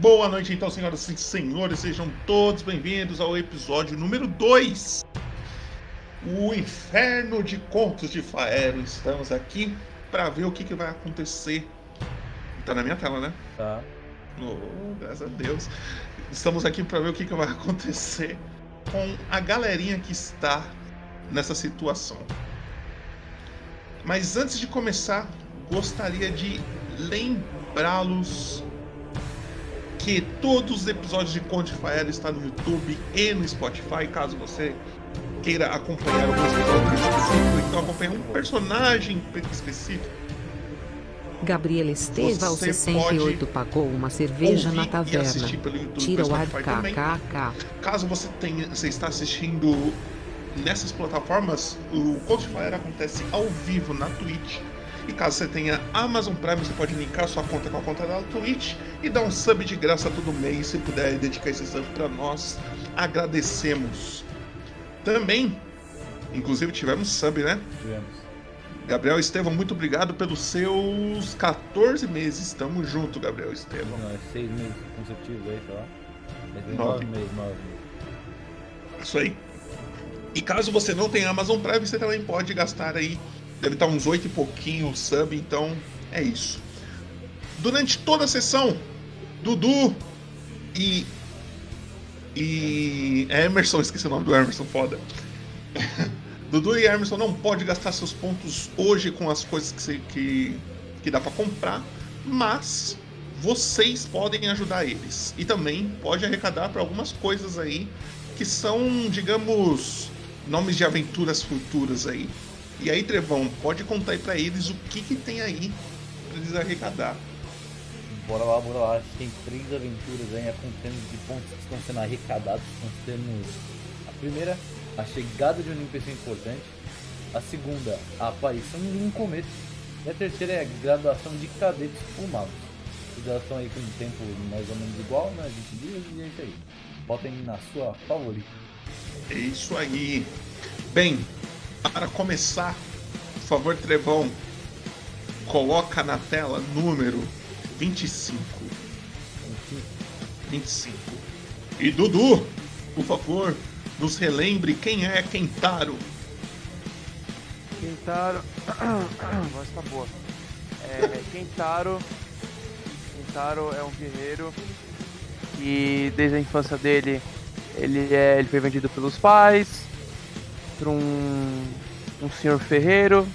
Boa noite, então, senhoras e senhores, sejam todos bem-vindos ao episódio número 2. O inferno de contos de Faero. Estamos aqui para ver o que, que vai acontecer. Tá na minha tela, né? Tá. Oh, graças a Deus. Estamos aqui para ver o que, que vai acontecer com a galerinha que está nessa situação. Mas antes de começar, gostaria de lembrá-los que todos os episódios de Conte Fael estão no YouTube e no Spotify, caso você queira acompanhar algum personagem específico, então acompanhar um personagem específico. Gabriel Esteva aos Você 68 pagou uma cerveja ouvir na e assistir taverna. pelo YouTube, Tira pelo o ar Spotify também. kkk. Caso você tenha, você está assistindo nessas plataformas, o Conte Fire acontece ao vivo na Twitch. E caso você tenha Amazon Prime, você pode linkar sua conta com a conta da Twitch e dar um sub de graça todo mês, se puder dedicar esse sub para nós, agradecemos. Também, inclusive tivemos sub, né? Tivemos. Gabriel Estevão, muito obrigado pelos seus 14 meses. Tamo junto, Gabriel Estevão. Não, é seis meses consecutivos aí, sei lá. Mas tem Nove. nove meses, nove meses. Isso aí. E caso você não tenha Amazon Prime, você também pode gastar aí. Deve estar uns oito e pouquinho o sub, então é isso. Durante toda a sessão, Dudu e. E. Emerson, esqueci o nome do Emerson, foda. Dudu e Emerson não pode gastar seus pontos hoje com as coisas que, se- que, que dá pra comprar, mas vocês podem ajudar eles. E também pode arrecadar pra algumas coisas aí que são, digamos, nomes de aventuras futuras aí. E aí, Trevão, pode contar aí pra eles o que, que tem aí pra eles arrecadar. Bora lá, bora lá. A gente tem três aventuras aí acontecendo de pontos que estão sendo arrecadados. Nós temos a primeira, a chegada de um NPC importante. A segunda, a aparição de um cometa. E a terceira é a graduação de cadetes fumados. Eles já estão aí com um tempo mais ou menos igual, né? 20 dias e é isso aí. Botem na sua favorita. É isso aí. Bem, para começar, por favor, Trevão, coloca na tela número 25. Enfim, 25. E Dudu, por favor, nos relembre quem é Kentaro. Kentaro. A voz tá boa. É, Kentaro. Kentaro é um guerreiro que desde a infância dele ele, é, ele foi vendido pelos pais por um, um senhor ferreiro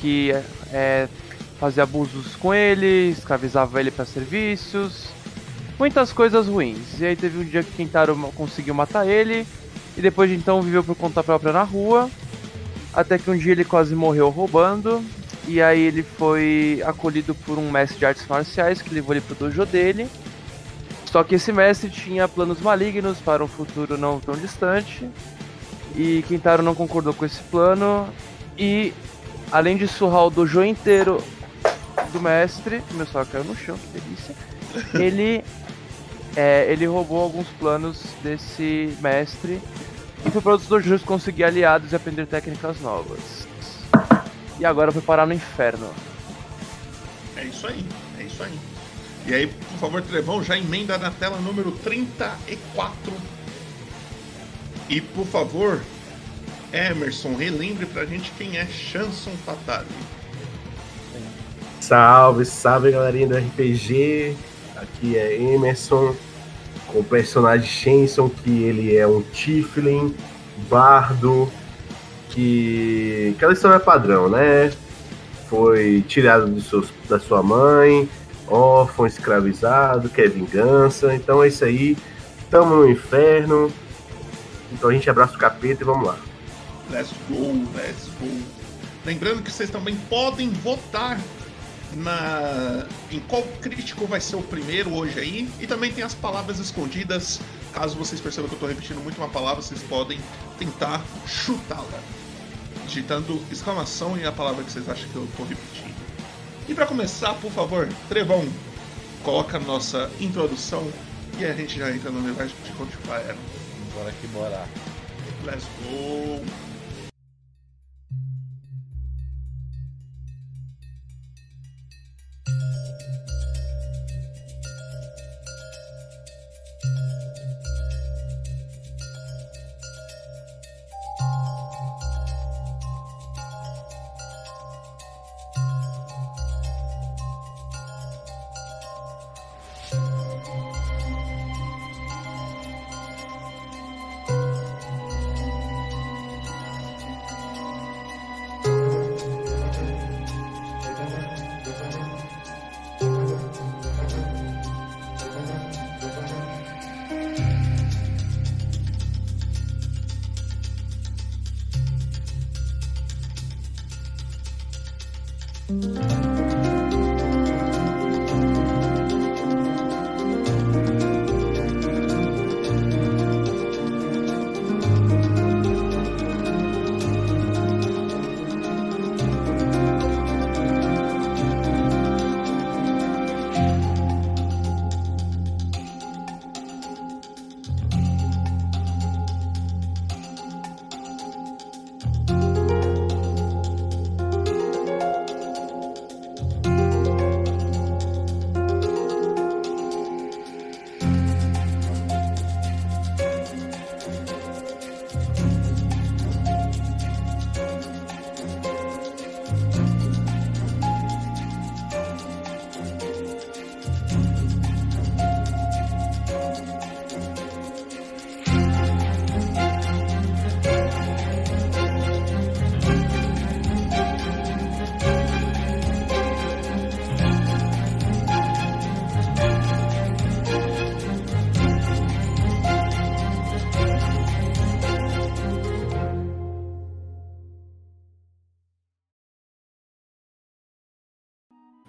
que é, é, fazia abusos com ele, escravizava ele para serviços, muitas coisas ruins. E aí teve um dia que Kentaro ma- conseguiu matar ele e depois de então viveu por conta própria na rua. Até que um dia ele quase morreu roubando. E aí ele foi acolhido por um mestre de artes marciais que levou ele pro dojo dele. Só que esse mestre tinha planos malignos para um futuro não tão distante. E Kintaro não concordou com esse plano. E além de surrar o dojo inteiro do mestre. Meu celular caiu no chão, que delícia. Ele. é, ele roubou alguns planos desse mestre e foi para outros dojos conseguir aliados e aprender técnicas novas. E agora foi parar no inferno. É isso aí, é isso aí. E aí, por favor, Trevão, já emenda na tela número 34. E por favor, Emerson, relembre pra gente quem é Chanson Fatale. Salve, salve galerinha do RPG. Aqui é Emerson, com o personagem Shenson, que ele é um Tiflin, bardo, que. aquela história padrão, né? Foi tirado dos seus- da sua mãe, órfão, escravizado, quer vingança. Então é isso aí, tamo no inferno. Então a gente abraça o capeta e vamos lá. Let's go, let's go. Lembrando que vocês também podem votar na em qual crítico vai ser o primeiro hoje aí. E também tem as palavras escondidas. Caso vocês percebam que eu tô repetindo muito uma palavra, vocês podem tentar chutá-la. Digitando exclamação e a palavra que vocês acham que eu tô repetindo. E para começar, por favor, Trevão, coloca a nossa introdução e a gente já entra no universo de Conte Fire. bora que bora. Let's go!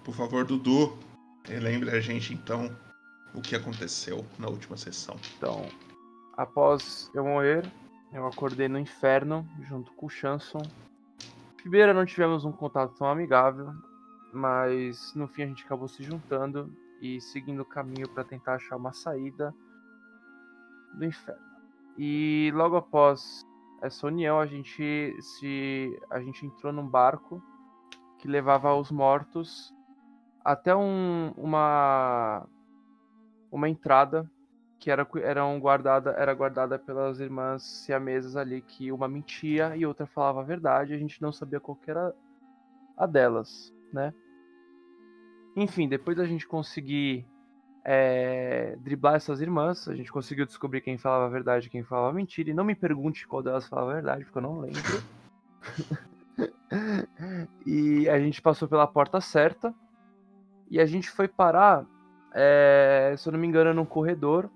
Por favor, Dudu, relembre a gente então o que aconteceu na última sessão. Então, após eu morrer, eu acordei no inferno junto com o Chanson. Primeiro não tivemos um contato tão amigável, mas no fim a gente acabou se juntando e seguindo o caminho para tentar achar uma saída do inferno. E logo após essa união, a gente se a gente entrou num barco que levava os mortos até um, uma uma entrada que era eram guardada era guardada pelas irmãs siamesas ali que uma mentia e outra falava a verdade, a gente não sabia qual que era a delas, né? Enfim, depois da gente conseguir é, driblar essas irmãs, a gente conseguiu descobrir quem falava a verdade e quem falava a mentira. E não me pergunte qual delas falava a verdade, porque eu não lembro. e a gente passou pela porta certa. E a gente foi parar, é, se eu não me engano, num corredor.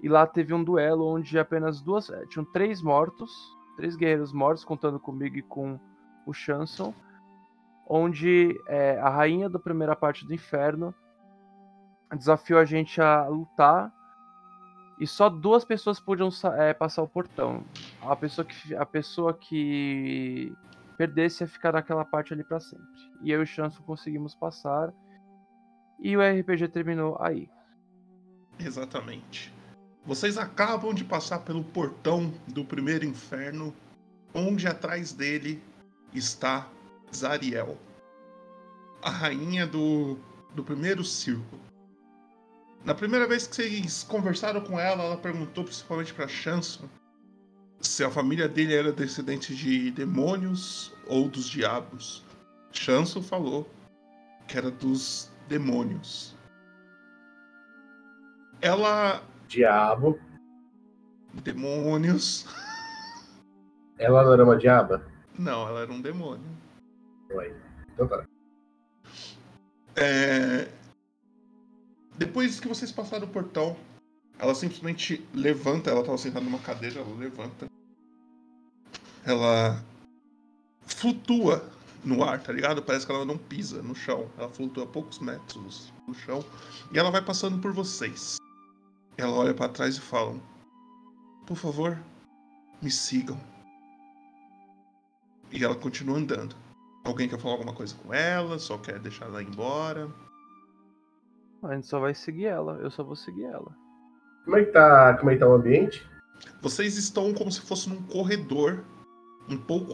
E lá teve um duelo onde apenas duas. é, Tinham três mortos, três guerreiros mortos, contando comigo e com o Chanson. Onde é, a rainha da primeira parte do inferno desafiou a gente a lutar. E só duas pessoas podiam sa- eh, passar o portão. A pessoa, que, a pessoa que perdesse ia ficar naquela parte ali para sempre. E eu e o Chanson conseguimos passar. E o RPG terminou aí. Exatamente. Vocês acabam de passar pelo portão do primeiro inferno, onde atrás dele está Zariel, a rainha do, do primeiro circo. Na primeira vez que vocês conversaram com ela, ela perguntou principalmente para Chanson se a família dele era descendente de demônios ou dos diabos. Chanson falou que era dos demônios. Ela Diabo. Demônios. Ela não era uma diaba? Não, ela era um demônio. Ué. Então tá. É, Depois que vocês passaram o portão, ela simplesmente levanta. Ela tava sentada numa cadeira, ela levanta. Ela flutua no ar, tá ligado? Parece que ela não pisa no chão. Ela flutua poucos metros no chão. E ela vai passando por vocês. Ela olha pra trás e fala: Por favor, me sigam. E ela continua andando. Alguém quer falar alguma coisa com ela? Só quer deixar ela ir embora? A gente só vai seguir ela. Eu só vou seguir ela. Como é que tá, como é que tá o ambiente? Vocês estão como se fosse num corredor. Um pouco.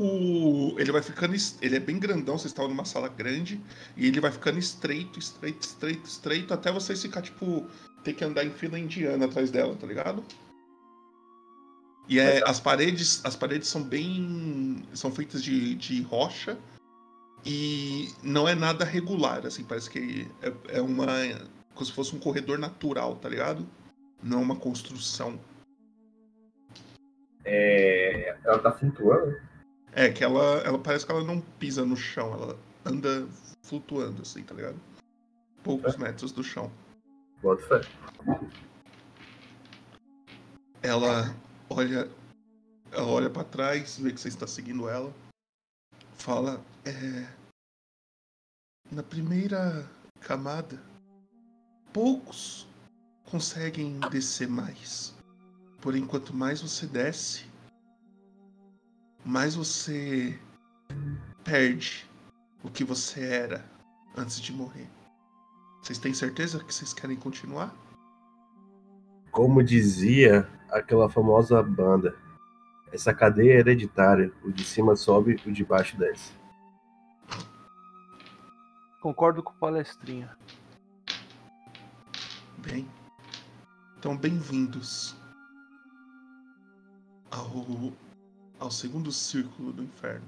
Ele vai ficando. es- Ele é bem grandão, vocês estavam numa sala grande. E ele vai ficando estreito, estreito, estreito, estreito. Até vocês ficar, tipo. Ter que andar em fila indiana atrás dela, tá ligado? E é, as paredes. As paredes são bem. São feitas de, de rocha. E não é nada regular, assim. Parece que é, é uma. Como se fosse um corredor natural, tá ligado? Não é uma construção. É, ela tá flutuando. É, que ela, ela parece que ela não pisa no chão, ela anda flutuando, assim, tá ligado? Poucos metros do chão. Bota fé. Ela olha. Ela olha pra trás, vê que você está seguindo ela. Fala. É. Na primeira camada, poucos conseguem descer mais. Porém, quanto mais você desce, mais você perde o que você era antes de morrer. Vocês têm certeza que vocês querem continuar? Como dizia aquela famosa banda, essa cadeia é hereditária. O de cima sobe, o de baixo desce. Concordo com o palestrinha. Bem, então bem-vindos ao, ao segundo círculo do inferno.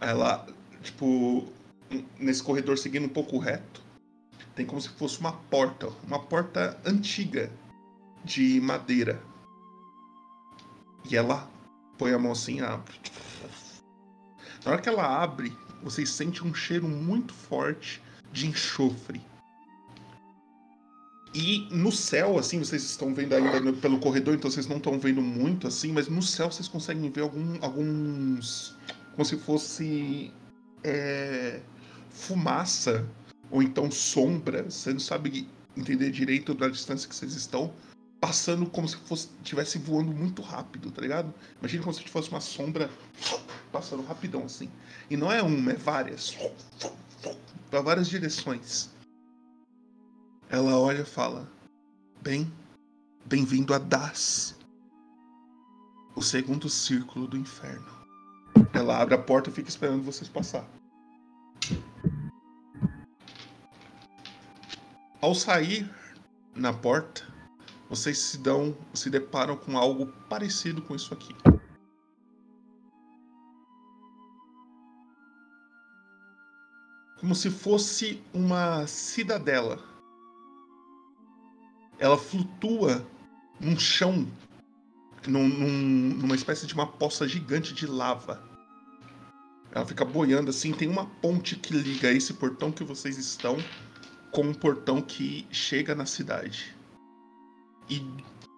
Ela, tipo, n- nesse corredor seguindo um pouco reto, tem como se fosse uma porta, uma porta antiga de madeira. E ela põe a mão assim, abre. Na hora que ela abre, vocês sentem um cheiro muito forte de enxofre. E no céu, assim, vocês estão vendo ainda no- pelo corredor, então vocês não estão vendo muito, assim, mas no céu vocês conseguem ver algum- alguns. Como se fosse. é, fumaça ou então sombra, você não sabe entender direito da distância que vocês estão, passando como se fosse tivesse voando muito rápido, tá ligado? Imagina como se fosse uma sombra passando rapidão assim. E não é uma, é várias. Para várias direções. Ela olha e fala: "Bem, bem-vindo a Das, o segundo círculo do inferno." Ela abre a porta e fica esperando vocês passar. Ao sair na porta, vocês se dão, se deparam com algo parecido com isso aqui. Como se fosse uma cidadela. Ela flutua num chão, num- num- numa espécie de uma poça gigante de lava. Ela fica boiando assim, tem uma ponte que liga esse portão que vocês estão com o portão que chega na cidade e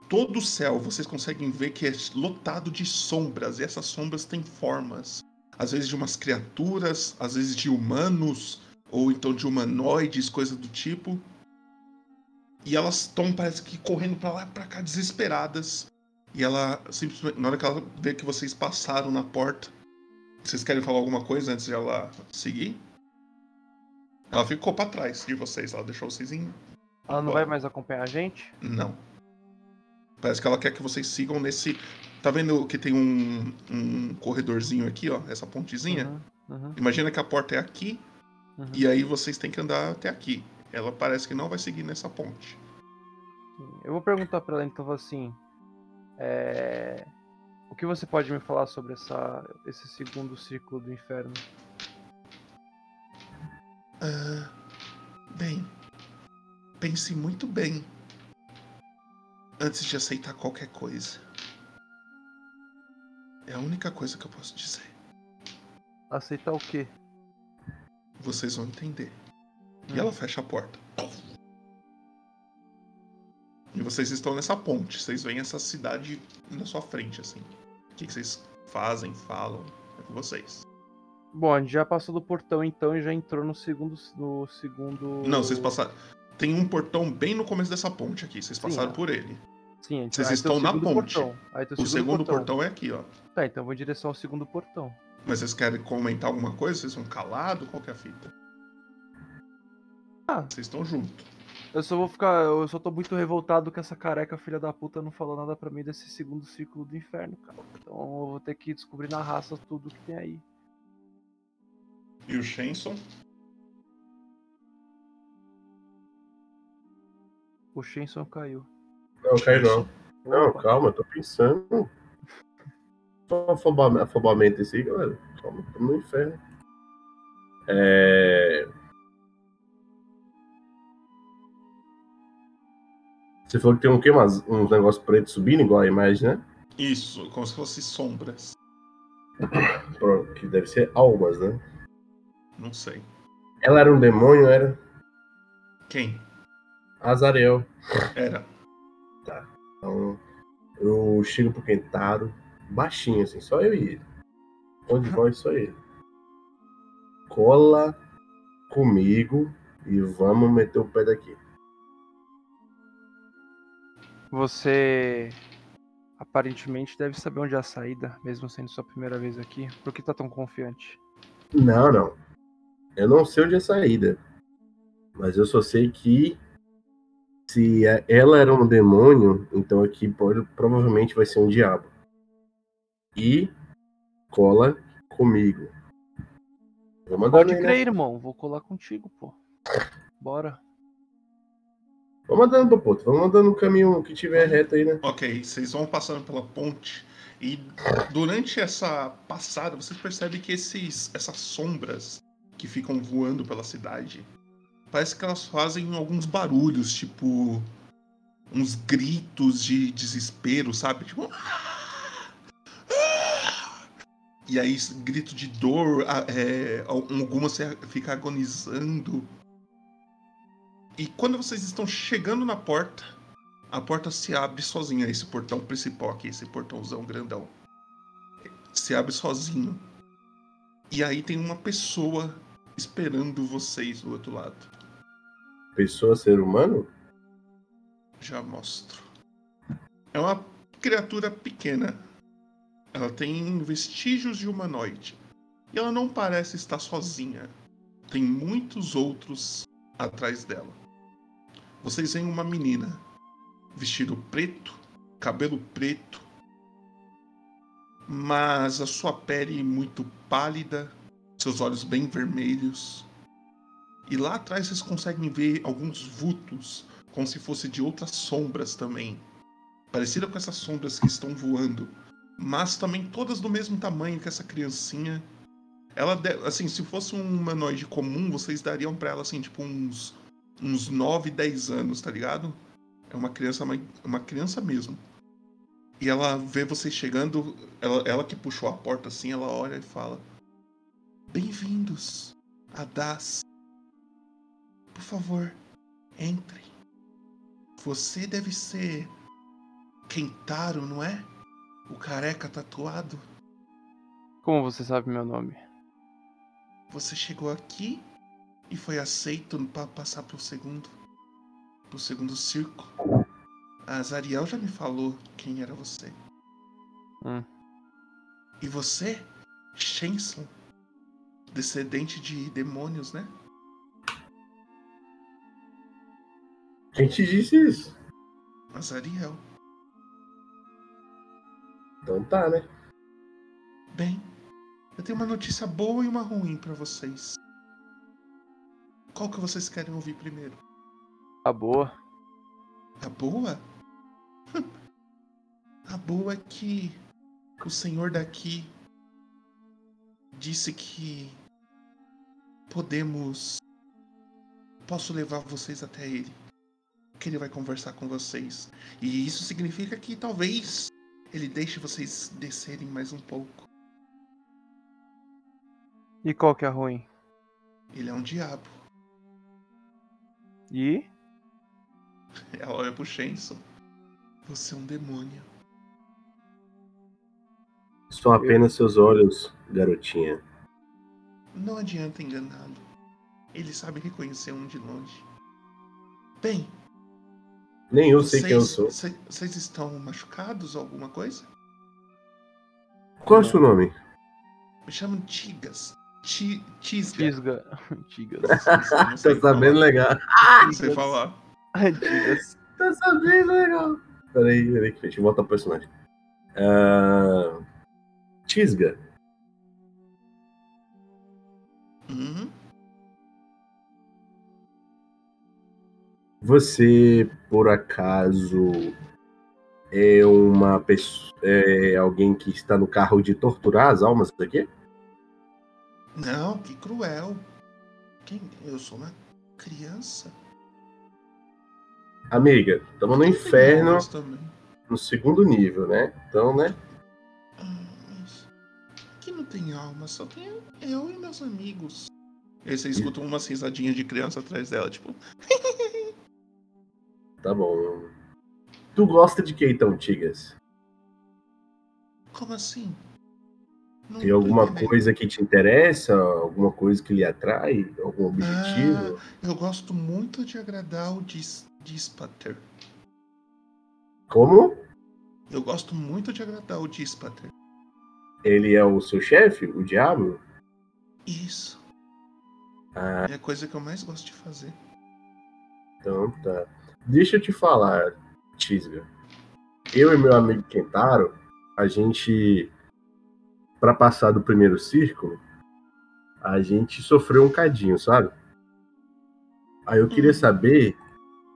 todo o céu vocês conseguem ver que é lotado de sombras e essas sombras têm formas, às vezes de umas criaturas, às vezes de humanos ou então de humanoides, coisa do tipo. E elas estão parece que correndo pra lá e pra cá desesperadas. E ela simplesmente na hora que ela vê que vocês passaram na porta, vocês querem falar alguma coisa antes de ela seguir? Ela ficou pra trás de vocês, ela deixou vocês em Ela não Bora. vai mais acompanhar a gente? não. Parece que ela quer que vocês sigam nesse. Tá vendo que tem um, um corredorzinho aqui, ó? Essa pontezinha? Uhum, uhum, Imagina que a porta é aqui uhum. é. e aí vocês têm que andar até aqui. Ela parece que não vai seguir nessa ponte. Eu vou perguntar pra ela então assim. é, O que você pode me falar sobre essa... esse segundo ciclo do inferno? Ah, bem, pense muito bem antes de aceitar qualquer coisa. É a única coisa que eu posso dizer. Aceitar o quê? Vocês vão entender. Hum. E ela fecha a porta. E vocês estão nessa ponte. Vocês veem essa cidade na sua frente, assim. O que, que vocês fazem, falam? É com vocês. Bom, a gente já passou do portão então e já entrou no segundo. No segundo... Não, vocês passaram. Tem um portão bem no começo dessa ponte aqui. Vocês passaram é. por ele. Sim, a gente Vocês aí tem o estão na segundo ponte. Portão. Aí tem O segundo portão é aqui, ó. Tá, então eu vou em direção ao segundo portão. Mas vocês querem comentar alguma coisa? Vocês vão calado? Qual que é a fita? Ah. Vocês estão juntos. Eu só vou ficar. Eu só tô muito revoltado que essa careca filha da puta não falou nada pra mim desse segundo ciclo do inferno, cara. Então eu vou ter que descobrir na raça tudo que tem aí. E o Shenson? O Shenson caiu. Não, caiu não. Não, calma, eu tô pensando. Só afobamento, afobamento esse aí, galera. Calma, tô no inferno. É. Você falou que tem um quê? Umas, uns negócios pretos subindo, igual a imagem, né? Isso, como se fossem sombras. Pro- Que deve ser almas, né? Não sei. Ela era um demônio, era Quem? Azarel. Era. Então, eu chego pro Kentaro, baixinho assim, só eu e ele. Tom de voz, só ele. Cola comigo e vamos meter o pé daqui. Você aparentemente deve saber onde é a saída, mesmo sendo sua primeira vez aqui. Por que tá tão confiante? Não, não. Eu não sei onde é a saída. Mas eu só sei que se a- ela era um demônio, então aqui pode- provavelmente vai ser um diabo. E cola comigo. Vou mandar Pode aí, né? crer, irmão. Vou colar contigo, pô. Bora. Vamos andando pro ponto, vamos andando no caminho que tiver reto aí, né? Ok, vocês vão passando pela ponte e durante essa passada vocês percebem que esses, essas sombras que ficam voando pela cidade parece que elas fazem alguns barulhos, tipo uns gritos de desespero, sabe? Tipo. E aí, esse grito de dor, a- é, al- algumas se- fica agonizando. E quando vocês estão chegando na porta, a porta se abre sozinha, esse portão principal aqui, esse portãozão grandão. Se abre sozinho. E aí tem uma pessoa esperando vocês do outro lado. Pessoa, ser humano? Já mostro. É uma criatura pequena. Ela tem vestígios de humanoide. E ela não parece estar sozinha. Tem muitos outros atrás dela. Vocês veem uma menina. Vestido preto, cabelo preto. Mas a sua pele muito pálida, seus olhos bem vermelhos. E lá atrás vocês conseguem ver alguns vultos, como se fosse de outras sombras também. Parecida com essas sombras que estão voando, mas também todas do mesmo tamanho que essa criancinha. Ela, de- assim, se fosse um humanoide comum, vocês dariam pra ela, assim, tipo uns, uns 9, 10 anos, tá ligado? É uma criança, mai- uma criança mesmo. E ela vê vocês chegando, ela, ela que puxou a porta assim, ela olha e fala: Bem-vindos a Das. Por favor, entre. Você deve ser Kentaro, não é? O careca tatuado. Como você sabe meu nome? Você chegou aqui e foi aceito para passar pro segundo. pro segundo circo. A Zariel já me falou quem era você. Hum. E você, Shenson, descendente de demônios, né? Quem te disse isso? A Zariel. Então tá, né? Bem, eu tenho uma notícia boa e uma ruim para vocês. Qual que vocês querem ouvir primeiro? Tá boa. A boa? A boa é que o senhor daqui disse que podemos. Posso levar vocês até ele. Que ele vai conversar com vocês. E isso significa que talvez ele deixe vocês descerem mais um pouco. E qual que é a ruim? Ele é um diabo. E? Ela olha pro Shenson. Você é um demônio. São apenas seus olhos, garotinha. Não adianta enganá-lo. Ele sabe reconhecer um de longe. Bem, Nem eu sei quem eu vocês- sou. cê- Vocês estão machucados ou alguma coisa? Qual é o seu nome? Me chamam Tigas. Ti, tisga. Tisga. Tigas. Não sei Tá sabendo falar. legal. Não sei falar. Tigas. Tá sabendo legal. Peraí, peraí, que deixa eu voltar pro personagem. Ah, Tisga. Uhum. Você, por acaso, é uma pessoa. É alguém que está no carro de torturar as almas daqui? Não, que cruel. Quem? Eu sou uma criança. Amiga, estamos no Tem inferno, demônios também. no segundo nível, né? Então, né? Ah, mas Aqui não tem alma, só tem eu e meus amigos. E aí você escuta umas risadinhas de criança atrás dela, tipo. Tá bom. Tu gosta de que então, Tigas? Como assim? Não Tem tô alguma entendendo. coisa que te interessa? Alguma coisa que lhe atrai? Algum objetivo? Eu gosto muito de agradar o Dis Dispater. Como? Eu gosto muito de agradar o Dispater. Ele é o seu chefe? O diabo? Isso. Ah. É a coisa que eu mais gosto de fazer. Então tá. Deixa eu te falar, Tisga. Eu e meu amigo Kentaro, a gente, Pra passar do primeiro círculo, a gente sofreu um cadinho, sabe? Aí eu queria Hum. saber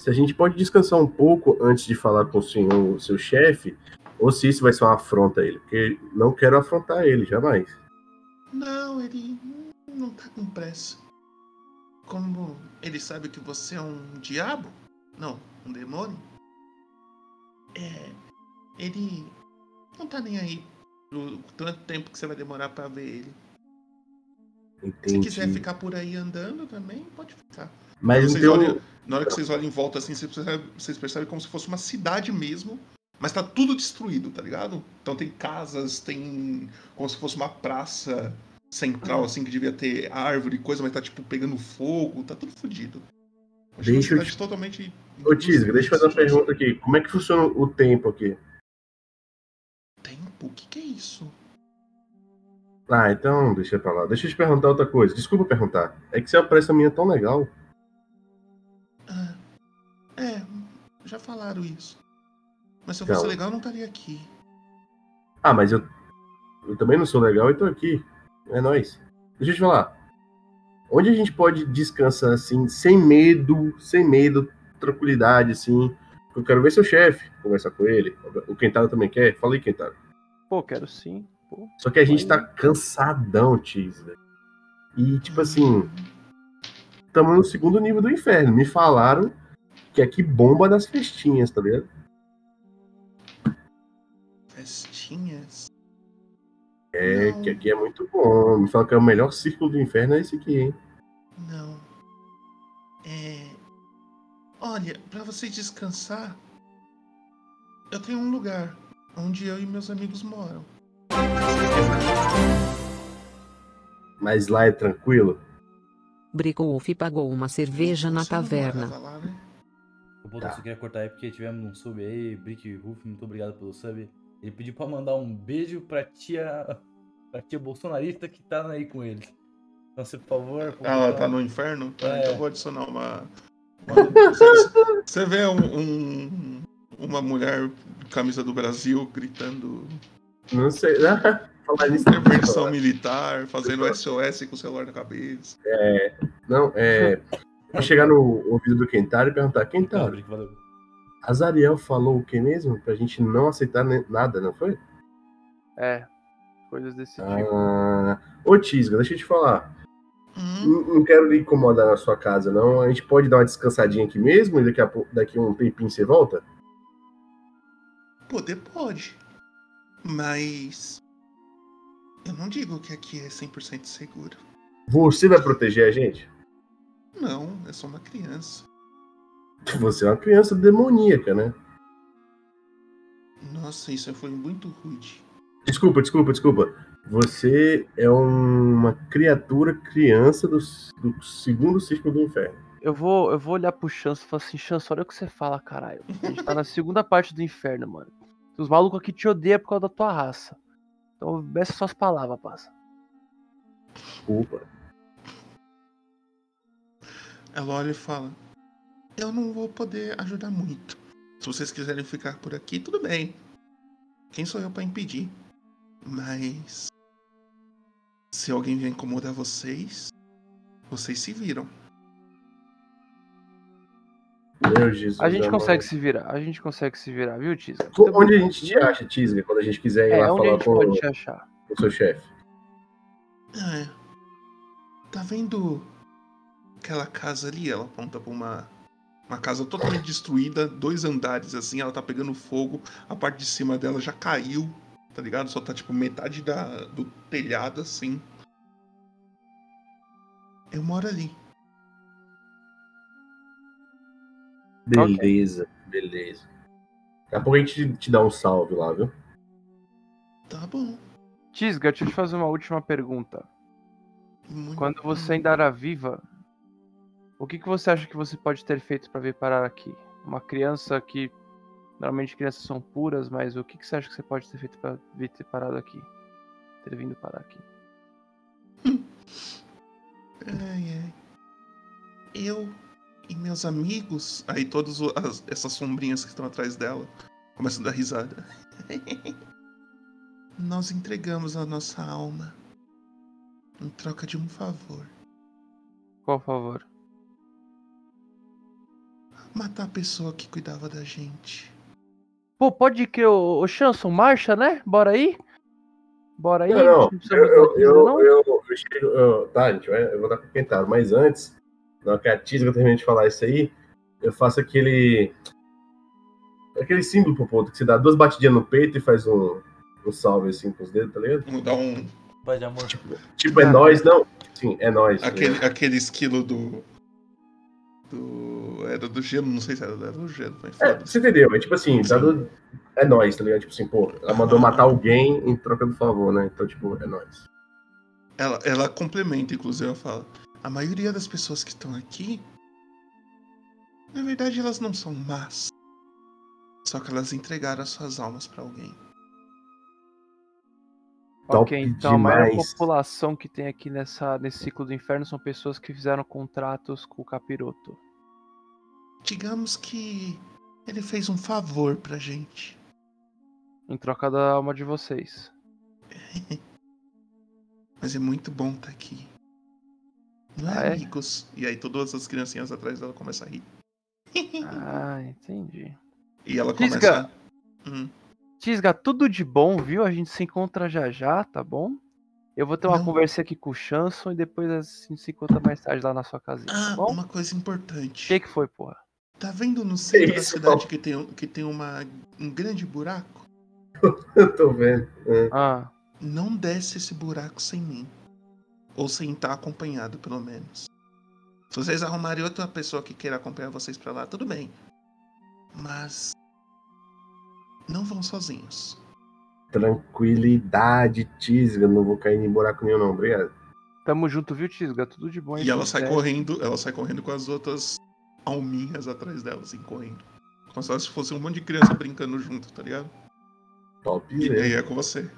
se a gente pode descansar um pouco antes de falar com o senhor, o seu chefe, ou se isso vai ser uma afronta a ele, porque não quero afrontar ele, jamais. Não, ele não tá com pressa. Como ele sabe que você é um diabo? Não, um demônio? É. Ele não tá nem aí o tanto tempo que você vai demorar pra ver ele. Se Entendi. quiser ficar por aí andando também, pode ficar. Mas Vocês então, olham- Na hora que vocês olham em volta, assim, vocês percebem, vocês percebem como se fosse uma cidade mesmo, mas tá tudo destruído, tá ligado? Então tem casas, tem como se fosse uma praça, central, assim, que devia ter árvore e coisa, mas tá, tipo, pegando fogo, tá tudo fodido. Acho Deixa uma eu cidade totalmente... Ô, Tisga, deixa eu fazer uma Sim. pergunta aqui. Como é que funciona o tempo aqui? Tempo? O que que é isso? Ah, então deixa pra lá. Deixa eu te perguntar outra coisa. Desculpa perguntar. É que você aparece a minha tão legal. Ah, é, já falaram isso. Mas se eu fosse Não. legal, eu não estaria aqui. Ah, mas eu, eu também não sou legal e tô aqui. É nóis. Deixa eu te falar. Onde a gente pode descansar assim, sem medo, sem medo, tranquilidade, assim. Eu quero ver seu chefe, conversar com ele. O Kentaro também quer. Fala aí, Kentaro. Pô, quero sim. Pô. Só que a gente tá cansadão, Tisga. E tipo assim, estamos no segundo nível do inferno. Me falaram que aqui bomba das festinhas, tá ligado? Festinhas? É, Não. que aqui é muito bom. Me fala que é o melhor círculo do inferno é esse aqui, hein? Não. É. Olha, pra você descansar, eu tenho um lugar onde eu e meus amigos moram. Mas lá é tranquilo. Bricowolf pagou uma cerveja na Você não taverna. morava lá, né? O Boto, Tá. só queria cortar aí porque tivemos um sub aí. Brick Roof, muito obrigado pelo sub. Ele pediu pra mandar um beijo pra tia. pra tia bolsonarista que tá aí com eles. Então, você, por favor. por Ah, ela favor. tá no inferno? Tá, É. então eu vou adicionar uma. uma- Você- Você vê um- um- uma mulher de camisa do Brasil gritando Não sei. falar nisso intervenção militar, fazendo SOS com o celular na cabeça. Não, é. Vou chegar no ouvido do Kentaro e perguntar: Então, Não, Kentaro, Brick, valeu. Azariel falou o que mesmo? Pra gente não aceitar ne- nada, não foi? É. Coisas desse tipo. Ah, ô, Tisga, deixa eu te falar. Hum, Não, não quero lhe incomodar na sua casa, não. A gente pode dar uma descansadinha aqui mesmo e daqui a, pou- daqui a um tempinho você volta? Poder pode. Mas. Eu não digo que aqui é 100% seguro. Você vai proteger a gente? Não, eu sou uma criança. Você é uma criança demoníaca, né? Nossa, isso foi muito rude. Desculpa, desculpa, desculpa. Você é uma criatura criança do, s- do segundo círculo do inferno. Eu vou, eu vou olhar pro Chanso e falar assim, Chanso, olha o que você fala, caralho. A gente tá na segunda parte do inferno, mano. Os malucos aqui te odeiam por causa da tua raça. Então meça suas palavras, passa. Desculpa. Ela olha e fala: Eu não vou poder ajudar muito. Se vocês quiserem ficar por aqui, tudo bem. Quem sou eu pra impedir? Mas. Se alguém vier incomodar vocês, vocês se viram. Meu Jesus. A gente amado. consegue se virar, a gente consegue se virar, viu, Tiza? Co- Onde a gente te acha, Tisga, quando a gente quiser ir É, lá onde a falar gente com pode o te achar? com o seu chefe? É. Tá vendo aquela casa ali? Ela aponta pra uma, uma casa totalmente destruída, dois andares assim, ela tá pegando fogo, a parte de cima dela já caiu, tá ligado? Só tá tipo metade da, do telhado assim. Eu moro ali. Beleza, beleza. Daqui a pouco a gente te dá um salve lá, viu? Tá bom. Tisga, deixa eu te fazer uma última pergunta. Muito Quando você ainda era viva, o que, que você acha que você pode ter feito pra vir parar aqui? Uma criança que. Normalmente crianças são puras, mas o que, que você acha que você pode ter feito pra vir ter parado aqui? Ter vindo parar aqui? Ai, ai. Eu e meus amigos. Aí todas o- as- essas sombrinhas que estão atrás dela começam a dar risada. Nós entregamos a nossa alma em troca de um favor. Qual favor? Matar a pessoa que cuidava da gente. Pô, pode crer, ô, ô Chanson, marcha, né? Bora aí? Bora aí? Não, não, a gente precisa Eu, muito da eu, Tisga, não? eu, eu, eu chego. eu- tá, gente, vai- eu vou dar pro Kentaro, mas antes, na hora que a Tisga termina de falar isso aí, eu faço aquele. aquele símbolo pro ponto que você dá duas batidinhas no peito e faz um, um salve assim com os dedos, tá ligado? Vamos dar um. Pai de amor. Tipo, é Ah. nóis, não? Sim, é nóis. tá ligado? Aquele, aquele esquilo do. Do. Era do gelo, não sei se era do gelo, mas É, foda-se. você entendeu? É tipo assim, tá do- é nóis, tá ligado? Tipo assim, pô, ela mandou matar alguém em troca do favor, né? Então, tipo, é nóis. Ela, ela complementa, inclusive, ela fala: A maioria das pessoas que estão aqui. Na verdade, elas não são más. Só que elas entregaram as suas almas pra alguém. Top ok, então a maior demais. população que tem aqui nessa, nesse ciclo do inferno são pessoas que fizeram contratos com o capiroto. Digamos que ele fez um favor pra gente. Em troca da alma de vocês. Mas é muito bom estar aqui. Não é, Ah, é? amigos? E aí todas as criancinhas atrás dela começam a rir. Ah, entendi. E ela começa. Fisga! Hum. Tisga, tudo de bom, viu? A gente se encontra já já, tá bom? Eu vou ter uma Não. conversa aqui com o Chanson e depois a gente se encontra mais tarde lá na sua casinha, Ah, tá bom? uma coisa importante. O que que foi, porra? Tá vendo no centro da isso, cidade que tem, um- que tem uma, um grande buraco? Eu tô vendo. Ah, Não desce esse buraco sem mim. Ou sem estar acompanhado, pelo menos. Se vocês arrumarem outra pessoa que queira acompanhar vocês pra lá, tudo bem. Mas. Não vão sozinhos. Tranquilidade, Tisga. Não vou cair em buraco nenhum, não. Obrigado. tamo junto, viu, Tisga? Tudo de bom. hein, E ela se sai quiser. correndo, ela sai correndo com as outras alminhas atrás dela, assim, correndo. Como se elas fossem um monte de criança brincando junto, tá ligado? Top. E né? aí é com você.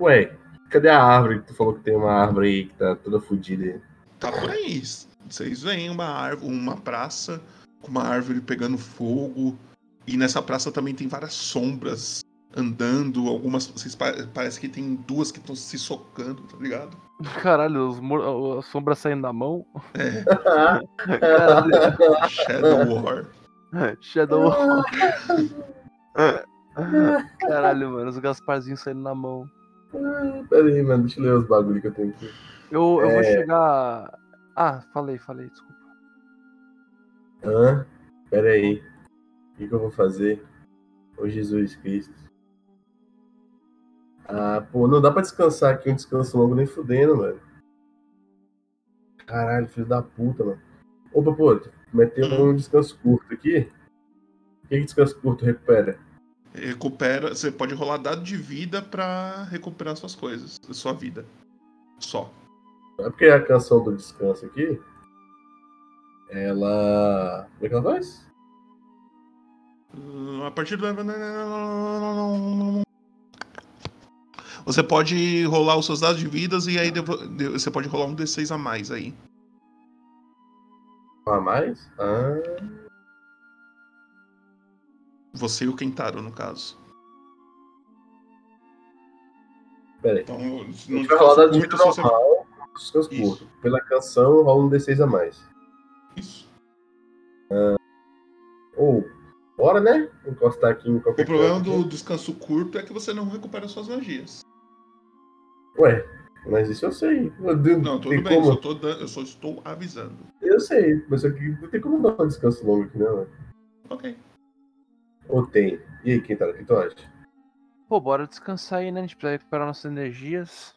Ué, cadê a árvore que tu falou que tem uma árvore aí que tá toda fodida aí? Tá por aí. Vocês veem uma árvore, uma praça com uma árvore pegando fogo. E nessa praça também tem várias sombras andando. Algumas. Vocês pa- parece que tem duas que estão se socando, tá ligado? Caralho, os mor- a sombra saindo da mão. É. Caralho. Caralho. Shadow War. Shadow. Caralho, mano, os Gasparzinhos saindo na mão. Pera aí, mano, deixa eu ler os bagulho que eu tenho aqui. Eu, eu vou É. chegar. Ah, falei, falei, desculpa. Hã? Pera aí. O que, que eu vou fazer? Ô Jesus Cristo. Ah, pô, não dá pra descansar aqui um descanso longo nem fudendo, mano. Caralho, filho da puta, mano. Opa, pô, meteu um descanso curto aqui. O que, que descanso curto recupera? Recupera. Você pode rolar dado de vida pra recuperar suas coisas. Sua vida. Só. É porque a canção do descanso aqui. Ela. Como é que ela faz? Hum, A partir do. Você pode rolar os seus dados de vidas e aí devo- de- você pode rolar um D6 a mais aí. Não há mais? Ah. Você e o Kentaro, no caso. Pera aí. Então, A não gente vai rolar dado de curto, vida só você- normal, tipo, descanso Isso. curto. Pela canção, rola um D6 a mais. Isso. Ou, bora, né? Encostar aqui em O qualquer problema canto do descanso curto é que você não recupera suas magias. aqui. Ué, mas isso eu sei. Eu, Não, não, tudo tem bem, eu como... só, tô dan- eu só estou avisando. eu sei, mas aqui não tem como dar um descanso longo aqui, não. né? Ok. Ou tem? E aí, Quintana, o que tu acha? Pô, bora descansar aí, né? A gente precisa recuperar nossas energias.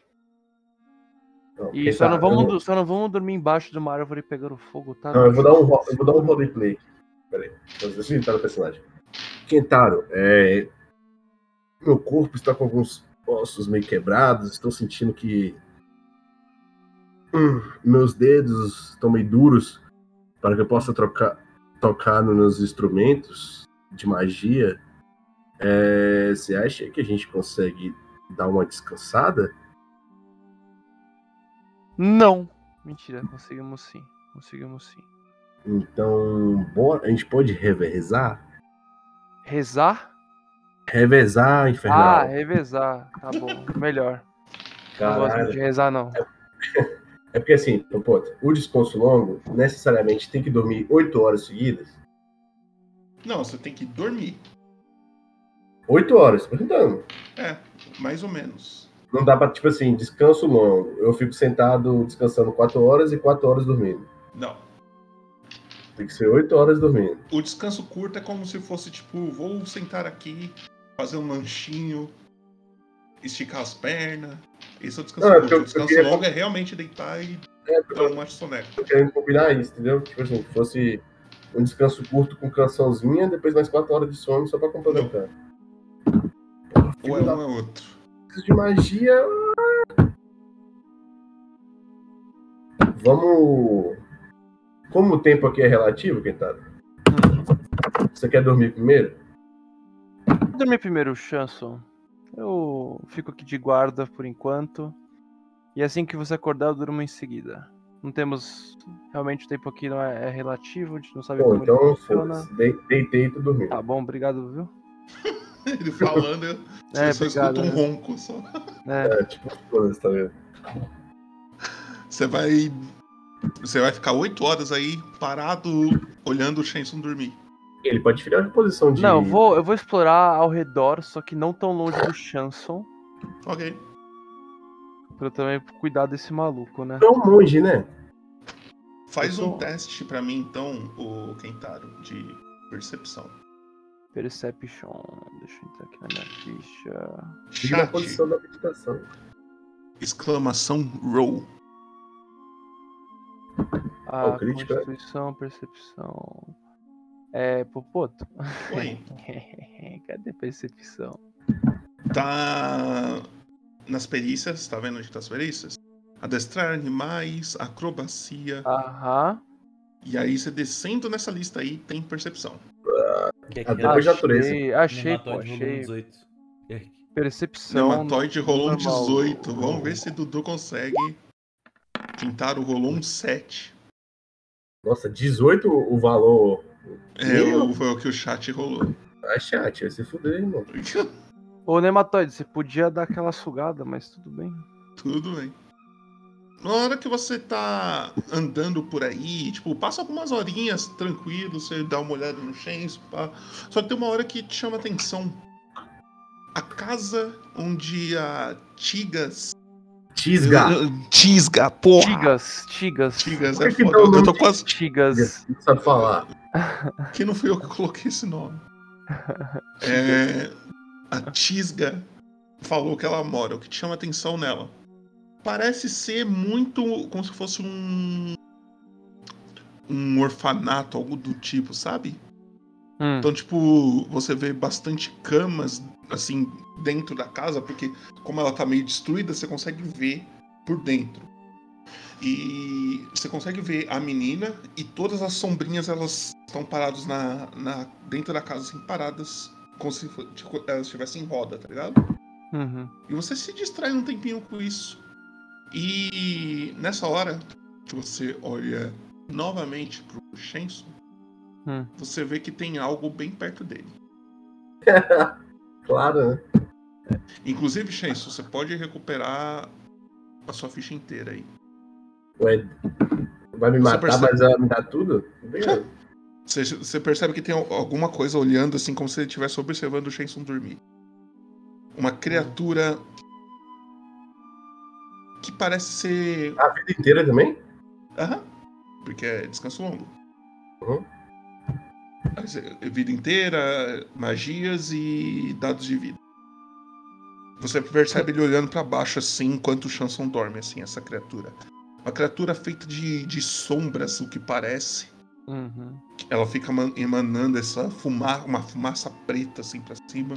Não, E só Quintana, não, vamos, eu- du- só não vamos dormir embaixo de uma árvore pegando fogo, tá? Não, eu vou dar um, ro- eu vou dar um roleplay. Peraí, deixa eu inventar o personagem. Kentaro, é, meu corpo está com alguns ossos meio quebrados, estou sentindo que hum, meus dedos estão meio duros para que eu possa trocar, tocar nos meus instrumentos de magia. É, você acha que a gente consegue dar uma descansada? Não! Mentira, conseguimos sim. Conseguimos sim. Então, bora, a gente pode revezar? Rezar? Revezar, infernal. Ah, revezar. Tá bom, melhor. Não gosto Caralho. muito de rezar, não. É porque assim, pô, o descanso longo necessariamente tem que dormir 8 horas seguidas. Não, você tem que dormir. 8 horas, perguntando. É, mais ou menos. Não dá pra, tipo assim, descanso longo. Eu fico sentado descansando 4 horas e 4 horas dormindo. Não. Tem que ser 8 horas dormindo. O descanso curto é como se fosse tipo, vou sentar aqui, fazer um lanchinho, esticar as pernas. Esse é o descanso Ah, curto. eu- o eu descanso queria- longo é realmente deitar e É, dar eu uma soneca. tô querendo combinar isso, entendeu? Tipo assim, que fosse um descanso curto com cançãozinha, depois mais 4 horas de sono só pra complementar. Ou é um ou é outro. Preciso de magia. ah, Vamos. Como o tempo aqui é relativo, Kentaro? Hum. Você quer dormir primeiro? Dormir primeiro, Chanson. Eu fico aqui de guarda por enquanto. E assim que você acordar, eu durmo em seguida. Não temos. Realmente o tempo aqui não é, é relativo, a gente não sabe Bom, como ele então funciona. foda-se. Dei- Deitei e tu dormiu. Tá bom, obrigado, viu? Ele falando, eu É, só obrigado, escuto um né? ronco né, só. É, É, tipo, foda-se, tá vendo? Você vai. Você vai ficar oito horas aí parado olhando o Shenson dormir. Ele pode ficar em posição de. Não, eu vou, eu vou explorar ao redor, só que não tão longe do Chanson, Ok. pra eu também cuidar desse maluco, né? Tão longe, né? Faz Eu tô- um teste pra mim então, o Kentaro, de percepção. Perception. Deixa eu entrar aqui na minha ficha. Diga a Chat, posição da meditação. exclamação roll. Ah, o crítico é? Constituição, percepção. É, Popoto. Oi. Cadê percepção? Tá nas perícias, tá vendo onde tá as perícias? Adestrar animais, acrobacia. Aham. E aí você descendo nessa lista aí tem percepção. Que é Ah, que depois de é? natureza. Achei, achei, pô, Nematóide rolou um achei. 18. Que é que- Percepção. Nematóide rolou um normal. 18. Vamos ver se Dudu consegue. Quintaro rolou um 7. Nossa, 18 o valor. É, Meu. o- foi o que o chat rolou. Ai, chat, vai se fuder, irmão. Ô, Nematóide, você podia dar aquela sugada, mas tudo bem. Tudo bem. Na hora que você tá andando por aí, tipo, passa algumas horinhas tranquilo, você dá uma olhada no Shens, pá. Só que tem uma hora que te chama a atenção. A casa onde a Tigas. Tisga. Tisga, porra! Tigas, tigas. Tigas Por é que que foda. dá o Eu nome tô de- quase. Tigas. Não sabe falar. Que não fui eu que coloquei esse nome. É, a Tisga falou que ela mora, o que te chama a atenção nela. Parece ser muito como se fosse um um orfanato, algo do tipo, sabe? Hum, Então, tipo, você vê bastante camas assim dentro da casa, porque como ela tá meio destruída, você consegue ver por dentro. E você consegue ver a menina e todas as sombrinhas elas estão paradas na, na dentro da casa, assim, paradas, como se fo- tipo, elas estivessem em roda, tá ligado? uhum. E você se distrai um tempinho com isso. E nessa hora que você olha novamente pro Shenson, Hum. você vê que tem algo bem perto dele. Claro, né? Inclusive, Shenson, você pode recuperar a sua ficha inteira aí. Ué, vai me Você matar, percebe- mas ela me dá tudo? Obrigado. Você, você percebe que tem al- alguma coisa olhando assim, como se ele estivesse observando o Shenson dormir. Uma criatura que parece ser. A vida inteira também? Aham. Porque é descanso longo. Uhum. Mas é- é Vida inteira, magias e dados de vida. Você percebe ele olhando pra baixo assim, enquanto o Chanson dorme, assim, essa criatura. Uma criatura feita de, de sombras, o que parece. Uhum. Ela fica eman- emanando essa fumaça, uma fumaça preta assim pra cima.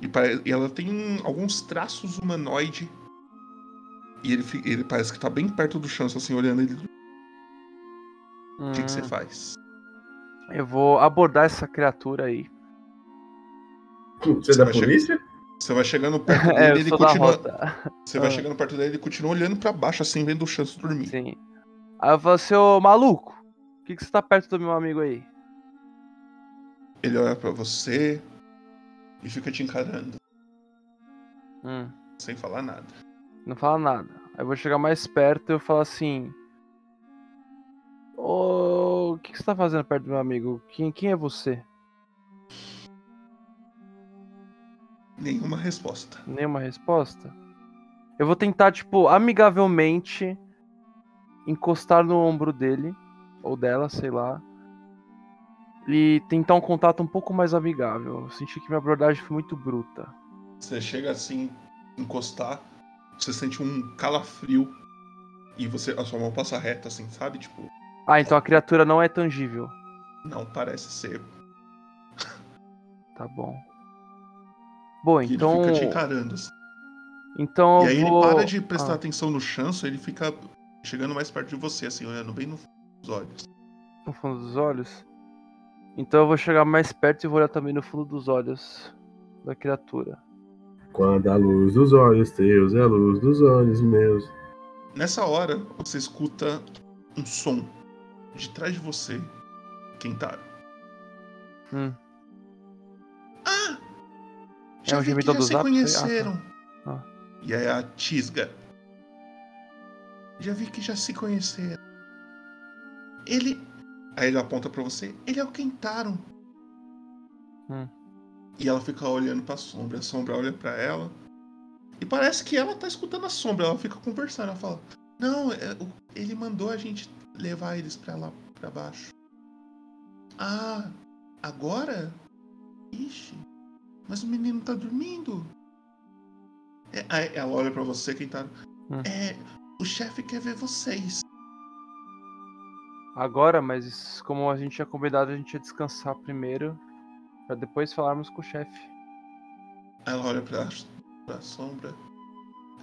E, pare- e ela tem alguns traços humanoide. E ele, fi- ele parece que tá bem perto do Chanson, assim, olhando ele. O que, que você Hum. faz? Eu vou abordar essa criatura aí. Você é Você da vai chegar- polícia? Você vai chegando perto dele É, eu ele sou da continua. rota. Você vai Ah. chegando perto dele e continua olhando pra baixo, assim, vendo o Chanson dormir. Sim. Aí eu falo assim, ô maluco, por que, que você tá perto do meu amigo aí? Ele olha pra você e fica te encarando, Hum, sem falar nada. não fala nada. Aí eu vou chegar mais perto e eu falo assim. Ô, o que, que você tá fazendo perto do meu amigo? Quem, quem é você? Nenhuma resposta. Nenhuma resposta? Eu vou tentar, tipo, amigavelmente encostar no ombro dele, ou dela, sei lá. E tentar um contato um pouco mais amigável. Eu senti que minha abordagem foi muito bruta. Você chega assim, encostar, você sente um calafrio e você a sua mão passa reta, assim, sabe? Tipo, Ah, então a criatura não é tangível. não parece ser. Tá bom. Bom, Ele então. fica te encarando. assim. Então E eu aí ele vou. para de prestar Ah. atenção no chanço, ele fica chegando mais perto de você, assim, olhando bem nos olhos. No fundo dos olhos? Então eu vou chegar mais perto e vou olhar também no fundo dos olhos da criatura. Quando a luz dos olhos teus é a luz dos olhos meus. Nessa hora, você escuta um som de trás de você, Kentaro. Hum. Ah! É o Já vi que gemidão já do se Zap? conheceram. Ah, tá. E é a Tisga. Já vi que já se conheceram. Ele. Aí ele aponta pra você. Ele é o Kentaro. Hum. E ela fica olhando pra sombra. A sombra olha pra ela. E parece que ela tá escutando a sombra. Ela fica conversando. Ela fala: Não, é, o- ele mandou a gente levar eles pra lá, pra baixo. Ah, agora? Ixi. Mas o menino tá dormindo. É, aí ela olha pra você, quem tá. Hum. É, o chefe quer ver vocês. Agora, mas como a gente tinha combinado, a gente ia descansar primeiro. Pra depois falarmos com o chefe. Aí Ela olha pra, pra sombra.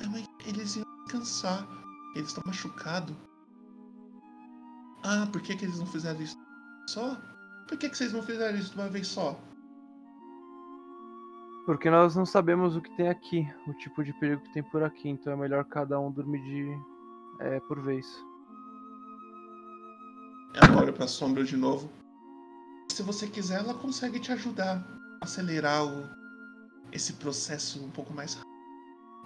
É, mas eles iam descansar. Eles estão machucados. Ah, por que, que eles não fizeram isso só? Por que, que vocês não fizeram isso de uma vez só? Porque nós não sabemos o que tem aqui, o tipo de perigo que tem por aqui, então é melhor cada um dormir de. É, por vez. Ela olha pra sombra de novo. Se você quiser, ela consegue te ajudar a acelerar o, esse processo um pouco mais rápido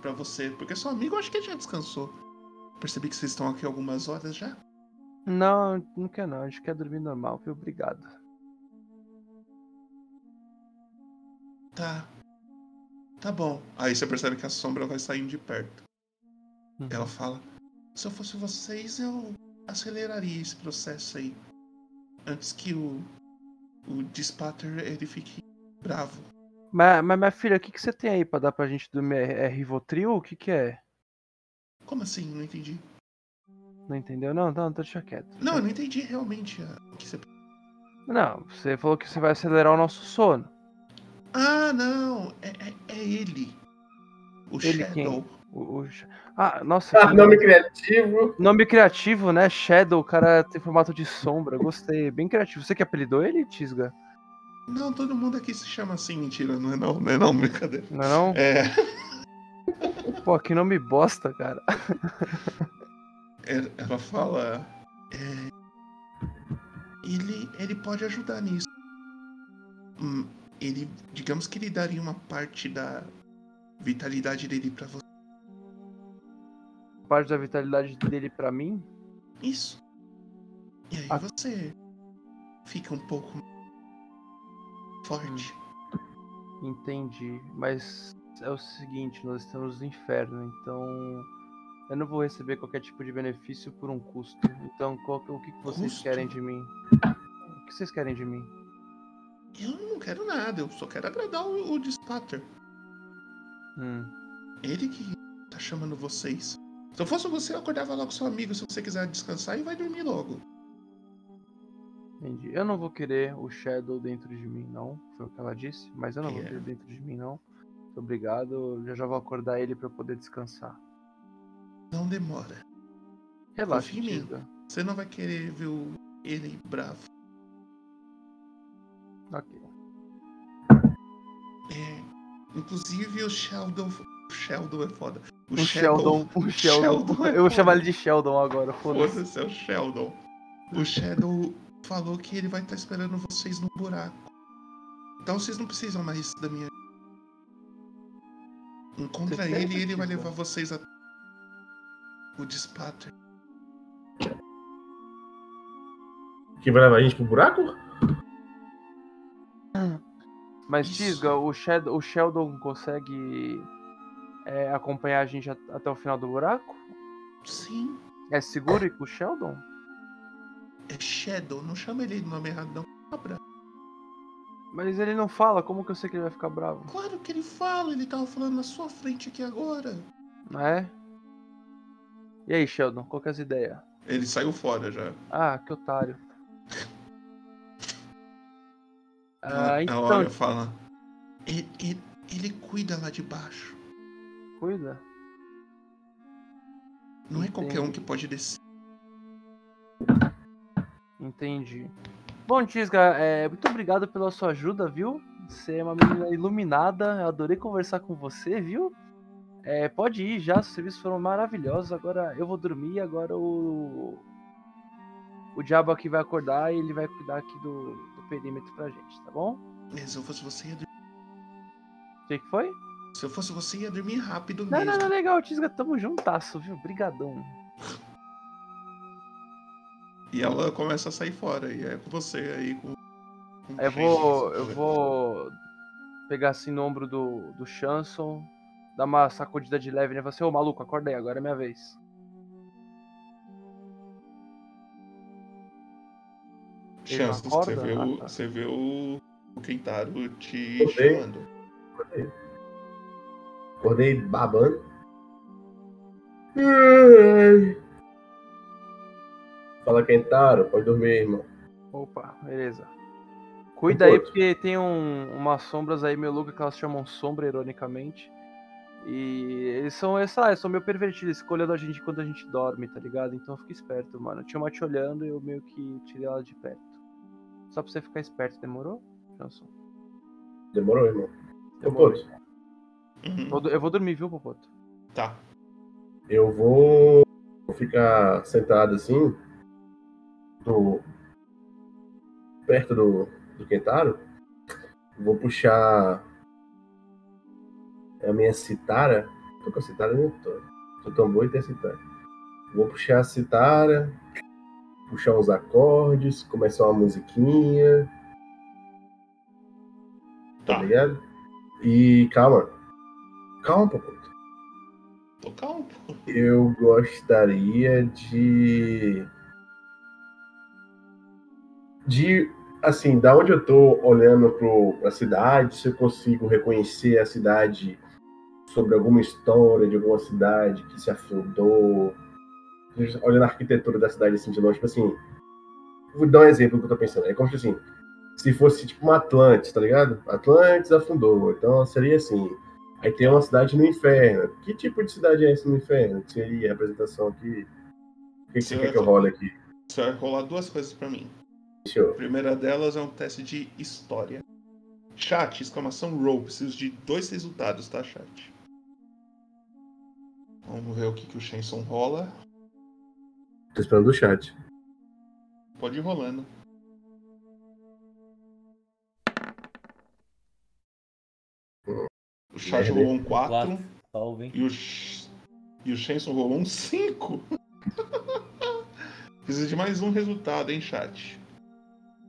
pra você. Porque seu amigo eu acho que ele já descansou. Percebi que vocês estão aqui algumas horas já. Não, não quer não, a gente quer dormir normal, viu? Obrigado. Tá. Tá bom. Aí você percebe que a sombra vai saindo de perto. Uhum. Ela fala: Se eu fosse vocês, eu aceleraria esse processo aí. Antes que o. O Dispatter ele fique bravo. Mas, mas minha filha, o que, que você tem aí pra dar pra gente dormir? É, é Rivotril? O que que é? Como assim? Não entendi. Não entendeu? Não, não, então deixa quieto. Não, eu não entendi realmente ah, o que você. Não, você falou que você vai acelerar o nosso sono. Ah, não! É, é- é ele. O Ele Shadow. quem? O- o Sh- Ah, nossa, Ah, que nome criativo. nome criativo, né? Shadow, o cara tem formato de sombra. Gostei, bem criativo. Você que apelidou ele, Tisga? Não, todo mundo aqui se chama assim, mentira, não é não, não é não, brincadeira. Não é não? É, Pô, que nome bosta, cara. é, ela- ela fala. é, ele, ele pode ajudar nisso. Hum, Ele, digamos que ele daria uma parte da vitalidade dele pra você. Parte da vitalidade dele pra mim? Isso. E aí Ah. você fica um pouco Hum. forte. Entendi, mas é o seguinte, nós estamos no inferno, então eu não vou receber qualquer tipo de benefício por um custo. Então, qual que- o que, que vocês Custo? querem de mim? O que vocês querem de mim? Eu não quero nada, eu só quero agradar o, o Dispatter. Hum, Ele que tá chamando vocês. Se eu fosse você, eu acordava logo seu amigo se você quiser descansar e vai dormir logo. entendi. Eu não vou querer o Shadow dentro de mim, não. Foi o que ela disse, mas eu não vou É. querer dentro de mim, não. Muito obrigado, já já vou acordar ele pra eu poder descansar. Não demora. Relaxa, Confia em mim. Tisga. Você não vai querer ver o- ele bravo. Ok. É, inclusive o Sheldon. O Sheldon é foda. O Um Sheldon, o Sheldon. Sheldon é Eu vou foda. chamar ele de Sheldon agora, foda-se. Foda-se, é o Sheldon. O Shadow falou que ele vai estar esperando vocês no buraco. Então vocês não precisam mais da minha. Encontra Certeza, ele e ele vai Tisga? levar vocês a. O Dispatter. Que vai levar a gente pro buraco? Mas Isso. Tisga, o, Shadow, o Sheldon consegue é, acompanhar a gente at- até o final do buraco? Sim, É seguro ir com o Sheldon? é Shadow. Não chama ele do nome errado, não. Cabra. Mas ele não fala, como que eu sei que ele vai ficar bravo? Claro que ele fala, ele tava falando na sua frente aqui agora. Não é? E aí, Sheldon, qual que é as ideias? Ele saiu fora já. Ah, que otário. Ah, Ela- ela então, olha, fala. Ele, ele- ele cuida lá de baixo. cuida. Não é qualquer um Entendi. é que pode descer. Entendi. Bom, Tisga, é, muito obrigado pela sua ajuda, viu? Você é uma menina iluminada, eu adorei conversar com você, viu? É, pode ir já, seus serviços foram maravilhosos. Agora eu vou dormir, agora o. O diabo aqui vai acordar e ele vai cuidar aqui do, do perímetro pra gente, tá bom? Se eu fosse você, é ia dormir, O que, que foi? se eu fosse você, ia dormir rápido Não, mesmo. não, não, legal, Tisga, tamo juntasso, viu? Brigadão. E ela começa a sair fora. E é com você aí com. com Aí Eu vou. gente, Eu né? vou pegar assim no ombro do, do Chanson, dar uma sacudida de leve, né? Falar assim, ô maluco, acorda aí, agora é minha vez. Ele não Chances, você acorda? vê, o, Ah, tá. você vê o, o Kentaro te Acordei. chamando. Acordei babando. Ai. Fala, Kentaro, pode dormir, irmão. Opa, beleza. Cuida aí, porque tem um- umas sombras aí meio loucas que elas chamam sombra, ironicamente. E eles são, eles, sei lá, eles são meio pervertidos, eles ficam olhando a gente quando a gente dorme, tá ligado? Então fica esperto, mano. Tinha uma te olhando e eu meio que tirei ela de perto. Só pra você ficar esperto, demorou? Johnson? Demorou, irmão. Ô, Demorou. Popoto, Uhum, Eu, do- eu vou dormir, viu, Popoto? Tá. Eu vou ficar sentado assim, do- perto do, do Kentaro. Vou puxar a minha citara. Tô com a citara, né? Tô, tô tambor e tem a citara. Vou puxar a citara, puxar uns acordes, começar uma musiquinha. Tá, Tá. ligado? E calma. Calma, um pô. Tô calmo. pô. Eu gostaria de. De. Assim, da onde eu tô olhando pro, pra cidade, se eu consigo reconhecer a cidade sobre alguma história de alguma cidade que se afundou. Olhando a arquitetura da cidade assim de longe, tipo assim. Vou dar um exemplo do que eu tô pensando. É como se assim. Se fosse tipo uma Atlantis, tá ligado? Atlantis afundou. Então seria assim. Aí tem uma cidade no inferno. Que tipo de cidade é essa no inferno? Que seria a representação aqui? O que, que você quer que eu role aqui? Você vai rolar duas coisas pra mim. Deixa eu. A primeira delas é um teste de história. Chat, exclamação roll. Preciso de dois resultados, tá, chat? Vamos ver o que, que o Shenson rola. Tô esperando o chat. Pode ir rolando. O chat Merda, rolou um 4 Quatro. Salve, hein? e o, Sh- e o Shenson rolou um 5. Precisa de mais um resultado, hein, chat?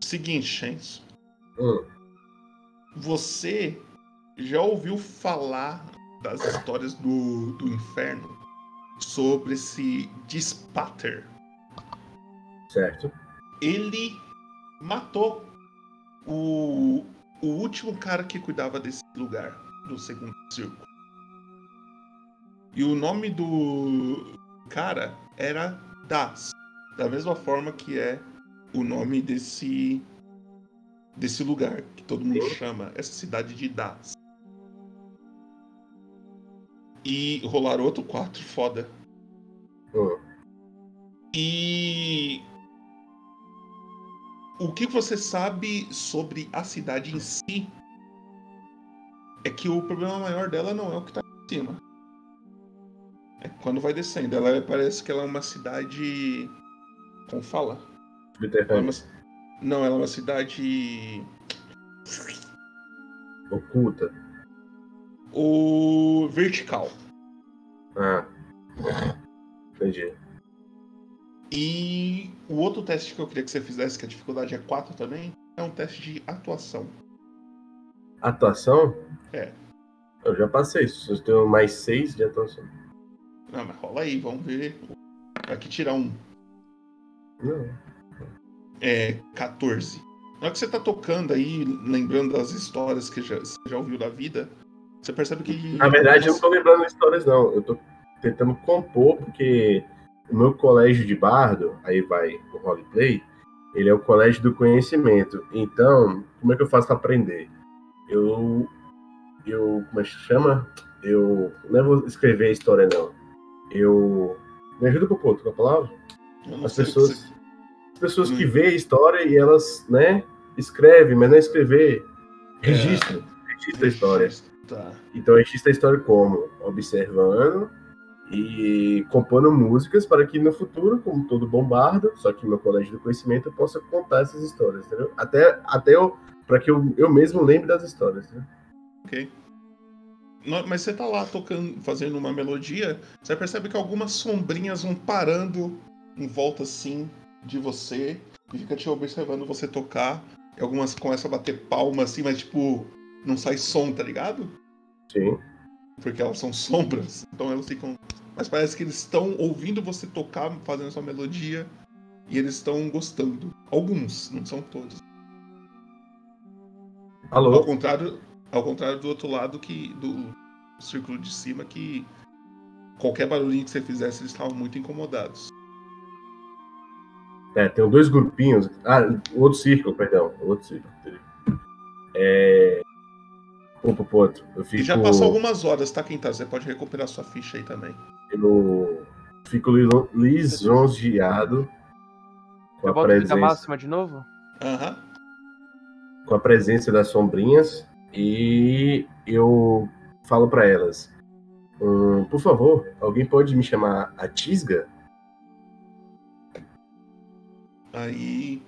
Seguinte, Shenson. Hum, Você já ouviu falar das histórias do, do inferno sobre esse Dispater? certo. Ele matou o, o último cara que cuidava desse lugar, do segundo circo. E o nome do cara era Das, da mesma forma que é o nome desse desse lugar que todo mundo chama essa cidade de Das. E rolar outro 4 foda. Hum. E o que você sabe sobre a cidade em si é que o problema maior dela não é o que tá em cima. É quando vai descendo. Ela é- parece que ela é uma cidade. Como fala? Ela é Subterrâneo. uma ci- Não, ela é uma cidade. é Oculta. O. vertical. Ah. Entendi. E o outro teste que eu queria que você fizesse, que a dificuldade é 4 também, é um teste de atuação. Atuação? É. Eu já passei. Só tenho mais seis de atuação. Não, mas rola aí, vamos ver. Vai que tirar um. Não. é, 14. Na hora que você tá tocando aí, lembrando das histórias que já, você já ouviu da vida, você percebe que. Na verdade, eu não você, tô lembrando histórias, não. Eu tô tentando compor, porque o meu colégio de bardo, aí vai o roleplay, ele é o colégio do conhecimento. Então, como é que eu faço pra aprender? Eu. Eu. Como é que chama? Eu. Não é vou escrever a história, não. Eu. Me ajuda com o ponto, com a palavra? eu não As sei o que pessoas. você- pessoas que vê a história e elas, né, escrevem, mas não é escrever, registra, registra a história. Tá. Então a gente a história como? Observando e compondo músicas para que no futuro, como todo bombardo, só que no colégio do conhecimento, eu possa contar essas histórias, entendeu? Até, até eu, para que eu, eu mesmo lembre das histórias. Né? No- Mas você tá lá tocando, fazendo uma melodia, você percebe que algumas sombrinhas vão parando em volta assim de você e fica te observando você tocar. E algumas começam a bater palma assim, mas tipo, não sai som, tá ligado? Sim. Porque elas são sombras. Então elas ficam. Mas parece que eles estão ouvindo você tocar, fazendo sua melodia. E eles estão gostando. Alguns, não são todos. Ao Alô? contrário, ao contrário do outro lado que do círculo de cima que qualquer barulhinho que você fizesse eles estavam muito incomodados. É, tem dois grupinhos. Ah, outro círculo, perdão. Outro círculo. É. Opa, pô, eu fico. E já passou algumas horas, tá, Quintal? Você pode recuperar sua ficha aí também. Eu fico liso- lisonjeado com Eu a, volto a presença, máxima de novo? Aham. com a presença das sombrinhas e eu falo para elas: "Hum, Por favor, alguém pode me chamar a Tisga? Aí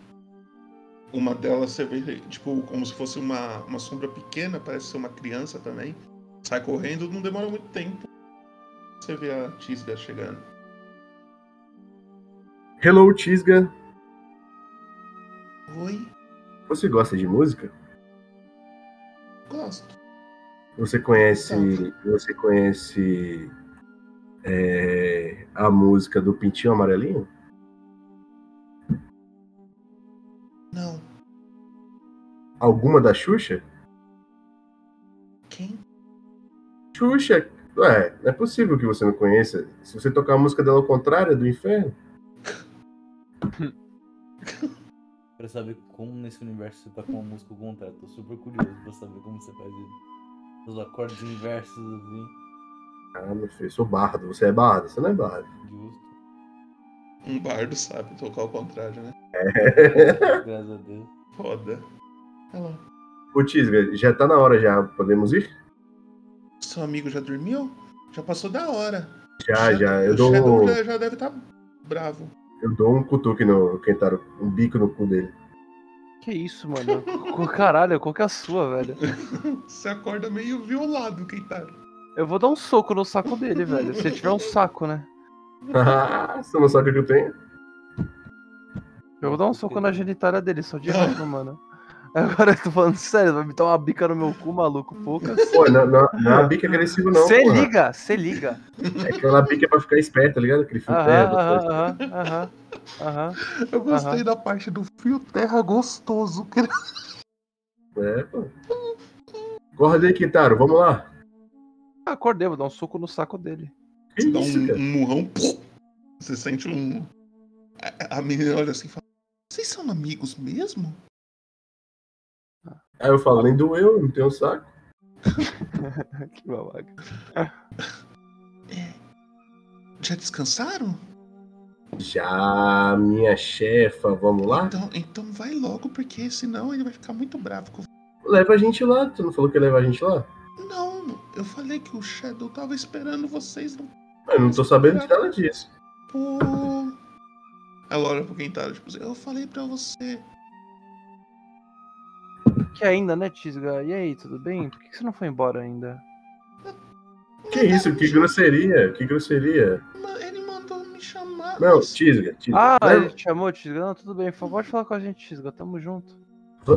uma delas você vê, tipo, como se fosse uma, uma sombra pequena, parece ser uma criança também. Sai correndo, não demora muito tempo. Você vê a Tisga chegando. Hello, Tisga. Oi, Você gosta de música? gosto. Você conhece, você conhece é, a música do Pintinho Amarelinho? Não, Alguma da Xuxa? quem? Xuxa, ué, não é possível que você não conheça. Se você tocar a música dela ao contrário, é do inferno. Pra saber como nesse universo você tá com uma música ao contrário. Tô super curioso pra saber como você faz isso. Os acordes inversos, assim, Ah, meu filho, eu sou bardo. Você é bardo? Você não é bardo. justo. Um bardo sabe tocar ao contrário, né? Graças a Deus. Foda. Olha lá. Ô, Tisga, já tá na hora já. Podemos ir? Seu amigo já dormiu? Já passou da hora. Já, Ah, tá, já. Eu o Shadow dou, um, já, já deve estar bravo. eu dou um cutuque no Kentaro, um bico no cu dele. Que isso, mano? Co- Caralho, qual que é a sua, velho? Você acorda meio violado, Keitaro. Eu vou dar um soco no saco dele, velho. Se tiver um saco, né? você não sabe o que eu tenho? Eu vou dar um soco na genitália dele, só de raiva, mano. Agora eu tô falando sério, vai me dar uma bica no meu cu, maluco, poucas. Pô, não, não, não é bico agressivo, não. Cê porra. liga, cê liga. É aquela bica pra ficar esperto, tá ligado? Aquele fio terra. Aham, depois. aham, aham, aham, aham. Eu gostei Aham. da parte do fio terra gostoso. que- É, pô. Acorda aí, Kentaro. Vamos lá. Acordei, vou dar um soco no saco dele. Que Dá isso, um, cara? um murrão. pum. Você sente um. a- A, menina olha assim e fala: Vocês são amigos mesmo? Aí eu falo, nem doeu, não tenho saco. Que babaca. Já descansaram? Já, minha chefa, vamos lá? Então, então vai logo, porque senão ele vai ficar muito bravo com Leva a gente lá. Tu não falou que ia levar a gente lá? Não, eu falei que o Shadow tava esperando vocês no Eu não tô sabendo de nada disso. Pô. Ela olha pro Kentaro, tipo assim, eu falei pra você. Que ainda, né, Tisga? E aí, tudo bem? Por que que você não foi embora ainda? Que isso, que grosseria, que grosseria. Ma- Ele mandou me chamar. Não, mas- Tisga, Tisga. Ah, ele leva, te chamou, Tisga? Não, tudo bem, por favor, pode falar com a gente, Tisga, tamo junto.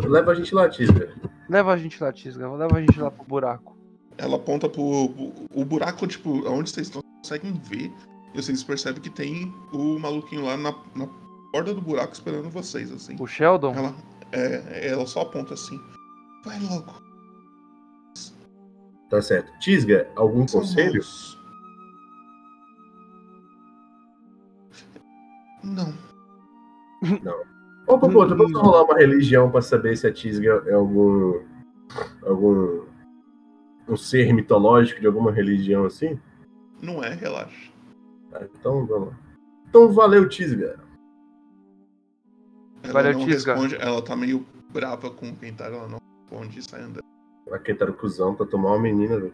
leva a gente lá, Tisga. Leva a gente lá, Tisga, leva a gente lá pro buraco. Ela aponta pro, pro- O buraco, tipo, aonde vocês estão, conseguem ver. E vocês percebem que tem o maluquinho lá na, na borda do buraco esperando vocês, assim. O Sheldon? Ela, é, ela só aponta assim. Vai logo. Tá certo. Tisga, algum são conselho? maus. Não. Ô, Popô, Hum. tu pode rolar uma religião pra saber se a Tisga é algum. algum. um ser mitológico de alguma religião assim? Não é, relaxa. Tá, então vamos lá. Então valeu, Tisga. Ela Valeu, não Tisga. responde, ela tá meio brava com o Kentaro, ela não responde e sai andando. Pra quem tá no cuzão, pra tomar uma menina, velho.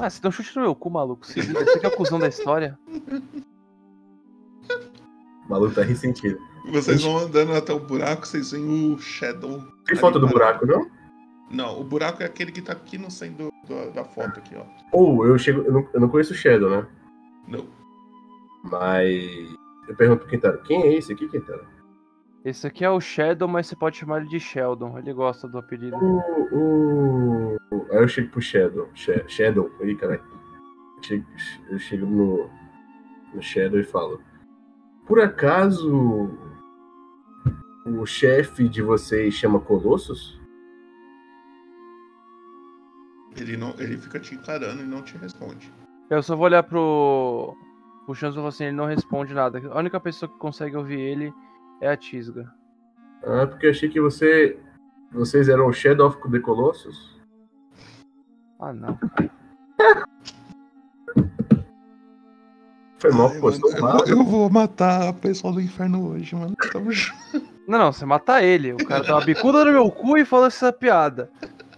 Ah, você dá um chute no meu cu, maluco. Se liga, você que é o cuzão da história. O maluco tá ressentido. Vocês vão andando até o buraco, vocês veem o Shadow. Tem foto do buraco, não? Não, o buraco é aquele que tá aqui no centro do- do- da foto aqui, ó. Ou eu chego. Eu não, eu não conheço o Shadow, né? Não. Mas. Eu pergunto pro Quintaro, quem é esse aqui, Quintaro? Esse aqui é o Shadow, mas você pode chamar ele de Sheldon. Ele gosta do apelido. O. o... Aí eu chego pro Shadow. Sha- Shadow. Ih, caralho. Eu chego, eu chego no. No Shadow e falo. Por acaso. O chefe de vocês chama Colossus? Ele, não, ele fica te encarando e não te responde. Eu só vou olhar pro. O Chance e falar assim, ele não responde nada. A única pessoa que consegue ouvir ele é a Tisga. Ah, porque eu achei que você. Vocês eram o Shadow of the Colossus? Ah, não. Foi mal, Ai, pô. mano, tá sou mal. eu, eu vou matar o pessoal do inferno hoje, mano. Tamo junto. Não, não, você mata ele. O cara dá uma bicuda no meu cu e fala essa piada.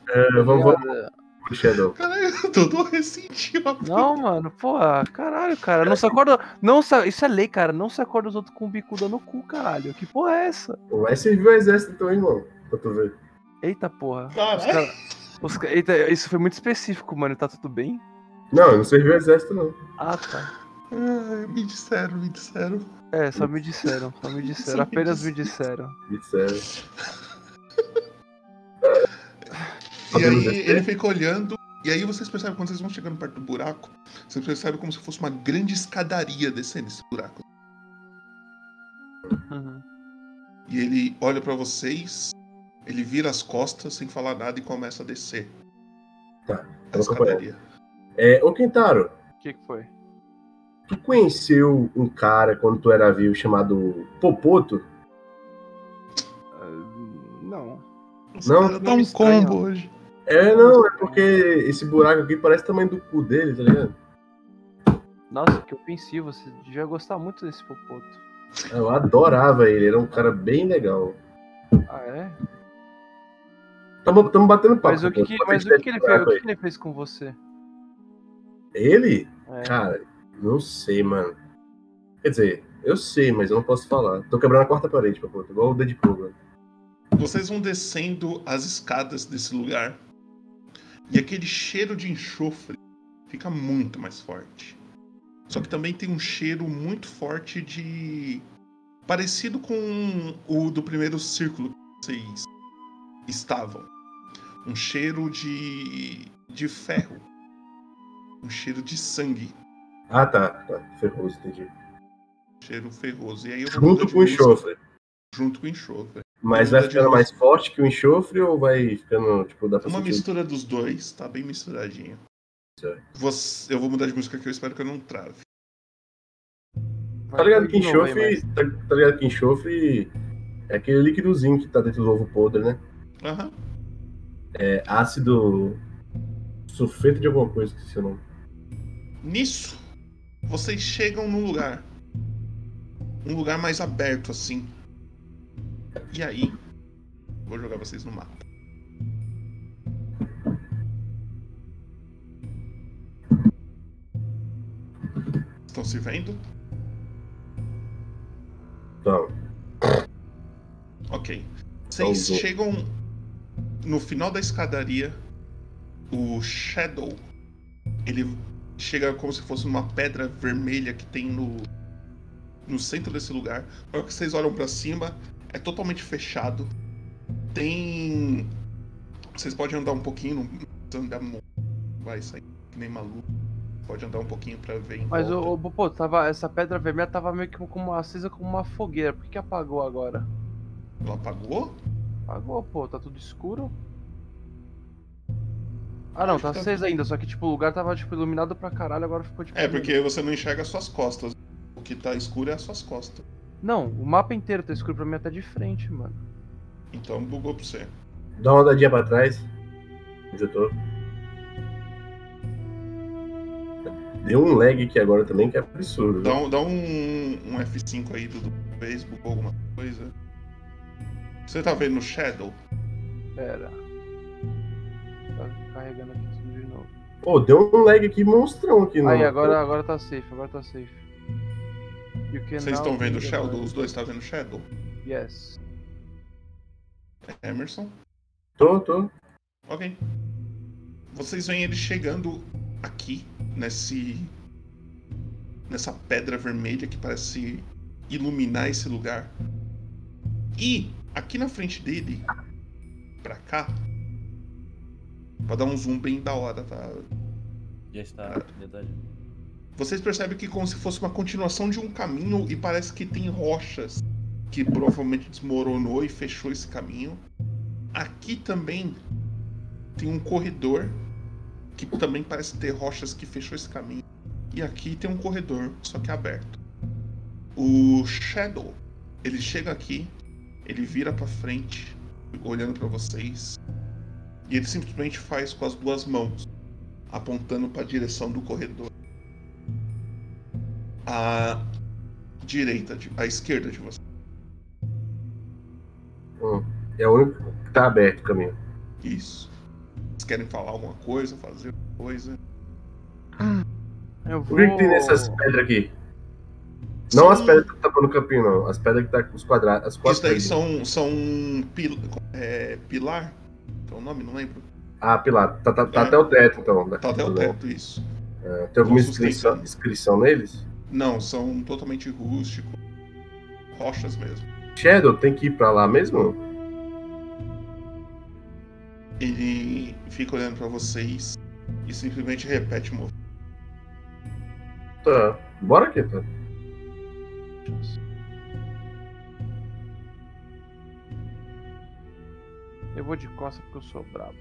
É, Vamos voltar pro Shadow. Caralho, eu tô todo ressentido. Não, mano, porra, caralho, cara. Não se acorda. Não se- isso é lei, cara. Não se acorda os outros com bicuda no cu, caralho. Que porra é essa? Vai servir o exército então, irmão. Pra tu ver. Eita porra. Os Caralho. cara- os ca- eita, isso foi muito específico, mano. Tá tudo bem? Não, eu não servi o exército, não. Ah, tá. Ai, me disseram, me disseram. É, só me disseram. Só me disseram. me Apenas me disseram. Isso é. E Podemos aí descer? ele fica olhando. E aí vocês percebem, quando vocês vão chegando perto do buraco, vocês percebem como se fosse uma grande escadaria descendo esse buraco. Uhum. E ele olha pra vocês, ele vira as costas sem falar nada e começa a descer. Tá, A vou acompanhar. escadaria. É, ô Quintaro, O que, que foi? tu conheceu um cara quando tu era vivo chamado Popoto? Não. Não? tá Os caras dão um Estranho. combo hoje. É, não, é porque esse buraco aqui parece o tamanho do cu dele, tá ligado? Nossa, que ofensivo. Você devia gostar muito desse popoto. Eu adorava ele, era um cara bem legal. Ah, é? Tamo, tamo batendo papo. Mas o que, pô. que- Bota mas esse o que, que ele fez? O buraco que, aí. que ele fez com você? Ele? É. Cara, não sei, mano. Quer dizer, eu sei, mas eu não posso falar. Tô quebrando a quarta parede, Popoto, igual o Deadpool, mano. Vocês vão descendo as escadas desse lugar. E aquele cheiro de enxofre fica muito mais forte. Só que também tem um cheiro muito forte de. parecido com o do primeiro círculo que vocês estavam. Um cheiro de. de ferro. Um cheiro de sangue. Ah, tá, tá. Ferroso, entendi. Um cheiro ferroso. E aí eu vou mudar Junto de com o música, enxofre. Junto com o enxofre. Mas vai ficando mais forte que o enxofre ou vai ficando, tipo, dá pra É Uma sentir? mistura dos dois, tá bem misturadinho. Você- eu vou mudar de música que eu espero que eu não trave. Tá ligado né? que de novo aí, enxofre, tá, tá ligado que enxofre é aquele líquidozinho que tá dentro do ovo podre, né? Aham. É ácido sulfeto de alguma coisa, que se não. Nisso, vocês chegam num lugar. Um lugar mais aberto, assim. E aí, vou jogar vocês no mapa. Estão se vendo? Então, Ok. Então, Vocês vou- chegam no final da escadaria. O Shadow, ele chega como se fosse uma pedra vermelha que tem no no centro desse lugar. Só que vocês olham pra cima, é totalmente fechado. Tem vocês podem andar um pouquinho, não precisa andar muito. Vai sair que nem maluco. Pode andar um pouquinho pra ver. em Mas volta. o, o pô, tava, essa pedra vermelha tava meio que como uma, acesa como uma fogueira. Por que, que apagou agora? Ela apagou? Apagou, pô, tá tudo escuro. Ah não, Acho tá que tá- acesa ainda, só que tipo, o lugar tava tipo iluminado pra caralho, agora ficou tipo. É, porque você não enxerga as suas costas. O que tá escuro é as suas costas. Não, o mapa inteiro tá escuro pra mim até de frente, mano. Então bugou pra você. dá uma andadinha pra trás. Onde eu tô. Deu um lag aqui agora também, que é absurdo. Dá, né? um- dá um, um F5 aí do do vez, bugou alguma coisa. Você tá vendo o Shadow? Pera. Tá carregando aqui tudo de novo. Pô, deu um lag aqui monstrão aqui, Aí, agora, agora tá safe, agora tá safe. You can Vocês now estão vendo o read the Shadow? word. Os dois estão vendo o Shadow? Yes. Emerson? Tô, tô. Ok. Vocês veem ele chegando aqui, nesse. nessa pedra vermelha que parece iluminar esse lugar. E aqui na frente dele, pra cá, pra dar um zoom bem da hora, tá? Já tá está, verdade. Vocês percebem que como se fosse uma continuação de um caminho e parece que tem rochas que provavelmente desmoronou e fechou esse caminho. Aqui também tem um corredor que também parece ter rochas que fechou esse caminho. E aqui tem um corredor, só que aberto. O Shadow, ele chega aqui, ele vira pra frente, olhando pra vocês, e ele simplesmente faz com as duas mãos, apontando pra direção do corredor à direita, de- à esquerda de você. É o único que tá aberto o caminho. Isso. Vocês querem falar alguma coisa, fazer alguma coisa? Eu O vou. que, que tem nessas pedras aqui? Não as pedras que tapam no campinho, não. As pedras que tá com os quadrados. As quatro Isso daí pedrinhas. são, são pil, é, pilar? É o nome? Não lembro. Ah, pilar. Tá, tá- tá É. até o teto, então. da Tá até o casa, né? teto, isso. É, Tem alguma Nossa, inscrição, tem- inscrição neles? Não, são totalmente rústico. Rochas mesmo. Shadow tem que ir pra lá mesmo? Ele fica olhando pra vocês e simplesmente repete o movimento. Tá. Bora, Keto. Eu vou de costa porque eu sou brabo.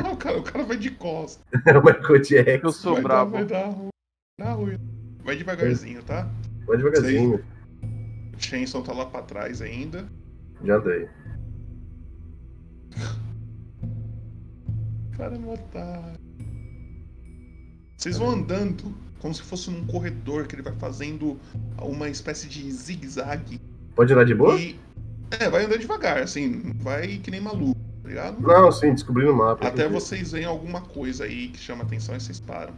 o, cara, o cara vai de costas. É o Michael Jackson. Eu sou vai Dar, brabo. vai dar ruim. Dá ruim. Vai devagarzinho, tá? Vai devagarzinho. Shenson tá lá pra trás ainda. Já andei. Cara, é um otário. Vocês vão andando como se fosse num corredor que ele vai fazendo uma espécie de zigue-zague. Pode andar de boa? E. É, vai andando devagar, assim, vai que nem maluco, tá ligado? Não, sim, descobri no mapa. Até entendi. vocês veem alguma coisa aí que chama atenção e vocês param.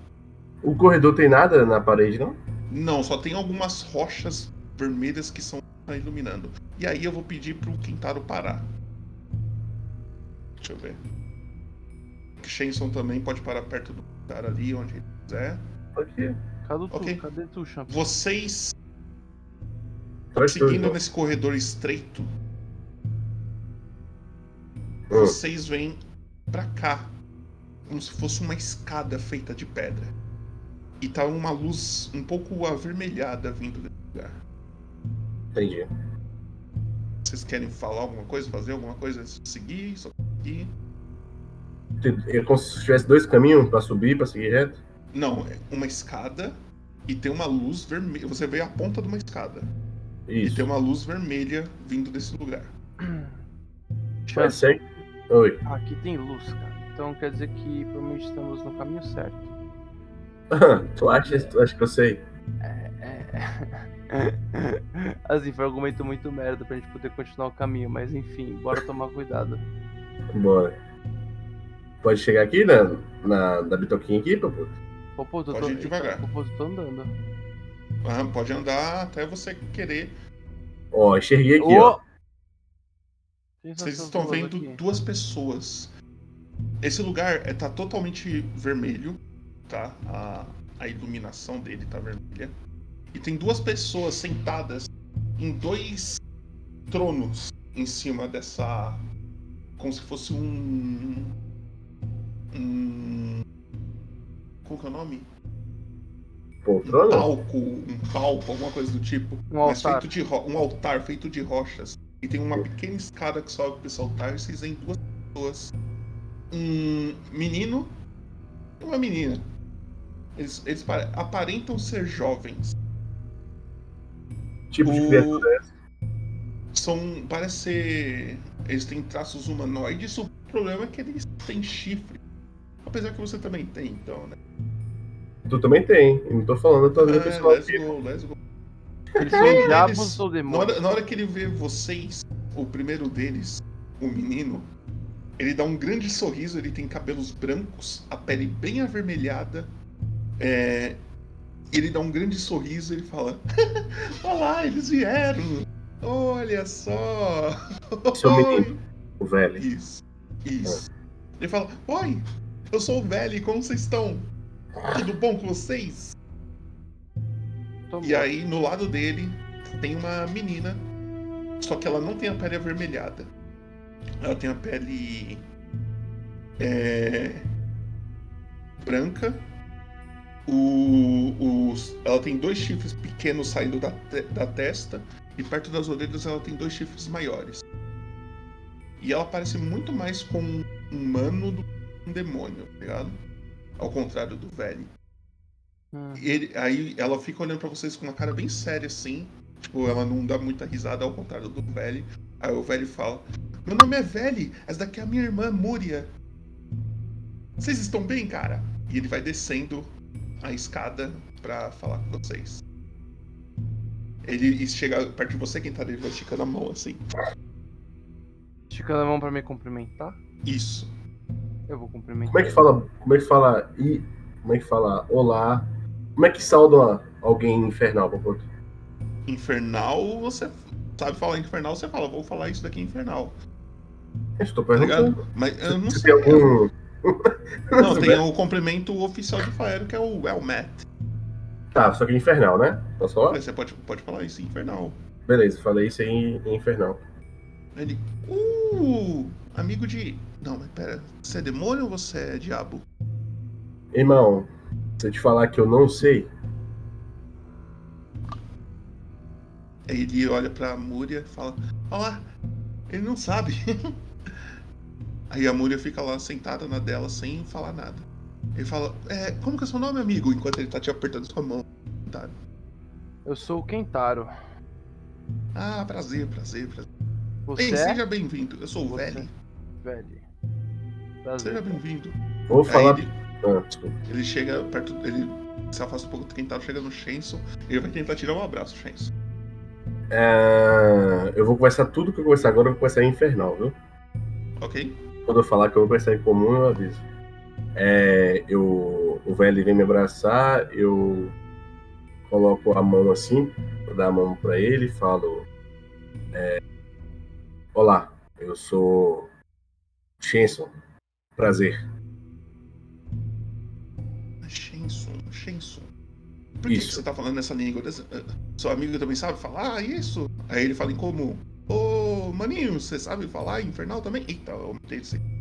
O corredor tem nada na parede, não? Não, só tem algumas rochas vermelhas que são iluminando. E aí eu vou pedir pro Quintaro parar. Deixa eu ver. Shenson também pode parar perto do cara ali, onde ele quiser. Aqui. Cadê tu? Ok. Cadê tu, Champ? Vocês Traz tudo. Tá Seguindo nesse corredor estreito, Hum. vocês vêm pra cá, como se fosse uma escada feita de pedra. E tá uma luz um pouco avermelhada vindo desse lugar. né? Entendi. Vocês querem falar alguma coisa, fazer alguma coisa, seguir, só seguir? Tem- É como se tivesse dois caminhos pra subir, pra seguir reto. Não, é uma escada e tem uma luz vermelha. Você vê a ponta de uma escada e Isso. tem um uma luz vermelha vindo desse lugar. Vai, Champ, segue. Ah, Oi. Aqui tem luz, cara. Então quer dizer que provavelmente estamos no caminho certo. tu, acha, tu acha que eu sei? É. Assim, foi um argumento muito merda pra gente poder continuar o caminho, mas enfim, bora tomar cuidado. Bora. Pode chegar aqui na, na, na bitoquinha aqui, pô? pô? Pô, pô, tô, Pode tô, ir devagar. Pô, pô, tô andando. Ah, pode andar até você querer Ó, enxerguei aqui, ó. Ô! Quem são Vocês essas estão duas vendo aqui? duas pessoas. Esse lugar é, tá totalmente vermelho, tá? A, a iluminação dele tá vermelha. E tem duas pessoas sentadas em dois tronos em cima dessa. Como se fosse um. Um. Qual que é o nome? Um Poltrona? palco, um palco, alguma coisa do tipo. Um Mas altar. feito de ro- um altar feito de rochas. E tem uma pequena escada que sobe pra esse altar e vocês veem duas pessoas. Um menino e uma menina. Eles, eles pare- aparentam ser jovens. Tipo de O- criatura. São. Parece ser. Eles têm traços humanoides. O problema é que eles têm chifre. Apesar que você também tem, então, né? Tu também tem. Eu não tô falando, eu tô vendo o Ah, pessoal let's aqui. go, let's go. Eles são diabos Eles- ou Na demônios? hora, na hora que ele vê vocês, o primeiro deles, o menino, ele dá um grande sorriso, ele tem cabelos brancos, a pele bem avermelhada. é, ele dá um grande sorriso ele fala: Olá, eles vieram! Olha só! Seu Oi." menino. O velho. Isso, isso. Ele fala: Oi, eu sou o velho, como vocês estão? Tudo bom com vocês? Tomou. E aí, no lado dele, tem uma menina. Só que ela não tem a pele avermelhada. Ela tem a pele. É. branca. O, os- ela tem dois chifres pequenos saindo da, te- da testa. E perto das orelhas ela tem dois chifres maiores. E ela parece muito mais com um humano do que um demônio, tá ligado? Ao contrário do velho. Hum. Ele- aí ela fica olhando pra vocês com uma cara bem séria, assim. Tipo, ela não dá muita risada, ao contrário do velho. Aí o velho fala: Meu nome é Velho, essa daqui é a minha irmã, Múria. Vocês estão bem, cara? E ele vai descendo a escada pra falar com vocês. Ele chega perto de você, quem tá dele vai esticando a mão assim. Esticando a mão pra me cumprimentar. Isso. Eu vou cumprimentar. Como é que fala. Como é que fala. I, como é que fala? Olá. Como é que saudam alguém infernal, Popô? Infernal, você sabe falar infernal, você fala, vou falar isso daqui é infernal. Eu estou Tá perguntando. ligado? Mas eu não se sei. tem algum. Não, tem o cumprimento oficial de Faero, que é o Elmet. Tá, só que é infernal, né? Posso falar? Você pode, pode falar isso, infernal. Beleza, falei isso aí em infernal. Ele. Uh! Amigo de. Não, mas pera. Você é demônio ou você é diabo? Irmão, se eu te falar que eu não sei, Aí ele olha pra Múria e fala: Olha lá, ele não sabe. Aí a Múria fica lá sentada na dela sem falar nada. Ele fala: é, Como que é seu nome, amigo? Enquanto ele tá te apertando sua mão. Tá. Eu sou o Kentaro. Ah, prazer, prazer, prazer. Você Bem, é seja bem-vindo. Eu sou o Você. velho. velho. Seja Prazer. bem-vindo. vou Aí falar. ele- Ah, desculpa. Ele chega perto. Ele se afasta um pouco do Kentaro, chega no Shenson. Ele vai tentar tirar um abraço, Shenson. É, eu vou conversar tudo que eu conversar agora, eu vou conversar em infernal, viu? Ok? Quando eu falar que eu vou conversar em comum, eu aviso. É, eu, o velho vem me abraçar, eu coloco a mão assim, vou dar a mão pra ele e falo: é, Olá, eu sou Shenson. Prazer. Shenson, Shenson. Por que, Isso. que você tá falando nessa língua? Des- eh, Seu amigo também sabe falar Ah, isso? Aí ele fala em comum. Ô, maninho, você sabe falar infernal também? Eita, eu matei isso aqui.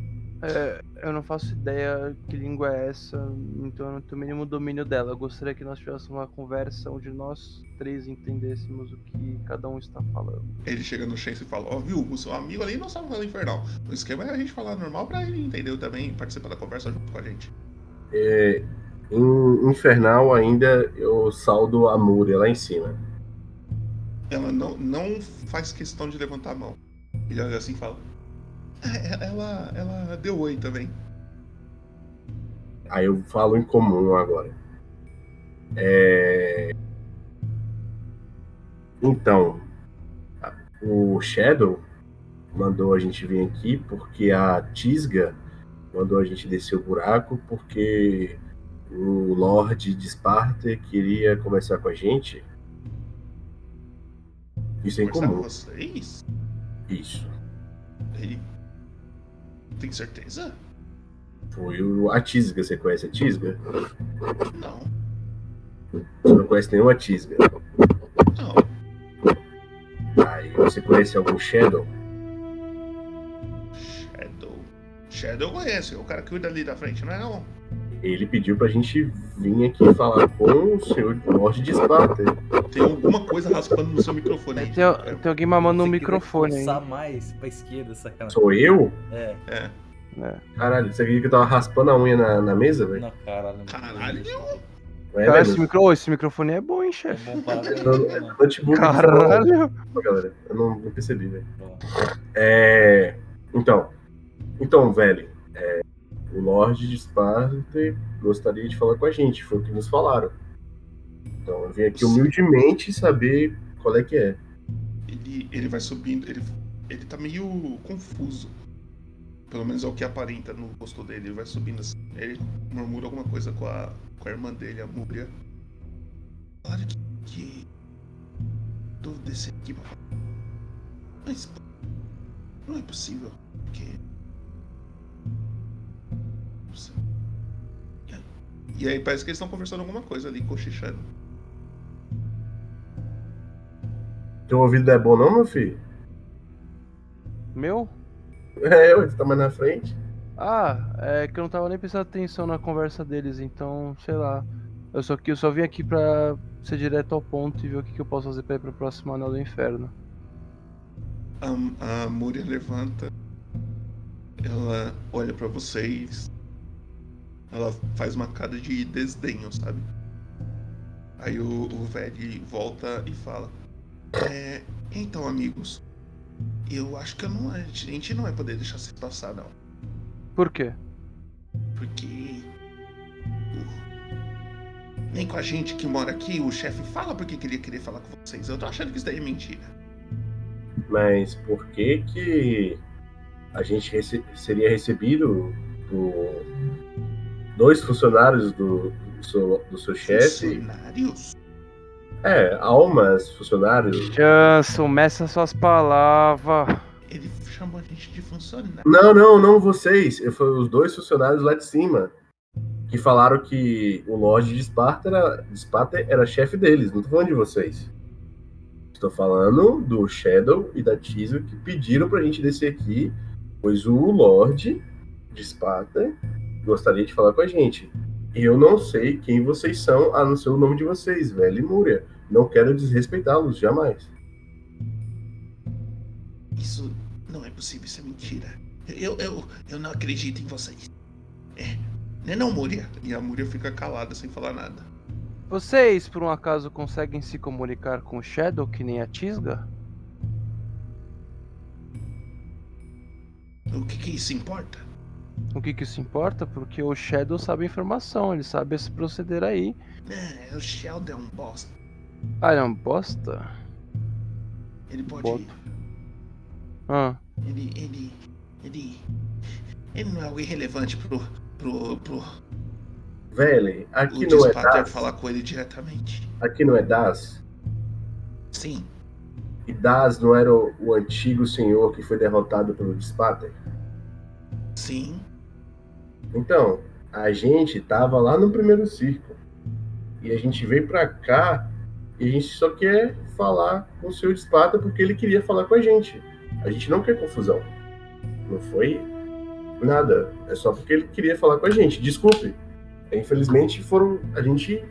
É, eu não faço ideia que língua é essa, então eu não tenho o mínimo domínio dela. Eu gostaria que nós tivéssemos uma conversa onde nós três entendêssemos o que cada um está falando. Ele chega no Shenson e fala: Ó, viu, o seu amigo ali não sabe falar infernal. O esquema é a gente falar normal pra ele entender também e participar da conversa junto com a gente. É, em infernal ainda eu saldo a Múria lá em cima. Ela não, não faz questão de levantar a mão. Ele olha assim e fala. "Ah, e- Ela, ela deu oi também. Aí eu falo em comum agora. É, Então, a- o Shadow mandou a gente vir aqui porque a Tisga mandou a gente descer o buraco porque o Lorde de Esparta queria conversar com a gente. Isso é em Conversar com comum. vocês? Isso. Ele. Tem certeza? Foi o- a Tisga. Você conhece a Tisga? Não, Você não conhece nenhuma Tisga. não. Aí você conhece algum Shadow? Shadow. Shadow eu conheço, é o cara que cuida ali da frente, não é não? Ele pediu pra gente vir aqui falar com o senhor Lorde de Esparta. Tem alguma coisa raspando no seu microfone aí. É, tem, tem alguém mamando o Você que vai um microfone aí. forçar mais pra esquerda, sacanagem. Sou eu? É, É. Caralho, você acredita que eu tava raspando a unha na, na mesa, velho? não, caralho. Caralho. É, Cara, velho. esse, micro... ô, esse microfone é bom, hein, É chefe? bom parar. Eu- é notebook, Caralho! desculpa, galera. Eu não, não percebi, velho. É. Então. Então, velho. é, o Lorde de Esparta gostaria de falar com a gente, foi o que nos falaram. Então, eu vim aqui humildemente saber Qual é que é? Ele, ele vai subindo, ele, ele tá meio confuso. Pelo menos é o que aparenta no rosto dele. Ele vai subindo assim. Ele murmura alguma coisa com a, com a irmã dele, a Múria. Claro que. que... Tô descendo aqui, papai. Mas. Não é possível. Porque. Não sei. E aí parece que eles estão conversando alguma coisa ali, cochichando. Teu ouvido não é bom não, meu filho? Meu? É, ué, tu tá mais na frente. Ah, é que eu não tava nem prestando atenção na conversa deles, então, sei lá. Eu só, eu só vim aqui pra ser direto ao ponto e ver o que, que eu posso fazer pra ir pro próximo anel do inferno. A, a Múria levanta. Ela olha pra vocês. Ela faz uma cara de desdenho, sabe? Aí o, o velho volta e fala: é, Então, amigos, eu acho que eu não, a gente não vai poder deixar vocês passar, não. Por quê? Porque. o- Nem com a gente que mora aqui, o chefe fala porque que ele ia querer falar com vocês. Eu tô achando que isso daí é mentira. Mas por que que a gente rece- seria recebido por dois funcionários do, do seu, do seu chefe? Funcionários? É, almas, funcionários. Janson, meça suas palavras. Ele chamou a gente de funcionário. Não, não, não vocês. Eu fui os dois funcionários lá de cima. Que falaram que o Lorde de Esparta era, de Esparta era chefe deles. Não tô falando de vocês. Estou falando do Shadow e da Tizel que pediram pra gente descer aqui, pois o Lorde de Esparta gostaria de falar com a gente. Eu não sei quem vocês são, a não ser o nome de vocês, velho e Múria. Não quero desrespeitá-los, jamais. Isso não é possível, isso é mentira. Eu, eu, eu não acredito em vocês. É. Né não, Múria? E a Múria fica calada sem falar nada. Vocês, por um acaso, conseguem se comunicar com o Shadow, que nem a Tisga? O que que isso importa? O que que isso importa? Porque o Shadow sabe a informação, ele sabe esse proceder aí. É, o Sheldon é um bosta. Ah, ele é um bosta? Ele pode. Boto. Ah, Ele, ele, ele, ele não é alguém relevante pro, pro, pro Velho, aqui não é Despater Das. falar com ele diretamente. Aqui não é Das. Sim, E Das não era o, o antigo senhor que foi derrotado pelo Dispater? sim. Então, a gente tava lá no primeiro circo. E a gente veio pra cá e a gente só quer falar com o senhor Dispater porque ele queria falar com a gente. A gente não quer confusão. Não foi nada. É só porque ele queria falar com a gente. Desculpe. É, Infelizmente foram. A gente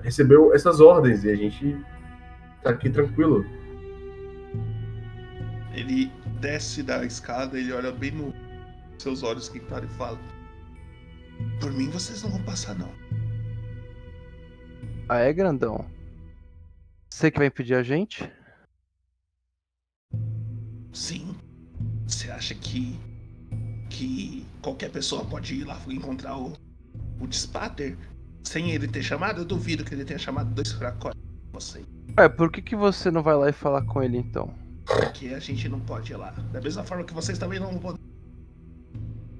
recebeu essas ordens e a gente tá aqui tranquilo. Ele desce da escada, ele olha bem nos seus olhos que claro e fala. Por mim vocês não vão passar não. ah é grandão. Você que vai impedir a gente? Sim. Você acha que. que qualquer pessoa pode ir lá encontrar o. o Despater sem ele ter chamado? Eu duvido que ele tenha chamado dois fracotes com você. Ué, É, por que que você não vai lá e falar com ele então? que a gente não pode ir lá. Da mesma forma que vocês também não podem.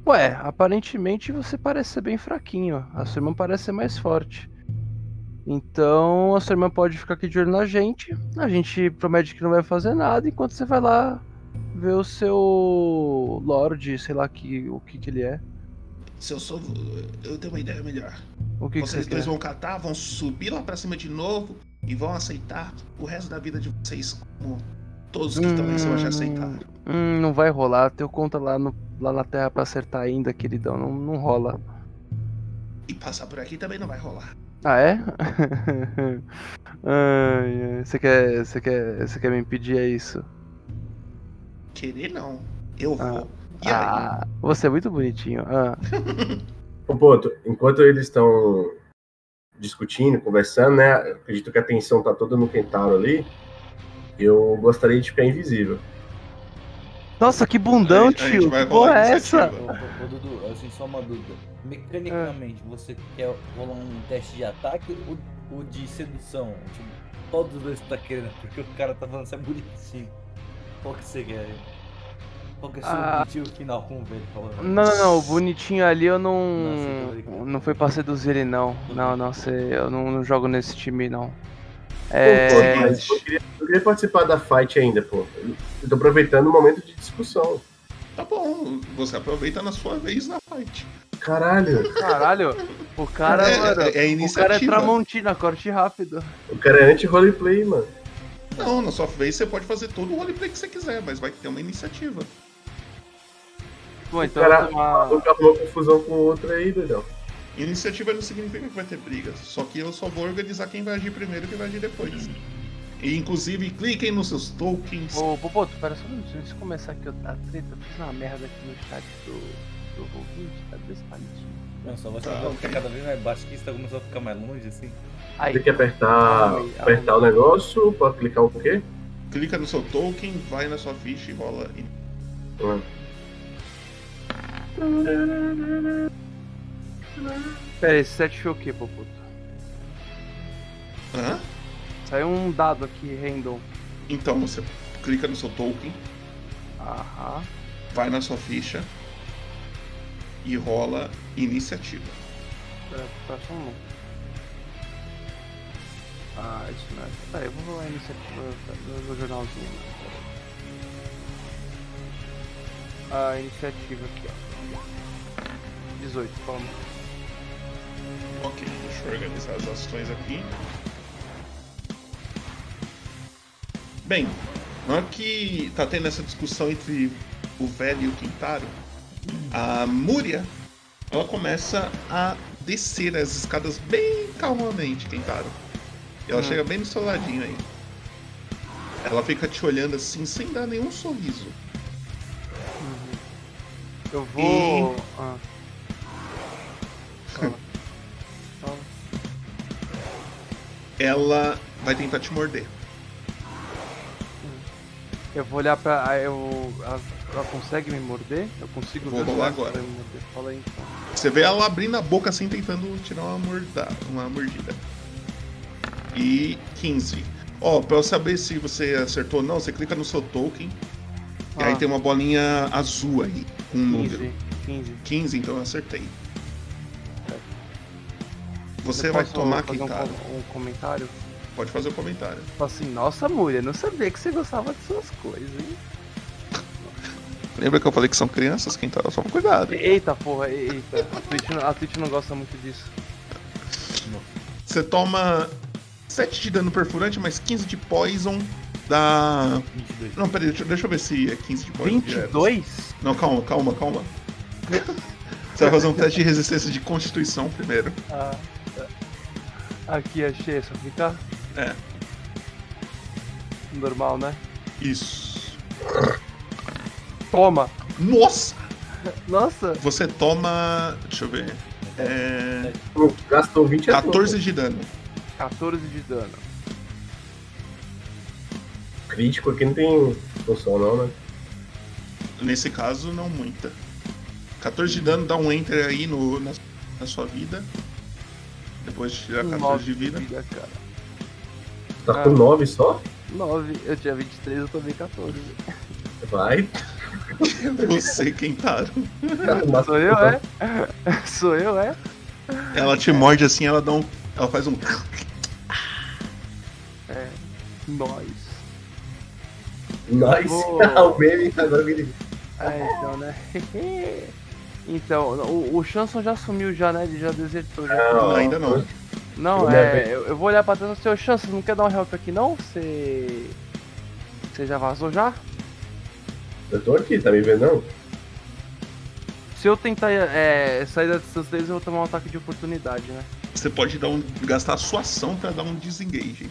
Ué, aparentemente você parece ser bem fraquinho. A sua irmã parece ser mais forte. Então a sua irmã pode ficar aqui de olho na gente. A gente promete que não vai fazer nada enquanto você vai lá ver o seu Lorde, sei lá que, o que que ele é. Se eu sou. Eu tenho uma ideia melhor. O que, que você vocês dois quer? vão catar, vão subir lá pra cima de novo e vão aceitar o resto da vida de vocês como todos que estão aí são já aceitaram. Hum, não vai rolar. Teu conta lá, no, lá na Terra pra acertar ainda, queridão. Não, não rola. E passar por aqui também não vai rolar. Ah, é? Ai, ai. Você quer, você quer, você quer me impedir? É isso. Querer não. Eu Ah. vou. E aí? Ah, você é muito bonitinho. Ah. Ô, Boto, enquanto eles estão discutindo, conversando, né? Acredito que a atenção tá toda no Kentaro ali. Eu gostaria de ficar invisível. Nossa, que bundão, A gente- a gente tio. vai Que porra rolar é iniciativa. essa? Ô, ô, ô, Dudu, assim, só uma dúvida. Mecanicamente, você quer rolar um teste de ataque ou, o de sedução. Tipo, todos os dois que tá querendo, porque o cara tá falando, você é bonitinho. Qual que você quer? Qual que é o seu Ah. objetivo final com o velho falando? Não, não, não, o bonitinho ali eu não. Não, você tá brincando. Não foi pra seduzir ele, não. Não, não, você, eu não, não jogo nesse time, não. Pô, É. mas eu, queria, eu queria participar da fight ainda, pô. Eu tô aproveitando o momento de discussão. Tá bom, você aproveita na sua vez na fight. Caralho, Caralho, o cara, é, mano. é, é o cara é iniciativa. Tramontina, corte rápido. o cara é anti-roleplay, mano. Não, na sua vez você pode fazer todo o roleplay que você quiser, mas vai ter uma iniciativa. Bom, O então eu cara vou tomar. maluco arrumou confusão Tá com o outro aí, doidão. Iniciativa não significa que vai ter briga, só que eu só vou organizar quem vai agir primeiro e quem vai agir depois. E inclusive cliquem nos seus tokens. Ô, Boboto, pera só um minutinho, deixa eu começar aqui a treta. Eu fiz uma merda aqui no chat do, tá do ouvinte, cadê esse palitinho? Não, só vai Tá, ficar- ok. ficar cada vez mais baixo que isso tá começando a ficar mais longe, assim. Aí, Tem que apertar, Arrumei, apertar o negócio pra clicar o quê? Clica no seu token, vai na sua ficha e rola. E- Ah. pera aí, esse set foi o quê, Boboto? Hã? Saiu um dado aqui, random. Então você clica no seu token, Aham. vai na sua ficha e rola iniciativa. Pera, pera só um minuto. Ah, isso não é. Pera aí, eu vou rolar a iniciativa do, do jornalzinho. Né? Pera aí. Ah, iniciativa aqui, ó. 18, toma. Ok, deixa eu organizar as ações aqui. Bem, na hora que tá tendo essa discussão entre o velho e o Quintaro, a Múria ela começa a descer as escadas bem calmamente, Quintaro. Ela Hum. chega bem do seu ladinho aí. Ela fica te olhando assim, sem dar nenhum sorriso. Eu vou. Ah. Fala. Fala. Ela vai tentar te morder. Eu vou olhar pra. ah, Eu, ela, ela consegue me morder? Eu consigo Vou ver se rolar ela agora. consegue me morder. Fala aí então. Você vê ela abrindo a boca assim, tentando tirar uma, morda, uma mordida. E 15. Ó, pra eu saber se você acertou ou não, você clica no seu token. E aí Ah. tem uma bolinha azul aí, com um número. 15, 15. 15, então eu acertei. Você Eu vai posso tomar, tá? fazer um, Quintaro. com- um comentário? Pode fazer o comentário. Fala assim, nossa mulher, não sabia que você gostava dessas coisas, hein? Lembra que eu falei que são crianças, Quintaro? Só cuidado. Eita porra, e- eita. A Twitch, não- a Twitch não gosta muito disso. Você toma 7 de dano perfurante, mais 15 de poison da... 22. Não, peraí, deixa, deixa eu ver se é 15 de poison. direto. 22? Não, calma, calma, calma. Você vai fazer um teste de resistência de constituição primeiro. Ah, tá. aqui, achei, só fica. É. Normal, né? Isso. Toma! Nossa! Nossa! Você toma. Deixa eu ver. É. Gastou 20 à toa. 14 de dano. 14 de dano. Crítico aqui não tem função não, né? Nesse caso, não muita. 14 de dano, dá um enter aí no, na, na sua vida. Depois de tirar 14 Nove de vida. cara. Tá Ah. com 9 só? 9, eu tinha 23, eu tomei 14. Vai. Você, tá? Kentaro. Sou eu, é? Sou eu, é? Ela te morde assim, ela dá um. Ela faz um. "É, Nós. Nós. Boa. o meme agora me Ah, então, né? então, o, o Chanson já sumiu já, né? Ele já desertou já. Não. Ainda não. Não, Ele é é, eu, eu vou olhar pra trás e seu Chanson, não quer dar um help aqui não? Você. Você já vazou já? Eu tô aqui, tá me vendo não? Se eu tentar é, sair da distância deles, eu vou tomar um ataque de oportunidade, né? Você pode dar um, gastar a sua ação pra dar um desengage.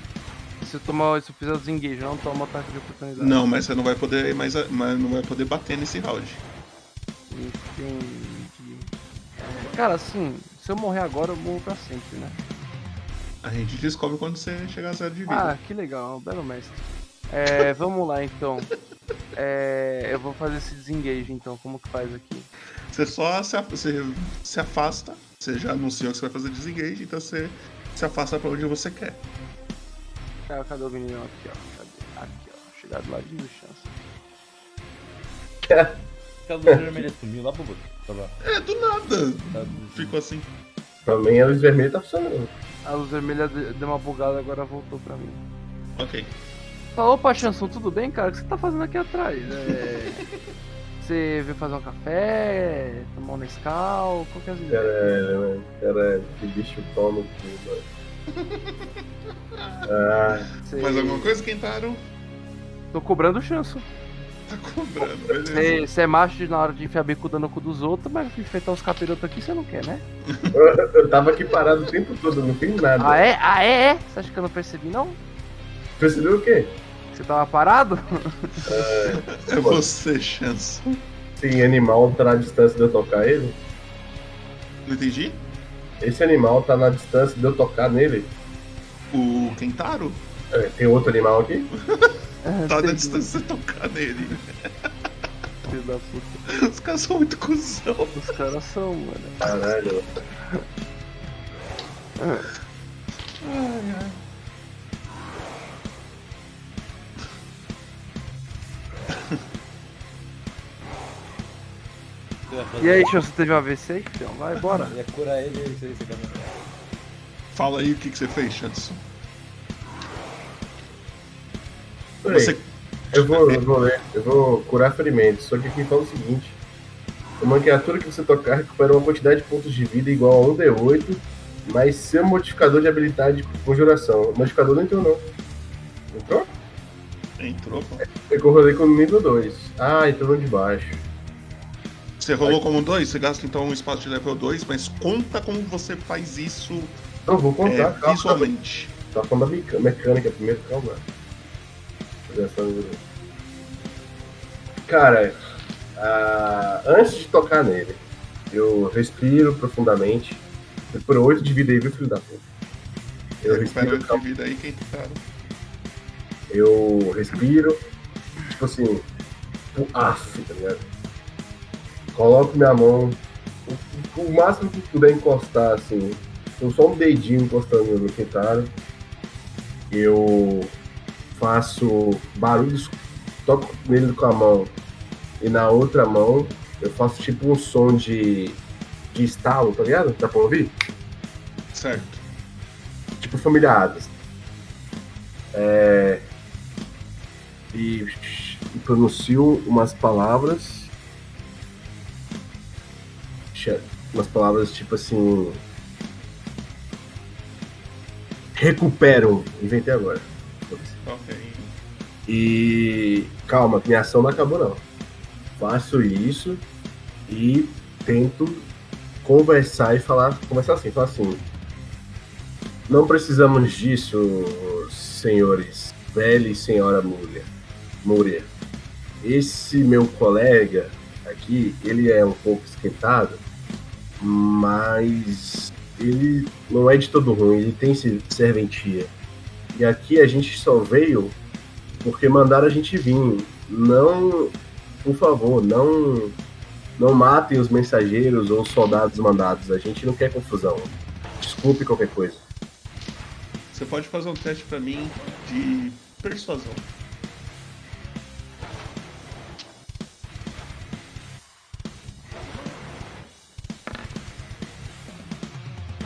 Se eu, tomar, se eu fizer o desengage, eu não tomo ataque de oportunidade. Não, mas você não vai poder mais, mas não vai poder bater nesse round. Entendi. Cara, assim, se eu morrer agora, eu morro pra sempre, né? A gente descobre quando você chegar a zero de vida. Ah, que legal, belo mestre. É, vamos lá então. É, eu vou fazer esse desengage então, como que faz aqui? Você só se, af- você se afasta, você já anunciou que você vai fazer desengage, então você se afasta pra onde você quer. Cara, cadê o menino aqui, ó? Cadê? Aqui, ó. Chegar do assim. lado de chance. Tá Aquela luz vermelha sumiu lá pro boto. Tá bom. É, do nada. Tá- Ficou assim. Pra mim a luz vermelha tá funcionando. A luz vermelha de- deu uma bugada, agora voltou pra mim. Ok. Falou, opa, Chanson, tudo bem, cara? O que você tá fazendo aqui atrás? É... você veio fazer um café, tomar um Nescau, qual que é as ideias? Caralho, cara, que é, bicho pau no cu, mano. Ah, Você- Mais alguma coisa, Kentaro? Tô cobrando o chanço. Tá cobrando, beleza. Você você é macho na hora de enfiar bicuda no cu dos outros, mas enfrentar os capirotos aqui você não quer, né? eu tava aqui parado o tempo todo, não tem Tá nada. Ah é? Ah é? é? Você acha que eu não percebi não? Percebeu o quê? Você tava parado? É você, chance. Esse animal tá na distância de eu tocar ele? Não entendi? Esse animal tá na distância de eu tocar nele? O Kentaro É, tem outro animal aqui? tá na distância de você tocar nele. Filho da puta. Os caras são muito cuzão. Os caras são, mano. Caralho. Você vai fazer- E aí, chanço, teve um AVC? Então, vai, bora. Ia curar ele, é isso aí, você quer ver? Fala aí o que, que você fez, Chanson. Peraí, Você. eu, vou, eu vou ler, eu vou curar ferimentos. Só que aqui fala o seguinte: uma criatura que você tocar recupera uma quantidade de pontos de vida igual a 1d8, mas seu modificador de habilidade de conjuração. O modificador não entrou, não. Entrou? É Entrou, pô. Eu rolei com nível 2. Ah, entrou no de baixo. Você rolou como dois, você gasta então um espaço de level 2, mas conta como você faz isso Não, Então, vou é, contar, calma. visualmente. Tá falando da meca- mecânica primeiro, calma. Deixa eu ver essa dúvida. Cara, ah, antes de tocar nele, eu respiro profundamente. Por 8 de vida aí, viu, filho da puta? Recupera Eu respiro, oito cal- de vida aí, tá- Kentaro. eu respiro, tipo assim, o af, tá ligado? Coloco minha mão, o, o máximo que puder encostar, assim, com só um dedinho encostando no quintal, eu faço barulhos, toco nele com a mão e na outra mão eu faço tipo um som de, de estalo, tá ligado? Dá pra ouvir? Certo. tipo familiares. É, e, e pronuncio umas palavras. Che- Umas palavras tipo assim. Recuperam. Inventei agora. Ok. E calma, minha ação não acabou não. Faço isso e tento conversar e falar, conversar assim, falar assim. Não precisamos disso, senhores, velha e senhora Moura. Moura. Esse meu colega aqui, ele é um pouco esquentado, mas ele não é de todo ruim, ele tem se- serventia. E aqui a gente só veio porque mandaram a gente vir. Não, por favor, não não matem os mensageiros ou os soldados mandados. A gente não quer confusão. Desculpe qualquer coisa. Você pode fazer um teste pra mim de persuasão.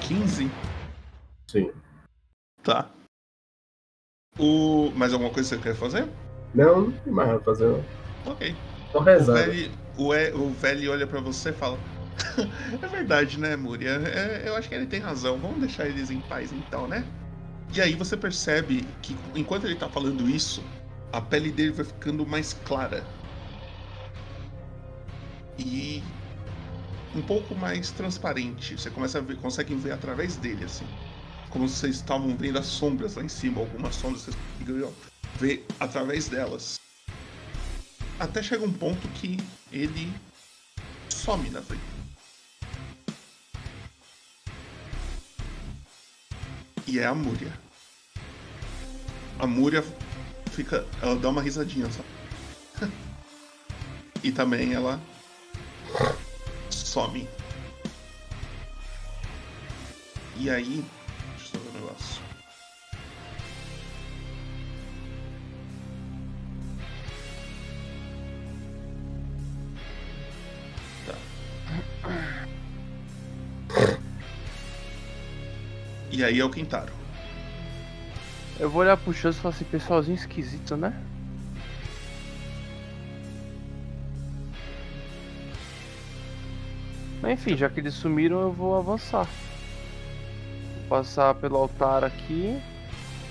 Quinze? Sim. Tá. O... Mais alguma coisa que você quer fazer? Não, não tem mais nada pra fazer não. Ok. Tô O rezando. velho, o, E- o velho olha pra você e fala: É verdade, né, Múria? É, eu acho que ele tem razão. Vamos deixar eles em paz então, né? E aí você percebe que enquanto ele tá falando isso, a pele dele vai ficando mais clara. E um pouco mais transparente. Você começa a ver, consegue ver através dele, assim. Como se vocês estavam vendo as sombras lá em cima, algumas sombras vocês conseguiram ver através delas. Até chega um ponto que ele some na frente. E é a Múria. A Múria fica. Ela dá uma risadinha só. e também ela. some. E aí. Deixa eu só ver um negócio. Tá. E aí é o Quintaro. Eu vou olhar pro Chance e falar assim, pessoalzinho esquisito, né? Mas enfim, já que eles sumiram, eu vou avançar. Vou passar pelo altar aqui.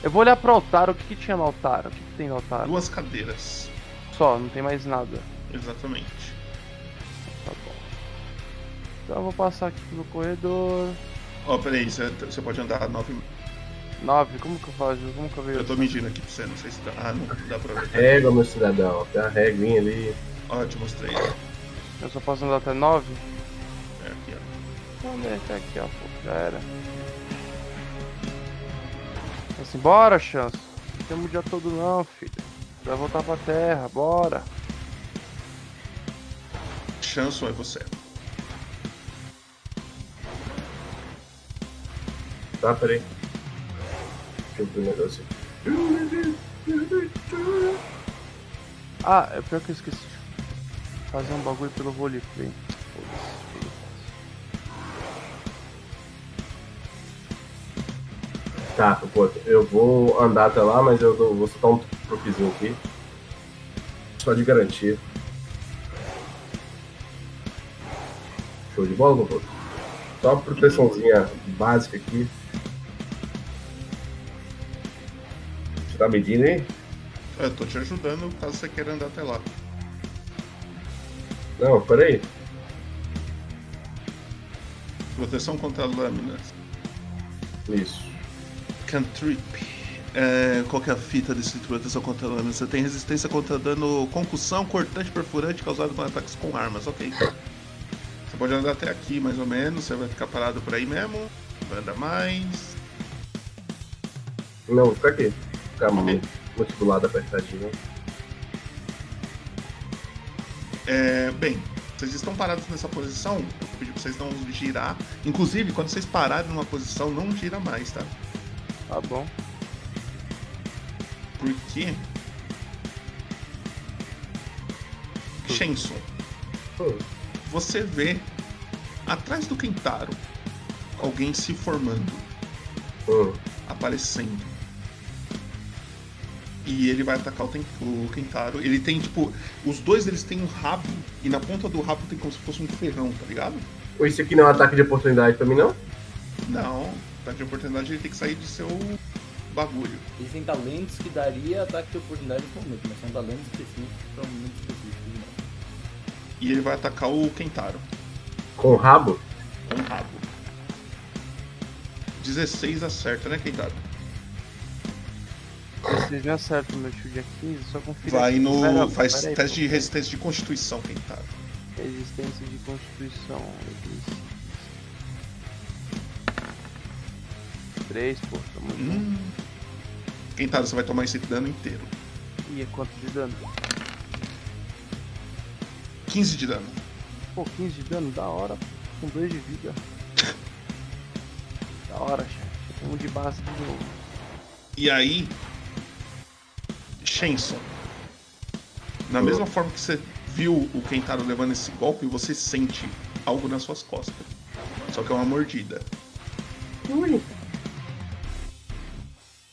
Eu vou olhar pro altar, o que, que tinha no altar? O que, que tem no altar? Duas cadeiras. Só, não tem mais nada. Exatamente. Tá bom. Então eu vou passar aqui pelo corredor. Ó, peraí, você- você pode andar nove. 9, como que eu faço? Como que eu vejo? Eu tô medindo aqui pra você, não sei se dá. Ah, não dá pra ver. Régua, meu cidadão. Tem uma reguinha ali. Ó, eu te mostrei. Eu só posso andar até 9? É aqui, ó. Vamos deixar aqui, ó. Pô, já era. Vamos embora, chance. Não temos o dia todo não, filho. Vai voltar pra terra, bora. Chanson é você. Tá, peraí. Deixa eu ver o negócio aqui. Ah, é pior que eu esqueci de fazer um bagulho pelo roleplay. Foda-se, Tá, pô, eu vou andar até lá, mas eu dou- vou soltar um truquezinho aqui. Só de garantia. Show de bola, Goboto? Só uma proteçãozinha básica aqui. Você tá medindo aí? Eu tô te ajudando caso você queira andar até lá. Não, peraí. Proteção contra lâminas. Isso. Cantrip. É, qual que é a fita desse tipo de proteção contra lâminas? Você tem resistência contra dano concussão, cortante, perfurante causado por ataques com armas, ok. Você pode andar até aqui mais ou menos, você vai ficar parado por aí mesmo. Vai andar mais. Não, fica aqui. Fica muito, muito do lado apertadinho. É, bem, vocês estão parados nessa posição, eu vou pedir pra vocês não girar. Inclusive, quando vocês pararem numa posição, não gira mais, tá? Tá bom. Porque. Shenson, Hum. você vê atrás do Kentaro alguém se formando, Hum. aparecendo. E ele vai atacar o, Ten- o Kentaro. Ele tem, tipo, os dois eles têm um rabo, e na ponta do rabo tem como se fosse um ferrão, tá ligado? Pô, Isso aqui não é um ataque de oportunidade pra mim, não? Não, tá de oportunidade, ele tem que sair do seu bagulho. Eles têm talentos que daria ataque de oportunidade no momento, mas são talentos específicos que são muito específicos. né? E ele vai atacar o Kentaro. Com o rabo? com o rabo. 16 acerta, né, Keitado? Vocês me acertam meu tio dia 15, só confira. Vai aqui. no. Pera- faz pera aí, teste pô. de resistência de constituição, Keitado. Resistência de constituição. 3, pô, tamo junto. Hum. Keitado, você vai tomar esse dano inteiro. E é quanto de dano? 15 de dano. Pô, 15 de dano, da hora, com 2 de vida. Da hora, chefe. Um de base de novo. E aí. Shenson. Na mesma forma que você viu o Kentaro levando esse golpe, você sente algo nas suas costas. Só que é uma mordida. Ui.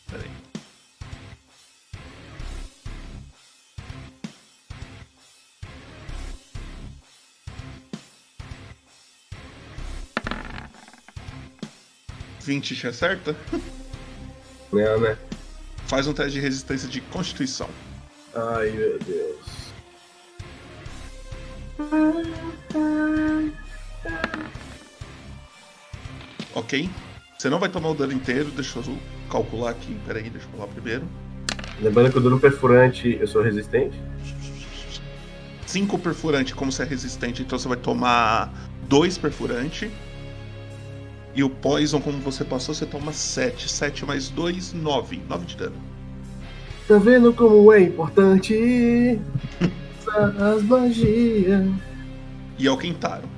Peraí. Vinte te acerta? Não, né? Faz um teste de resistência de constituição. Ai, meu Deus. Ok? Você não vai tomar o dano inteiro, deixa eu calcular aqui. Peraí, deixa eu pular primeiro. Lembrando que o dano perfurante, eu sou resistente? 5 perfurante, como você é resistente, então você vai tomar 2 perfurante. E o Poison, como você passou, você toma 7. 7 mais 2, 9. 9 de dano. Tá vendo como é importante as magias? E é o Kentaro.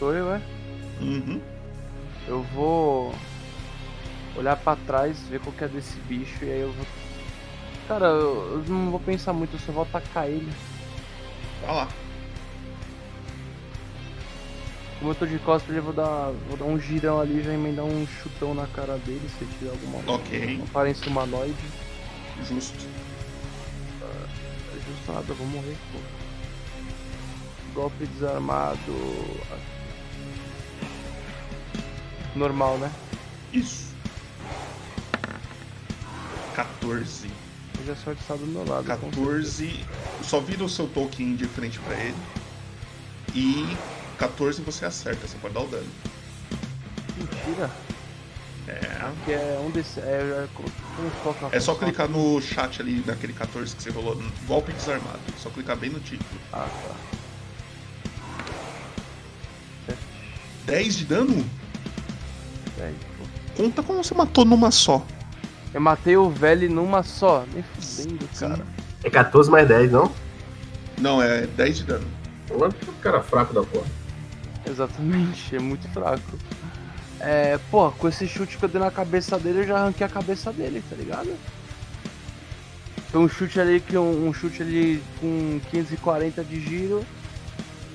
Sou eu, é? Uhum. Eu vou. olhar pra trás, ver qual que é desse bicho e aí eu vou. Cara, eu eu não vou pensar muito, eu só vou atacar ele. Vai Tá lá. Como eu tô de costas, eu vou dar, vou dar um girão ali, já emendar um chutão na cara dele, se tiver alguma Ok. uma aparência humanoide. Justo. É justo nada, eu vou morrer, pô. Golpe desarmado. Normal, né? Isso. 14. Hoje é a sorte está do meu lado. com certeza. 14. Só vira o seu token de frente pra ele. E 14 você acerta, você pode dar o dano. Mentira. É. Que é um desse. É, é, como coloca É só clicar no chat ali daquele 14 que você rolou. Golpe desarmado. É Só clicar bem no título. Ah, tá. 10 de dano? Peraí, É pô. Conta como você matou numa só. Eu matei o velho numa só. Me fudendo, cara. É 14 mais 10, não? Não, é 10 de dano. Olha que cara fraco da porra. Exatamente, é muito fraco. É, pô, com esse chute que eu dei na cabeça dele, eu já arranquei a cabeça dele, tá ligado? Foi um chute ali que um, um chute ali com 540 de giro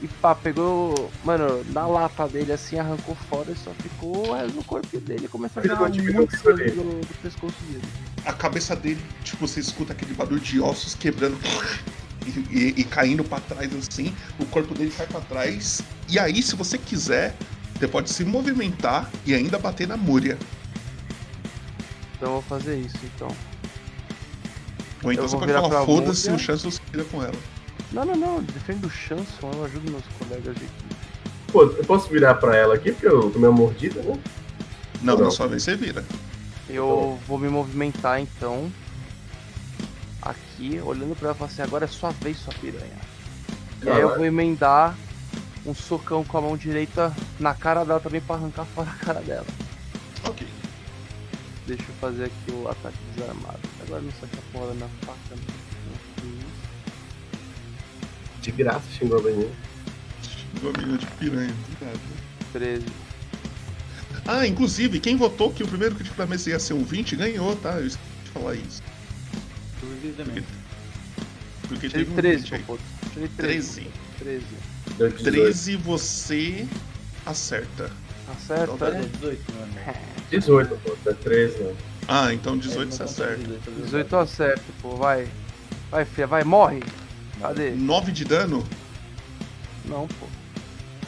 e pá, pegou, mano, na lata dele assim, arrancou fora e só ficou o resto do corpo dele, começou a Ficou tirar dividido muito com sangue ele. do, do pescoço dele. A cabeça dele, tipo, você escuta aquele barulho de ossos quebrando e, e- e caindo pra trás assim. O corpo dele cai pra trás. E aí, se você quiser, você pode se movimentar e ainda bater na múria. Então eu vou fazer isso então. Ou então Eu você vou pode virar falar, pra foda-se, múmia. o chance você vira com ela. Não, não, não, defendo o Chanson, eu ajudo meus colegas de equipe. Pô, eu posso virar pra ela aqui, porque eu tomei uma mordida, né? Não, Não. na sua vez você vira. Eu vou me movimentar então. Aqui, olhando pra ela e falar assim, agora é sua vez, sua piranha. E aí eu Caralho. vou emendar um socão com a mão direita na cara dela também pra arrancar fora a cara dela. Ok. Deixa eu fazer aqui o ataque desarmado. Agora não sei se a porra da minha faca. não. De graça xingou a menina. Uma menina de piranha. obrigado. 13. Ah, inclusive, quem votou que o primeiro crítico da mesa ia ser um 20 ganhou, tá? Eu esqueci de falar isso. Duvidamente. Porque Tirei teve um 13, 20 aí. seu puto. Tirei 13. 13. 13. Deu 18. 13 você acerta. Acerta? Então, É 18, mano. 18, pô, não é 13, não. Ah, então É, 18 você não tá acerta. 18, é verdade. 18 eu acerto, pô, vai. Vai, filha, vai, morre. Cadê? 9 de dano, Não, pô.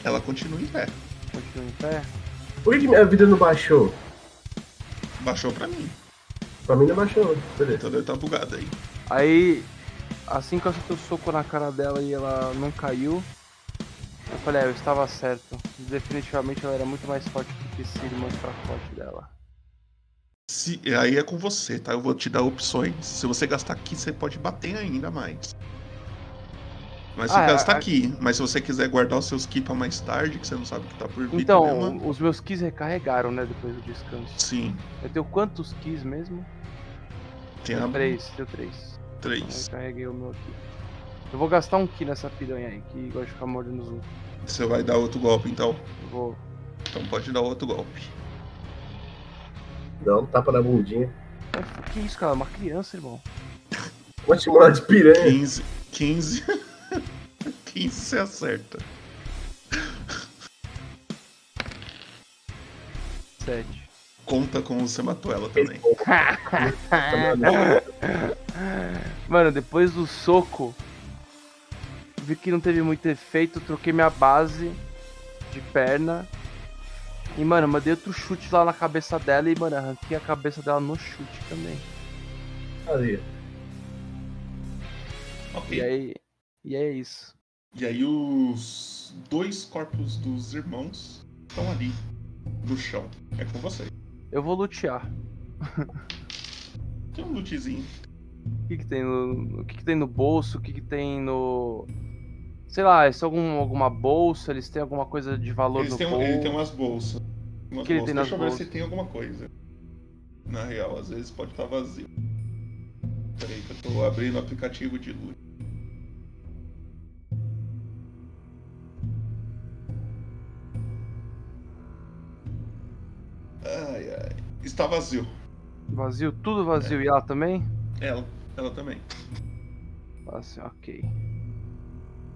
ela continua em pé. Continua em pé. Por que que minha vida não baixou? Baixou pra mim, Pra mim não baixou. Beleza. então deve estar bugada aí. Aí, assim que eu acertei o soco na cara dela e ela não caiu, eu falei, é, eu estava certo. Definitivamente ela era muito mais forte do que esse irmão fracote dela. Se, aí é com você, tá? Eu vou te dar opções. Se você gastar aqui, você pode bater ainda mais. Mas se Ah, é, gastar a- aqui, mas se você quiser guardar os seus ki pra mais tarde, que você não sabe o que tá por vir também, Então, mano. os meus keys recarregaram, né, depois do descanso. Sim, Eu tenho quantos keys mesmo? tem um. a Três, tenho três. Então, eu 3. carreguei o meu aqui. Eu vou gastar um ki nessa piranha aí, que gosta de ficar mordendo os outros. Você vai dar outro golpe, então. Eu Vou... Então pode dar outro golpe. Dá um tapa na bundinha. Mas Que isso, cara? É Uma criança, irmão. Uma estimulada de piranha. 15. 15. 15 você acerta. Sete. Conta como você matou ela também. Tá né? Mano, depois do soco, vi que não teve muito efeito, troquei minha base de perna. E, mano, mandei outro chute lá na cabeça dela e, mano, arranquei a cabeça dela no chute também. Aí, Ok. E aí. E é isso. E aí os dois corpos dos irmãos estão ali no chão. É com você. Eu vou lutear. Tem um lootzinho. O que, que tem no. O que, que tem no bolso? O que, que tem no. Sei lá, isso é algum, alguma bolsa? Eles têm alguma coisa de valor Eles no têm, um- bolso? ele tem umas bolsas. Umas que ele bolsas. tem nas Deixa eu ver bolsas? se tem alguma coisa. Na real, às vezes pode estar vazio. Peraí que eu tô abrindo o aplicativo de loot. Ai ai. está vazio. Vazio, tudo vazio. É. E ela também? Ela, ela também. Assim, ok.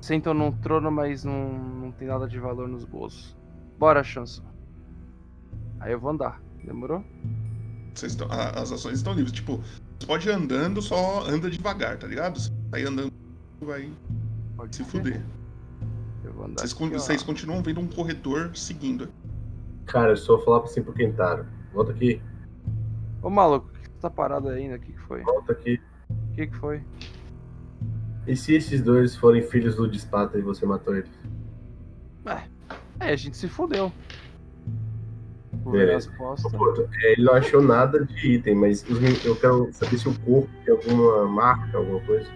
Sentam num trono, mas não, não tem nada de valor nos bolsos. Bora, chanson. Aí eu vou andar. Demorou? Vocês estão- a- as ações estão livres. Tipo, você pode ir andando, só anda devagar, tá ligado? Você sai andando, vai Pode se ser. fuder. Eu vou andar. Vocês, aqui, con- ó. vocês continuam vendo um corredor seguindo. Cara, eu só vou falar assim pro Kentaro. Volta aqui, Ô maluco, que tá parado ainda? O que, que foi? volta aqui. O que, que foi? E se esses dois forem filhos do Despata e você matou eles? É, a gente se fudeu. Vou ver as Beleza. costas. Pronto, é, Ele não achou nada de item, mas os men- eu quero saber se o corpo tem alguma marca, alguma coisa.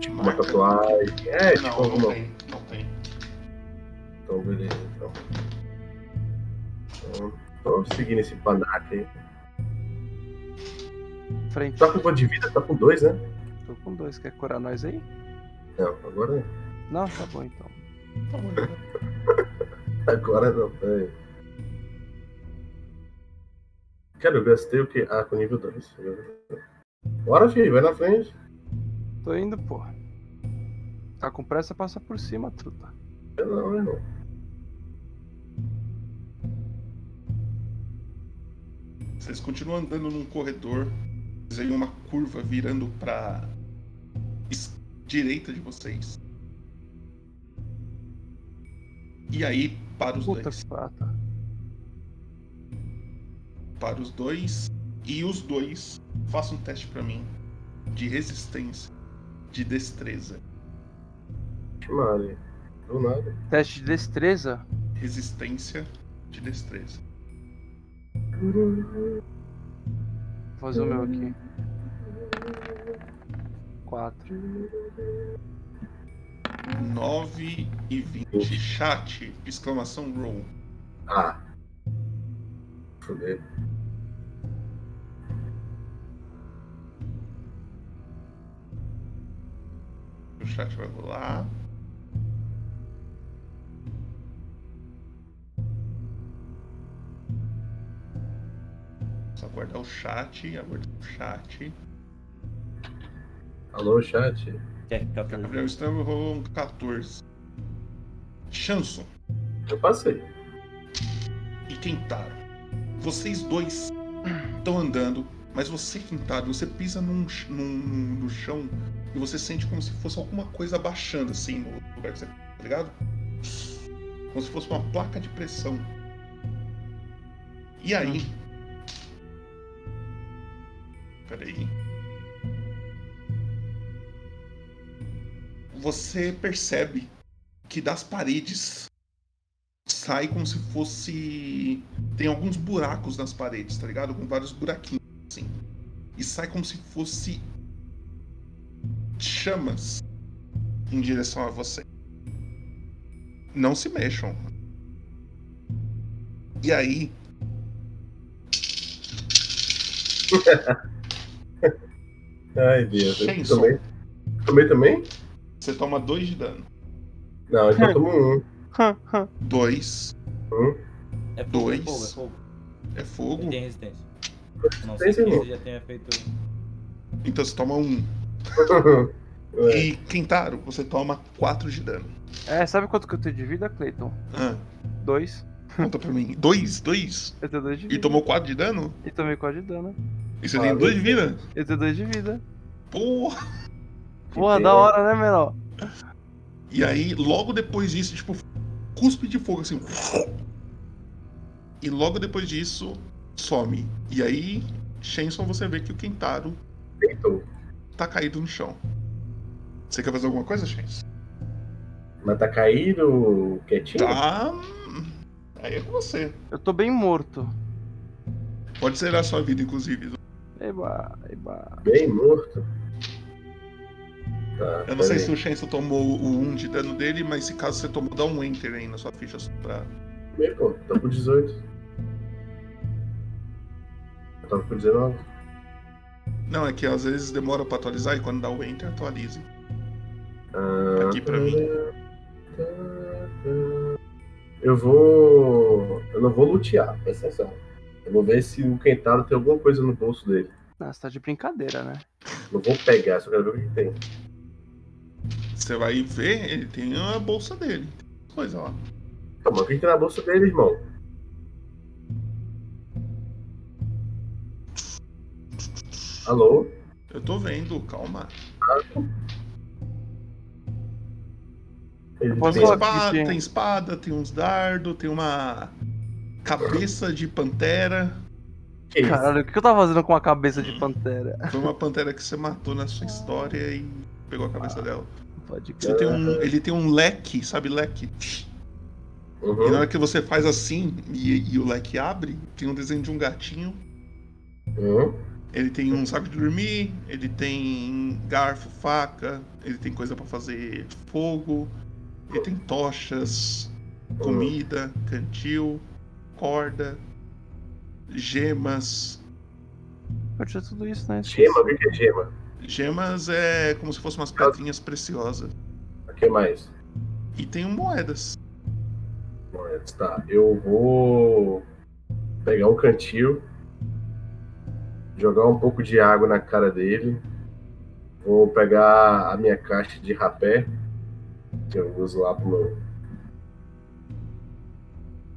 Tipo, Uma tatuagem. É, tipo Não, não alguma tem, não tem. Então, beleza, então. Então, vamos seguir nesse panaca aí. Frente. Tá com quanto de vida? Tá com dois, né? Tô com dois. Quer curar nós aí? Não, agora não. Não? Tá bom então. Agora não, peraí. Cara, eu gastei o quê? Ah, com nível 2. Bora, filho, vai na frente. Tô indo, pô. Tá com pressa, passa por cima, truta. Eu não, irmão. Vocês continuam andando num corredor, vocês veem uma curva virando pra es- direita de vocês. E aí, para os Puta dois. que pata. Para os dois. E os dois, façam um teste pra mim de resistência, de destreza. Mari. Do nada. Teste de destreza? Resistência de destreza. Vou fazer o meu aqui. Quatro. 9 e 20. Chat! Exclamação roll. Ah. Fudeu. O chat vai rolar. Só aguardar o chat, aguardar o chat. Alô, chat. Que é 14. Gabriel Stambo rolou um 14. Chanson Eu passei. e Kentaro. Vocês dois estão andando, mas você, Kentaro, você pisa num, ch- num- no chão e você sente como se fosse alguma coisa baixando assim no lugar que você tá ligado? Como se fosse uma placa de pressão. E aí? Peraí. Você percebe que das paredes sai como se fosse. Tem alguns buracos nas paredes, tá ligado? Com vários buraquinhos, assim. E sai como se fosse. chamas em direção a você. Não se mexam. E aí. Ai, Deus. Eu Shenson, tomei. Tomei também? você toma 2 de dano. Não, É. então tomo um. dois É fogo, Dois. é fogo, é é fogo. Ele fogo, tem resistência. A Não sei Resistência, se irmão. você já tenha feito. então você toma Um. É. E Kentaro, você toma 4 de dano. É, sabe quanto que eu tenho de vida, Clayton? Ah, Dois. conta pra mim. dois dois Eu tenho dois de E vida. tomou 4 de dano? E tomei quase de dano. E você tem 2 de vida? Eu tenho dois de vida. Porra! Porra, Que da pena. hora, né, menor? E aí, logo depois disso, tipo, cuspe de fogo, assim. E logo depois disso, some. E aí, Shenson, você vê que o Kentaro Deitou. tá caído no chão. Você quer fazer alguma coisa, Shenson? Mas tá caído quietinho? Tá. hum, Aí é com você. Eu tô bem morto. Pode zerar sua vida, inclusive. Eba, eba. Bem morto. Tá, Eu não sei peraí. se o Shenson tomou o 1 de dano dele, mas se caso você tomou, dá um enter aí na sua ficha só pra. Bem, pô, tô com 18. Eu tava com 19. Não, é que às vezes demora pra atualizar e quando dá o enter, atualize. Ah, Aqui pra mim. Tá, Eu vou. Eu não vou lutear, presta atenção. Eu vou ver se o Kentaro tem alguma coisa no bolso dele. Ah, você tá de brincadeira, né? Não vou pegar, só quero ver o que tem. Você vai ver, ele tem a bolsa dele. Tem coisa lá. Tá, mas o que tem na bolsa dele, irmão? Alô? Eu tô vendo, calma. Ele Posso Tem tem- falar? espada, sim. tem espada, tem uns dardos, tem uma cabeça de pantera. que isso? Caralho, o que eu tava fazendo com a cabeça de pantera? Foi uma pantera que você matou na sua história e pegou a cabeça dela. Pode crer. Você tem um, ele tem um leque, sabe leque? E na Uhum. hora que você faz assim e, e o leque abre, tem um desenho de um gatinho. Uhum. Ele tem um saco de dormir, ele tem garfo, faca, ele tem coisa pra fazer fogo, ele tem tochas, comida, cantil, corda, gemas. Eu tinha tudo isso, né? Gema, o que que é gema? Gemas é como se fossem umas pedrinhas preciosas. O que mais? E tem moedas. Mas Tá, eu vou pegar um cantil, jogar um pouco de água na cara dele, vou pegar a minha caixa de rapé, que eu uso lá pro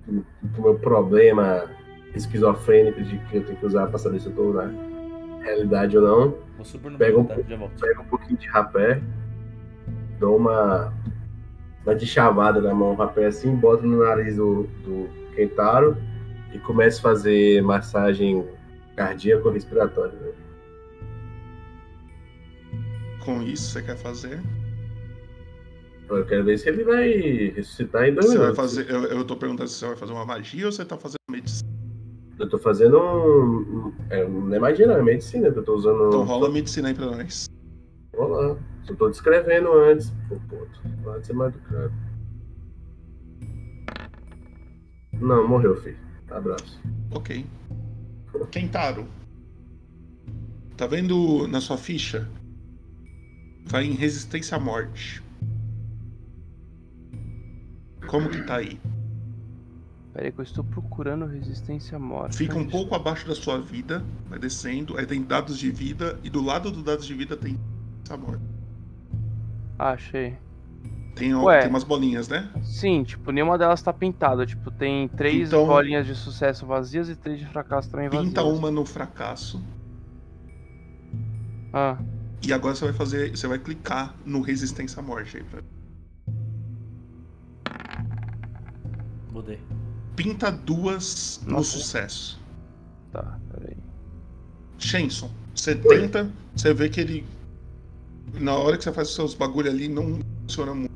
meu, pro meu problema esquizofrênico de que eu tenho que usar pra saber se eu tô na realidade ou não Vou super no Pega um banco, tá? Já volto. pego um pouquinho de rapé, dou uma, uma de chavada na mão, rapé assim, boto no nariz do, do Kentaro e começo a fazer massagem cardíaco-respiratória. né? Com isso, você quer fazer? Então, Eu quero ver se ele vai ressuscitar em dois Você vai minutos. fazer. Eu, eu tô perguntando se você vai fazer uma magia ou você tá fazendo medicina. Eu tô fazendo um. um- É, não é magia, não, é medicina que eu tô usando. Então rola medicina aí pra nós. Vamos lá. Só tô descrevendo antes. Pô, pô, pode ser mais do cara. Não, morreu, filho. Abraço. Ok. Kentaro. Tá vendo na sua ficha? Tá em resistência à morte. Como que tá aí? Peraí que eu estou procurando resistência à morte. Fica um Onde pouco abaixo da sua vida, vai descendo, aí tem dados de vida, e do lado dos dados de vida tem resistência à morte. Ah, achei. Tem, al- Ué. tem umas bolinhas, né? Sim, tipo, nenhuma delas tá pintada. Tipo, tem três Então- bolinhas de sucesso vazias e três de fracasso também vazias. Pinta uma no fracasso. Ah, E agora você vai fazer. Você vai clicar no Resistência à Morte aí pra Mudei. Pinta duas no Nossa. sucesso. tá, peraí. Shenson, você tenta, você vê que ele. Na hora que você faz os seus bagulho ali, não funciona muito.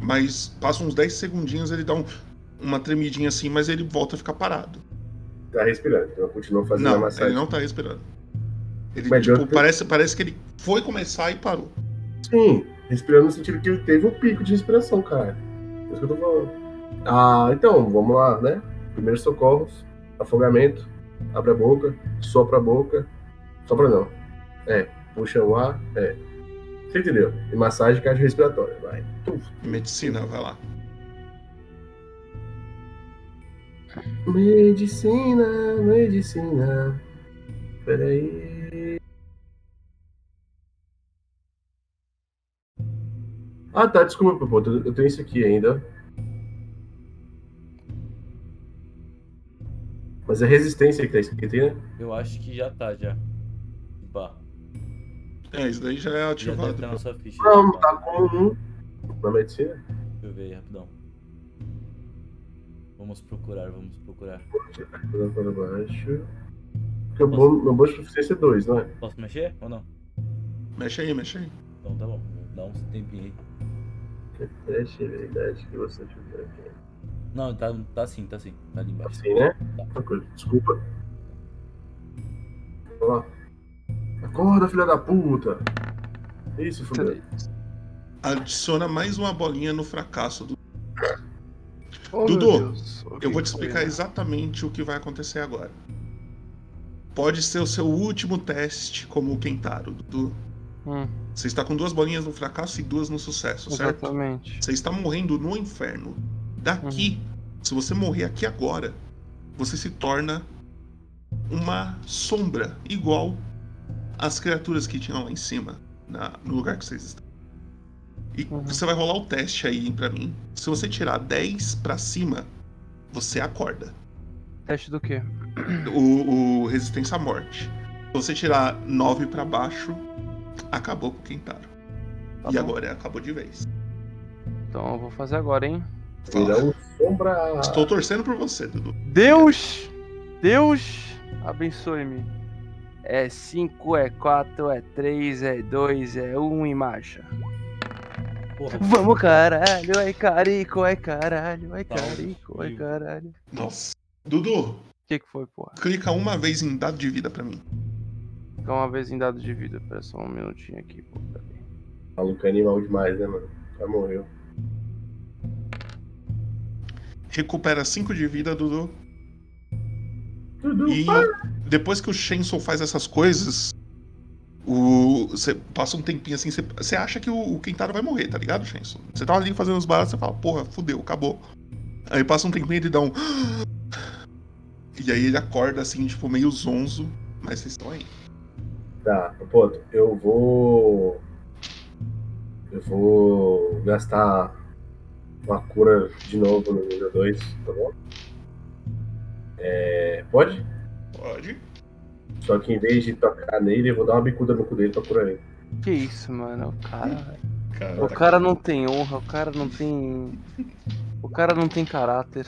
Mas passa uns 10 segundinhos, ele dá um- uma tremidinha assim, mas ele volta a ficar parado. Tá respirando, então eu continuo fazendo a Não, massagem. ele não tá respirando. Ele, Mas tipo, eu- parece, parece que ele foi começar e parou. Sim, respirando no sentido que ele teve um pico de respiração, cara. É isso que eu tô falando. Ah, então, vamos lá, né? Primeiros socorros, afogamento, abre a boca, sopra a boca, sopra não. É, puxa o ar, é. Você entendeu? E massagem cardiorrespiratória, vai. Tuf. Medicina, vai lá. Medicina, medicina. Peraí. Ah, tá, desculpa, pô, eu tenho isso aqui ainda. Mas é resistência que tá escrito aí, né? Eu acho que já tá, já. Bah. É, isso daí já é Já deve estar na ativado. sua ficha. Não, Bah. tá comum na medicina. Deixa eu ver aí, rapidão. Vamos procurar, vamos procurar. Vou para baixo. Porque o bom- meu bônus de proficiência é 2, não é? Posso mexer ou não? Mexe aí, mexe aí. Então tá bom, dá uns tempinho aí. Teste de habilidade que você fizer aqui. Não, tá, tá sim, tá sim. Tá ali embaixo. Assim, né? Tá. Outra coisa, Desculpa. Ó. Acorda, filha da puta! Isso, fudeu. Adiciona mais uma bolinha no fracasso. do- Oh, Dudu, meu Deus, o que Eu vou te foi, explicar né? exatamente o que vai acontecer agora. Pode ser o seu último teste como o Kentaro, Dudu. Hum, Você está com duas bolinhas no fracasso e duas no sucesso, certo? exatamente. Você está morrendo no Uhum. inferno. Daqui, se você morrer aqui agora, você se torna uma sombra igual às criaturas que tinham lá em cima, na- no lugar que vocês estão. E Uhum. você vai rolar o teste aí pra mim. Se você tirar 10 pra cima, você acorda. Teste do quê? O, o resistência à morte. Se você tirar 9 pra baixo, acabou com o Quintaro. Tá e bom. agora é, acabou de vez. Então eu vou fazer agora, hein? é Virão sombra. Estou torcendo por você, Dudu. Deus! Deus! Abençoe-me. É 5, é 4, é 3, é 2, é 1 um e marcha. Porra, Vamos, caralho, ai carico, ai caralho, ai Tá, carico, ai viu? caralho. O Nossa. Dudu, que que foi, porra? clica uma vez em dado de vida pra mim. Fica uma vez em dado de vida, pera só um minutinho aqui, pô. peraí. Maluco é animal demais, né, mano? Já morreu. Recupera 5 de vida, Dudu. Dudu, E depois que o Shenson faz essas coisas, o você passa um tempinho assim, você, você acha que o, o Kentaro vai morrer, tá ligado, Shenson? Você tá ali fazendo os baratos, você fala, porra, fudeu, acabou. Aí passa um tempinho, ele dá um... E aí ele acorda assim, tipo, meio zonzo, mas vocês estão aí. Tá, pô, eu vou. Eu vou gastar uma cura de novo no nível 2, tá bom? É, pode? Pode. Só que em vez de tocar nele, eu vou dar uma bicuda no cu dele pra curar ele. Que isso, mano? O cara. Cara, O cara tá não tem honra, o cara não tem. O cara não tem caráter.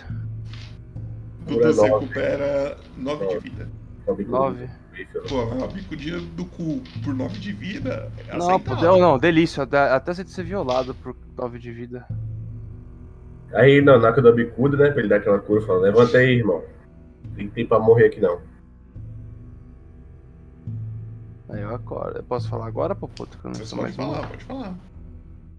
Dudu, você nove. recupera 9 de vida. Uma bicuda no 9. bicho, né? Pô, é mas uma bicudinha do cu por 9 de vida é Não, pô, aceitável. não, não, delícia. Até, até você ser violado por 9 de vida. Aí, não, na hora que eu dou a bicuda, né, pra ele dar aquela cura, eu falo, levanta aí, irmão. Tem tempo pra morrer aqui não. Aí eu acordo. Eu posso falar agora, pô, puto? Que eu não Você sou pode mais um. falar, pode falar.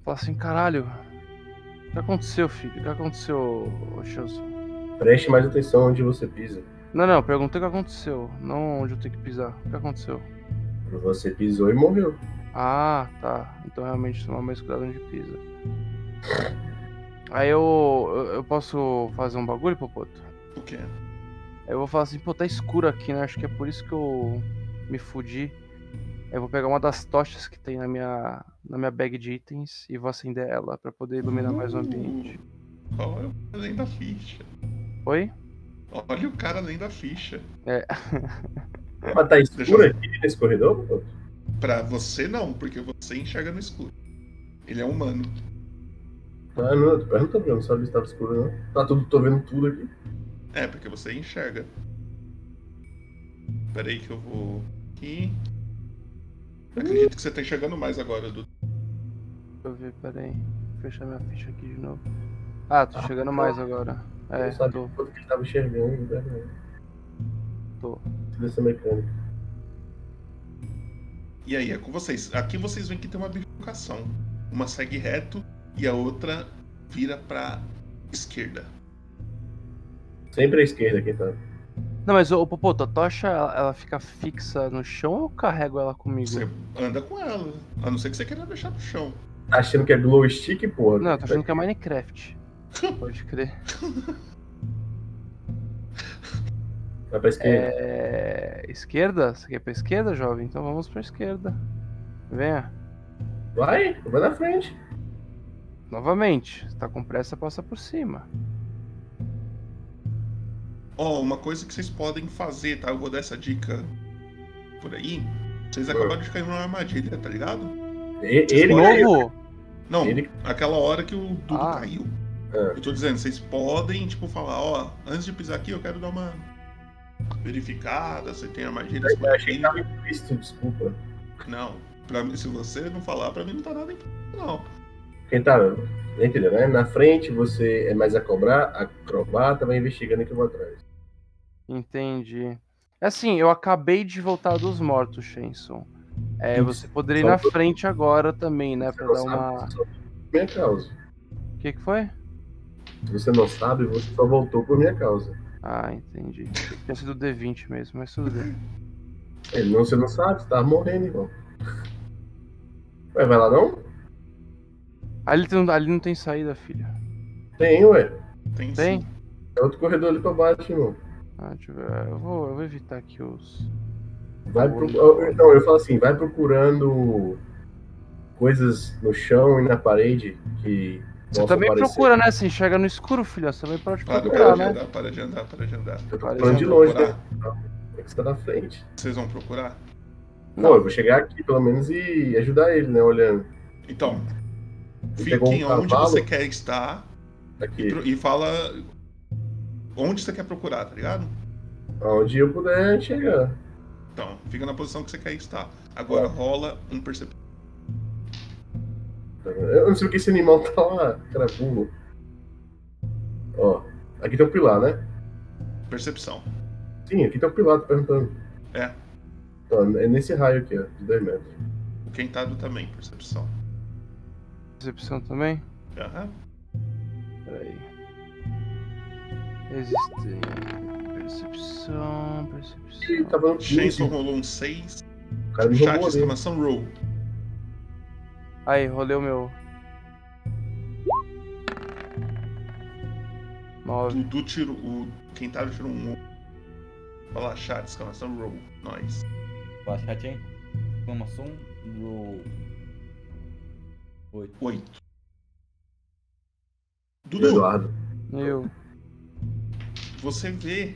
Fala assim, caralho. O que aconteceu, filho? O que aconteceu, ô Chilson? Preste mais atenção onde você pisa. Não, não, eu perguntei o que aconteceu. Não onde eu tenho que pisar. O que aconteceu? Você pisou e morreu. Ah, tá. Então realmente tomar mais cuidado onde pisa. Aí eu. eu- Eu posso fazer um bagulho, Popoto? O quê? Aí eu vou falar assim, pô, tá escuro aqui, né? Acho que é por isso que eu me fudi. Aí eu vou pegar uma das tochas que tem na minha, na minha bag de itens e vou acender ela pra poder iluminar mais o ambiente. Qual é o além da ficha? Oi? Olha o cara além da ficha. Mas tá escuro Deixa aqui nesse corredor? pô? Pra você não, porque você enxerga no escuro. Ele é humano. Ah, não, tu pergunta pra mim, não sabe se tava escuro não. Tá tudo, tô vendo tudo aqui. É, porque você enxerga. Pera aí que eu vou aqui. Acredito que você tá enxergando mais agora, Dudu. Deixa eu ver, pera aí. Vou fechar minha ficha aqui de novo. Ah, tô chegando mais agora. É, não sabe tô. quanto que ele tava enxergando, verdade. Tô. Tudo essa mecânica. E aí, é com vocês. Aqui vocês veem que tem uma bifurcação. Uma segue reto e a outra vira pra esquerda. Sempre à esquerda quem tá. Não, mas o Popoto, a tocha ela, ela fica fixa no chão ou eu carrego ela comigo? Você anda com ela. A não ser que você queira deixar no chão. Tá achando que é glow stick, porra? Não, eu tô achando que é Minecraft. Pode crer. Vai pra esquerda. É... Esquerda? Você quer ir pra esquerda, jovem? Então vamos pra esquerda. Venha. É. Vai, vai na frente. Novamente. Se tá com pressa, passa por cima. Ó, uma coisa que vocês podem fazer, tá? Eu vou dar essa dica por aí. Ah. Vocês acabaram de cair numa armadilha, tá ligado? E- ele Novo? Não, Ele- aquela hora que o Dudu Ah. caiu. É. Eu tô dizendo, vocês podem, tipo, falar, ó, antes de pisar aqui, eu quero dar uma verificada, se tem armadilha, se Eu achei que não tava implícito, desculpa. tem. Não, pra mim, se você não falar, pra mim não tá nada em não. Quem tá. Entendeu, né? Na frente você é mais a cobrar, acrobata, vai investigando que eu vou atrás. Entendi. Assim, eu acabei de voltar dos mortos, Shenson. É, você poderia ir na frente agora também, né? Pra não dar uma. sabe, só por minha causa. O que, que foi? Se você não sabe, você só voltou por minha causa. Ah, entendi. Tinha sido D20 mesmo, mas tudo bem. Ele É, não, você não sabe, você tava morrendo, irmão. Ué, vai lá não? Ali, tem- um, ali não tem saída, filha. Tem, ué. Tem, Tem? sim. É outro corredor ali pra baixo, irmão. Ah, deixa eu ver. Eu vou, eu vou evitar aqui os. Vai pro... Não, eu falo assim, vai procurando coisas no chão e na parede que. Você possam também aparecer. Ah, procura, né? Você enxerga no escuro, filhão. Você também pode Para, para procurar, de né? andar, para de andar, para de andar. Eu tô Parece falando de um longe, né? procurar. Tem que estar na frente. Vocês vão procurar? Não, eu vou chegar aqui pelo menos e ajudar ele, né? Olhando. Então, Ele pegou fiquem um onde cavalo? você quer estar Aqui. e fala onde você quer procurar, tá ligado? Onde eu puder chegar. Então, fica na posição que você quer estar. Agora rola um percepção. Eu não sei o que esse animal tá lá, cara burro. Ó, aqui tem o pilar, né? Percepção. Sim, aqui tem o pilar, tô perguntando. É. Então, é nesse raio aqui, ó, de 2 metros. O Kentado também, percepção. Percepção também. Aham. Peraí. Resistência. Percepção. Ih, Percepção. tá tava no Shenson 15, rolou um 6. o cara me Chat, roubou ali. exclamação, roll. Aí, rolei o meu. Nove. O Du tiro, o Kentaro tirou um. Fala chat, exclamação, roll. Nós. Vai, chat, hein? Exclamação. Roll. Oito. 8. Dudu, Eduardo. Eu. você vê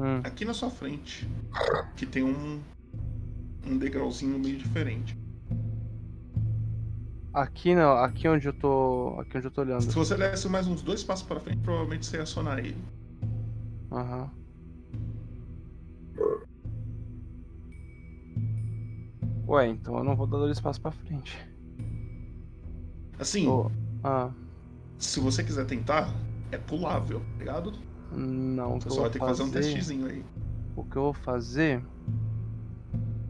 Hum. aqui na sua frente que tem um. Um degrauzinho meio diferente. Aqui não, aqui onde eu tô. Aqui onde eu tô olhando. Se você desse mais uns dois passos pra frente, provavelmente você ia acionar ele. Aham. Ué, então eu não vou dar dois passos pra frente. Assim, Ô, Ah, se você quiser tentar, é pulável, tá ligado? não. O que, Você eu só vou vai ter que fazer um fazer, testezinho aí. o que eu vou fazer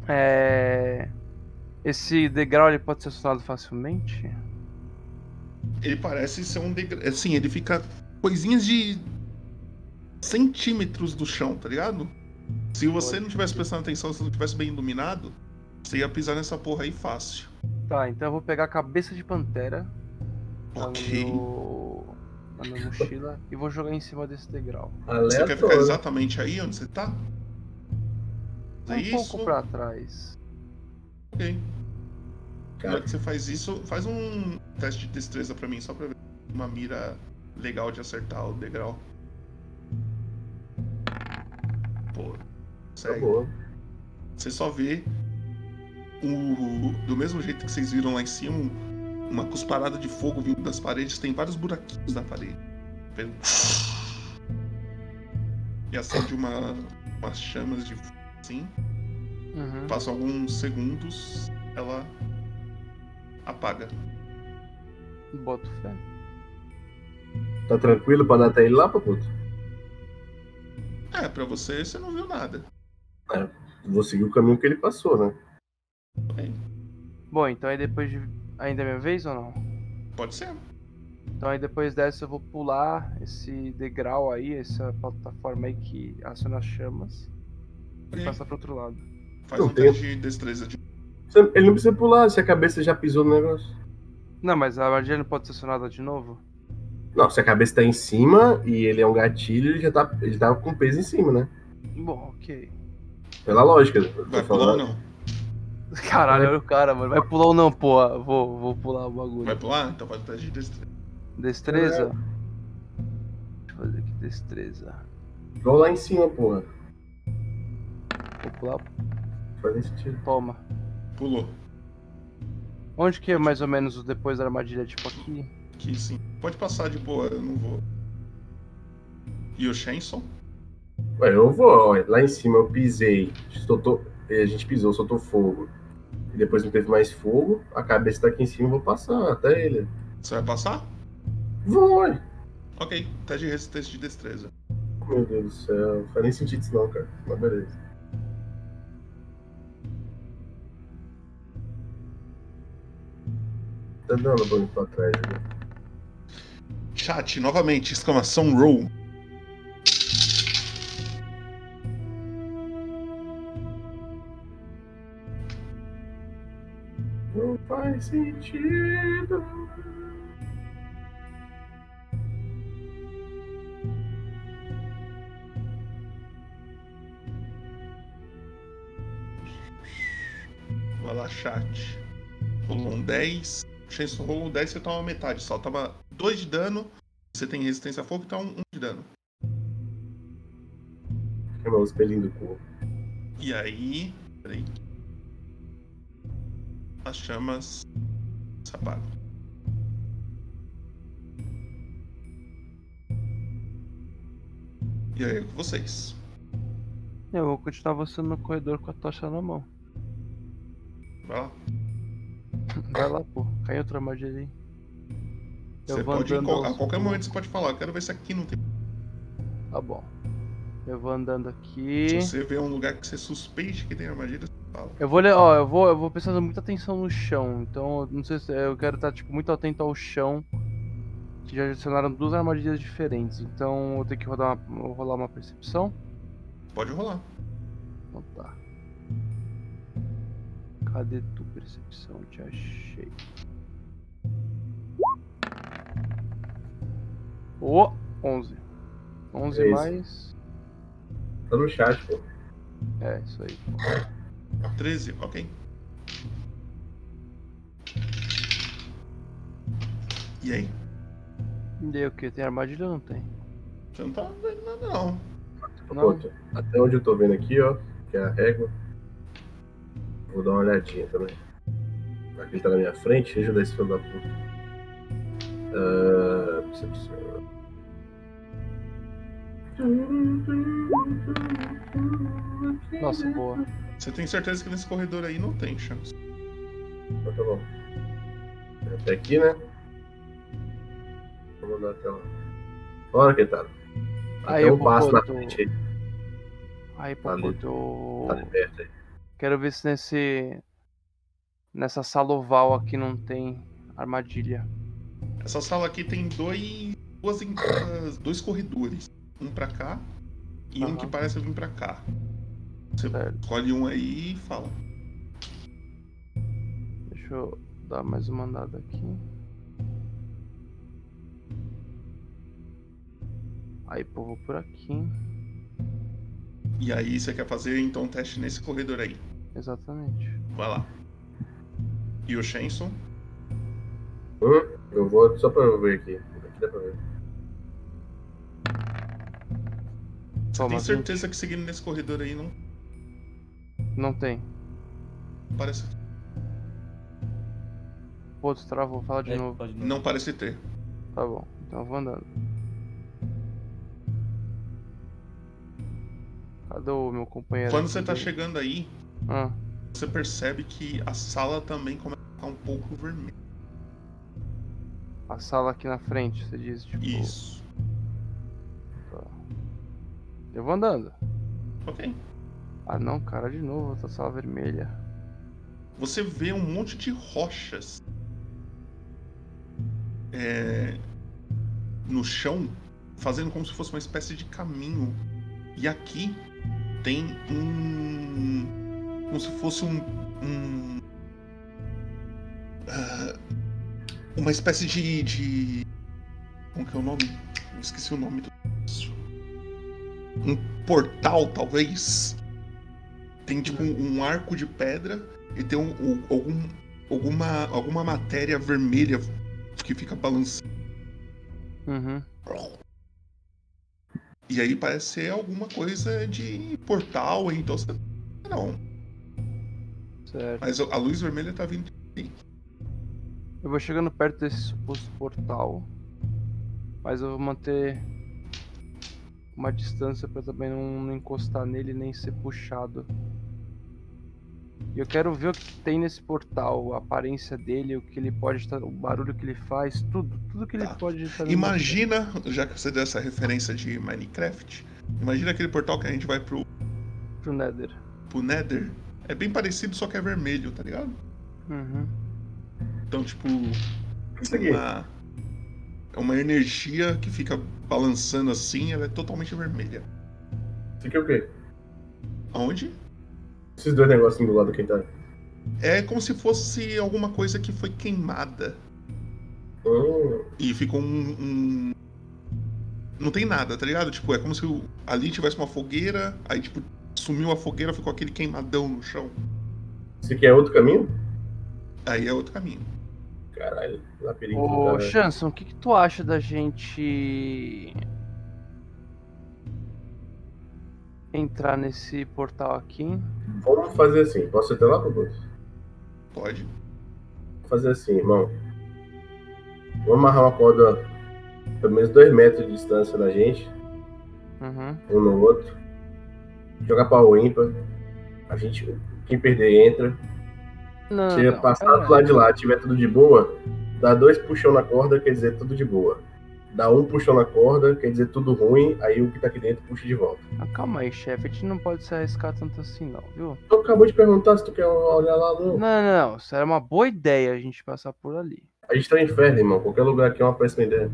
é. Esse degrau ele pode ser acionado facilmente? Ele parece ser um degrau. Assim, ele fica coisinhas de centímetros do chão, tá ligado? Se você não tivesse prestando atenção, se não tivesse bem iluminado, você ia pisar nessa porra aí fácil. Tá, então eu vou pegar a cabeça de pantera. Tá Ok. no meu- tá Na minha mochila e vou jogar em cima desse degrau. Você quer ficar Aleatório. exatamente aí onde você tá? Um É isso? pouco pra trás. Ok. Na hora Cara, que você faz isso, faz um teste de destreza pra mim, só pra ver uma mira legal de acertar o degrau. Pô, tá segue. boa. Você só vê o. Do mesmo jeito que vocês viram lá em cima, um- uma cusparada de fogo vindo das paredes, tem vários buraquinhos na parede. Vem um E acende uma, umas chamas de fogo assim. Uhum. Passa alguns segundos, ela apaga. Boto fé. Tá tranquilo pra dar até ele lá, paputo? É, pra você, você não viu nada. Vou seguir o caminho que ele passou, né? Bom, então aí depois de. Ainda é minha vez ou não? Pode ser. Então aí depois dessa eu vou pular esse degrau aí, essa plataforma aí que aciona as chamas e passar pro outro lado. Faz Eu um tenho- teste de destreza de. Você- Ele não precisa pular se a cabeça já pisou no negócio. Não, mas a armadilha não pode ser acionada de novo? Não, se a cabeça tá em cima e ele é um gatilho, ele já tá, ele tá com peso em cima, né? Bom, ok. Pela lógica. eu tô Vai pular ou falando. não? é Caralho, olha o cara, mano. Vai pular ou não, porra? Vou, vou pular o bagulho. Vai pular? Então faz um teste de destreza. Destreza? Deixa eu fazer aqui, destreza. Igual lá em cima, porra. Vou pular, Faz esse tiro. toma. Pulou. Onde que é mais ou menos o depois da armadilha? Tipo aqui? Que sim. Pode passar de boa, eu não vou. E o Shenson? Ué, eu vou, ó, lá em cima eu pisei, soltou, eh, a gente pisou, soltou fogo. E depois não teve mais fogo, a cabeça tá aqui em cima, eu vou passar até ele. Você vai passar? Vou, ué. Ok, teste de resistência de destreza. Meu Deus do céu, não faz nem sentido isso não, cara. Mas beleza. Tá dando banho pra trás, né? Chat, novamente, exclamação roll. Não faz sentido. lá, chat. Rolou um 10. Chance rolou um 10, você toma metade só. Toma 2 de dano. Você tem resistência a fogo, então 1 um de dano. Irmão, os pelinhos um do cu. E aí. Peraí. As chamas se apagam. E aí, com vocês. Eu vou continuar avançando no corredor com a tocha na mão. Vai lá. Vai lá, pô. Caiu outra armadilha aí. Eu Você vou pode, andando a aos qualquer poucos. momento você pode falar. Eu quero ver se aqui não tem. Tá bom. Eu vou andando aqui. Se você vê um lugar que você suspeite que tem armadilha, você fala. Eu vou, le- ó, eu vou, eu vou prestando muita atenção no chão. Então, eu não sei se eu quero estar tipo muito atento ao chão. Que já adicionaram duas armadilhas diferentes. Então, eu tenho que rodar uma, vou rolar uma percepção. Pode rolar. Então tá. Cadê tu percepção? Te achei. Ô, 11. 11 É isso. mais. Tá no chat, pô. É, isso aí. 13, ok. E aí? E aí, o que? Tem armadilha ou não tem? Você não tá vendo nada, não. Não. Pô, até onde eu tô vendo aqui, ó, que é a régua. Vou dar uma olhadinha também. Será que ele tá na minha frente? Seja desse filho da puta. Ah, percepção. Nossa, boa. Então Você tem certeza que nesse corredor aí não tem chance. Tá bom. Até aqui, né? Vou mandar até lá. Bora, Ketaro. Aí, Até eu um passo na concordo. frente aí, Aí, Tá Paco, ali. tô... tá de perto aí. Quero ver se nesse. Nessa sala oval aqui não tem armadilha. Essa sala aqui tem dois, duas entradas, dois corredores. Um pra cá e um Aham. que parece vir pra cá. Você Certo. escolhe um aí e fala. Deixa eu dar mais uma andada aqui. Aí, pô, vou por aqui. E aí você quer fazer então um teste nesse corredor aí. Exatamente. Vai lá. E o Shenson? Hum, eu vou só pra eu ver aqui. Aqui dá pra ver. Você tem Toma, certeza que seguindo nesse corredor aí não vinte. Não tem. parece, Pô, tu travou, fala de É, novo. pode não parece ter. Tá bom, então eu vou andando. Cadê o meu companheiro? Quando aqui você tá de- chegando aí, Ah, você percebe que a sala também começa a ficar um pouco vermelha. a sala aqui na frente, você diz, tipo. Isso. Eu vou andando. Ok. Ah não, cara, de novo, outra sala vermelha. Você vê um monte de rochas é, no chão, fazendo como se fosse uma espécie de caminho. E aqui tem um. Como se fosse um. um- ah, uma espécie de, de. Como que é o nome? Eu esqueci o nome do. negócio. Um portal, talvez. Tem tipo um um arco de pedra e tem um- um- algum, alguma, alguma matéria vermelha que fica balançando. Uhum. E aí parece ser alguma coisa de portal, então você. Não, Certo. mas a luz vermelha tá vindo. Eu vou chegando perto desse suposto portal. Mas eu vou manter uma distância pra também não, não encostar nele nem ser puxado. E eu quero ver o que tem nesse portal, a aparência dele, o que ele pode estar. o barulho que ele faz, tudo. Tudo que ele Tá. pode estar. Imagina, já que você deu essa referência de Minecraft, imagina aquele portal que a gente vai pro, Pro Nether. pro Nether. É bem parecido, só que é vermelho, tá ligado? Uhum. Então, tipo, Isso aqui. uma, é uma energia que fica balançando assim, ela é totalmente vermelha. Isso aqui é o quê? Aonde? Esses dois negocinhos do lado tá do Ketaro. É como se fosse alguma coisa que foi queimada. Hum, E ficou um. um- Não tem nada, tá ligado? Tipo, é como se o- ali tivesse uma fogueira, aí, tipo, sumiu a fogueira, ficou aquele queimadão no chão. Você quer outro caminho? Aí é outro caminho. Caralho, labirinto. Ô, cara. Chanson, o que, que tu acha da gente. entrar nesse portal aqui? Vamos fazer assim. Posso ir até lá, Bubu? Pode. Vamos fazer assim, irmão. Vamos amarrar uma corda pelo menos dois metros de distância da gente, Uhum. um no outro. Jogar pau ímpar. A gente, quem perder entra. Não, Se Ah, não, passar pera do lado de lá, tiver tudo de boa, dá dois puxão na corda, quer dizer tudo de boa. Dá um puxão na corda, quer dizer tudo ruim, aí o que tá aqui dentro puxa de volta. Ah, calma aí, chefe. A gente não pode se arriscar tanto assim, não, viu? Tu Então, acabou de perguntar se tu quer olhar lá, não. Não, não, não. Isso era uma boa ideia a gente passar por ali. A gente tá no inferno, irmão. Qualquer lugar aqui é uma péssima ideia.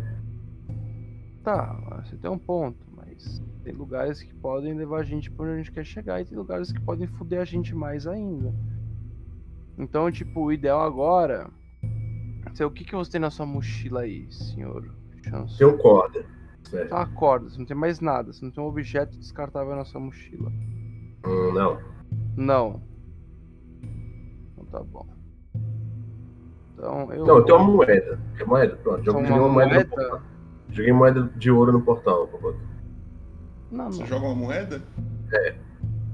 Tá, você tem um ponto, mas tem lugares que podem levar a gente pra onde a gente quer chegar e tem lugares que podem foder a gente mais ainda. Então, tipo, o ideal agora. Sei, o que, que você tem na sua mochila aí, senhor? Chanson? Tem um corda. Certo. Tá, acorda, você não tem mais nada, você não tem um objeto descartável na sua mochila. Hum, não. Não. Então tá bom. Então eu. Não, vou- tem uma moeda. Tem moeda? Pronto. Então, Joguei joguei uma, moeda. no portal. moeda? Joguei moeda de ouro no portal. Boboto. Não, Você não. joga uma moeda? É.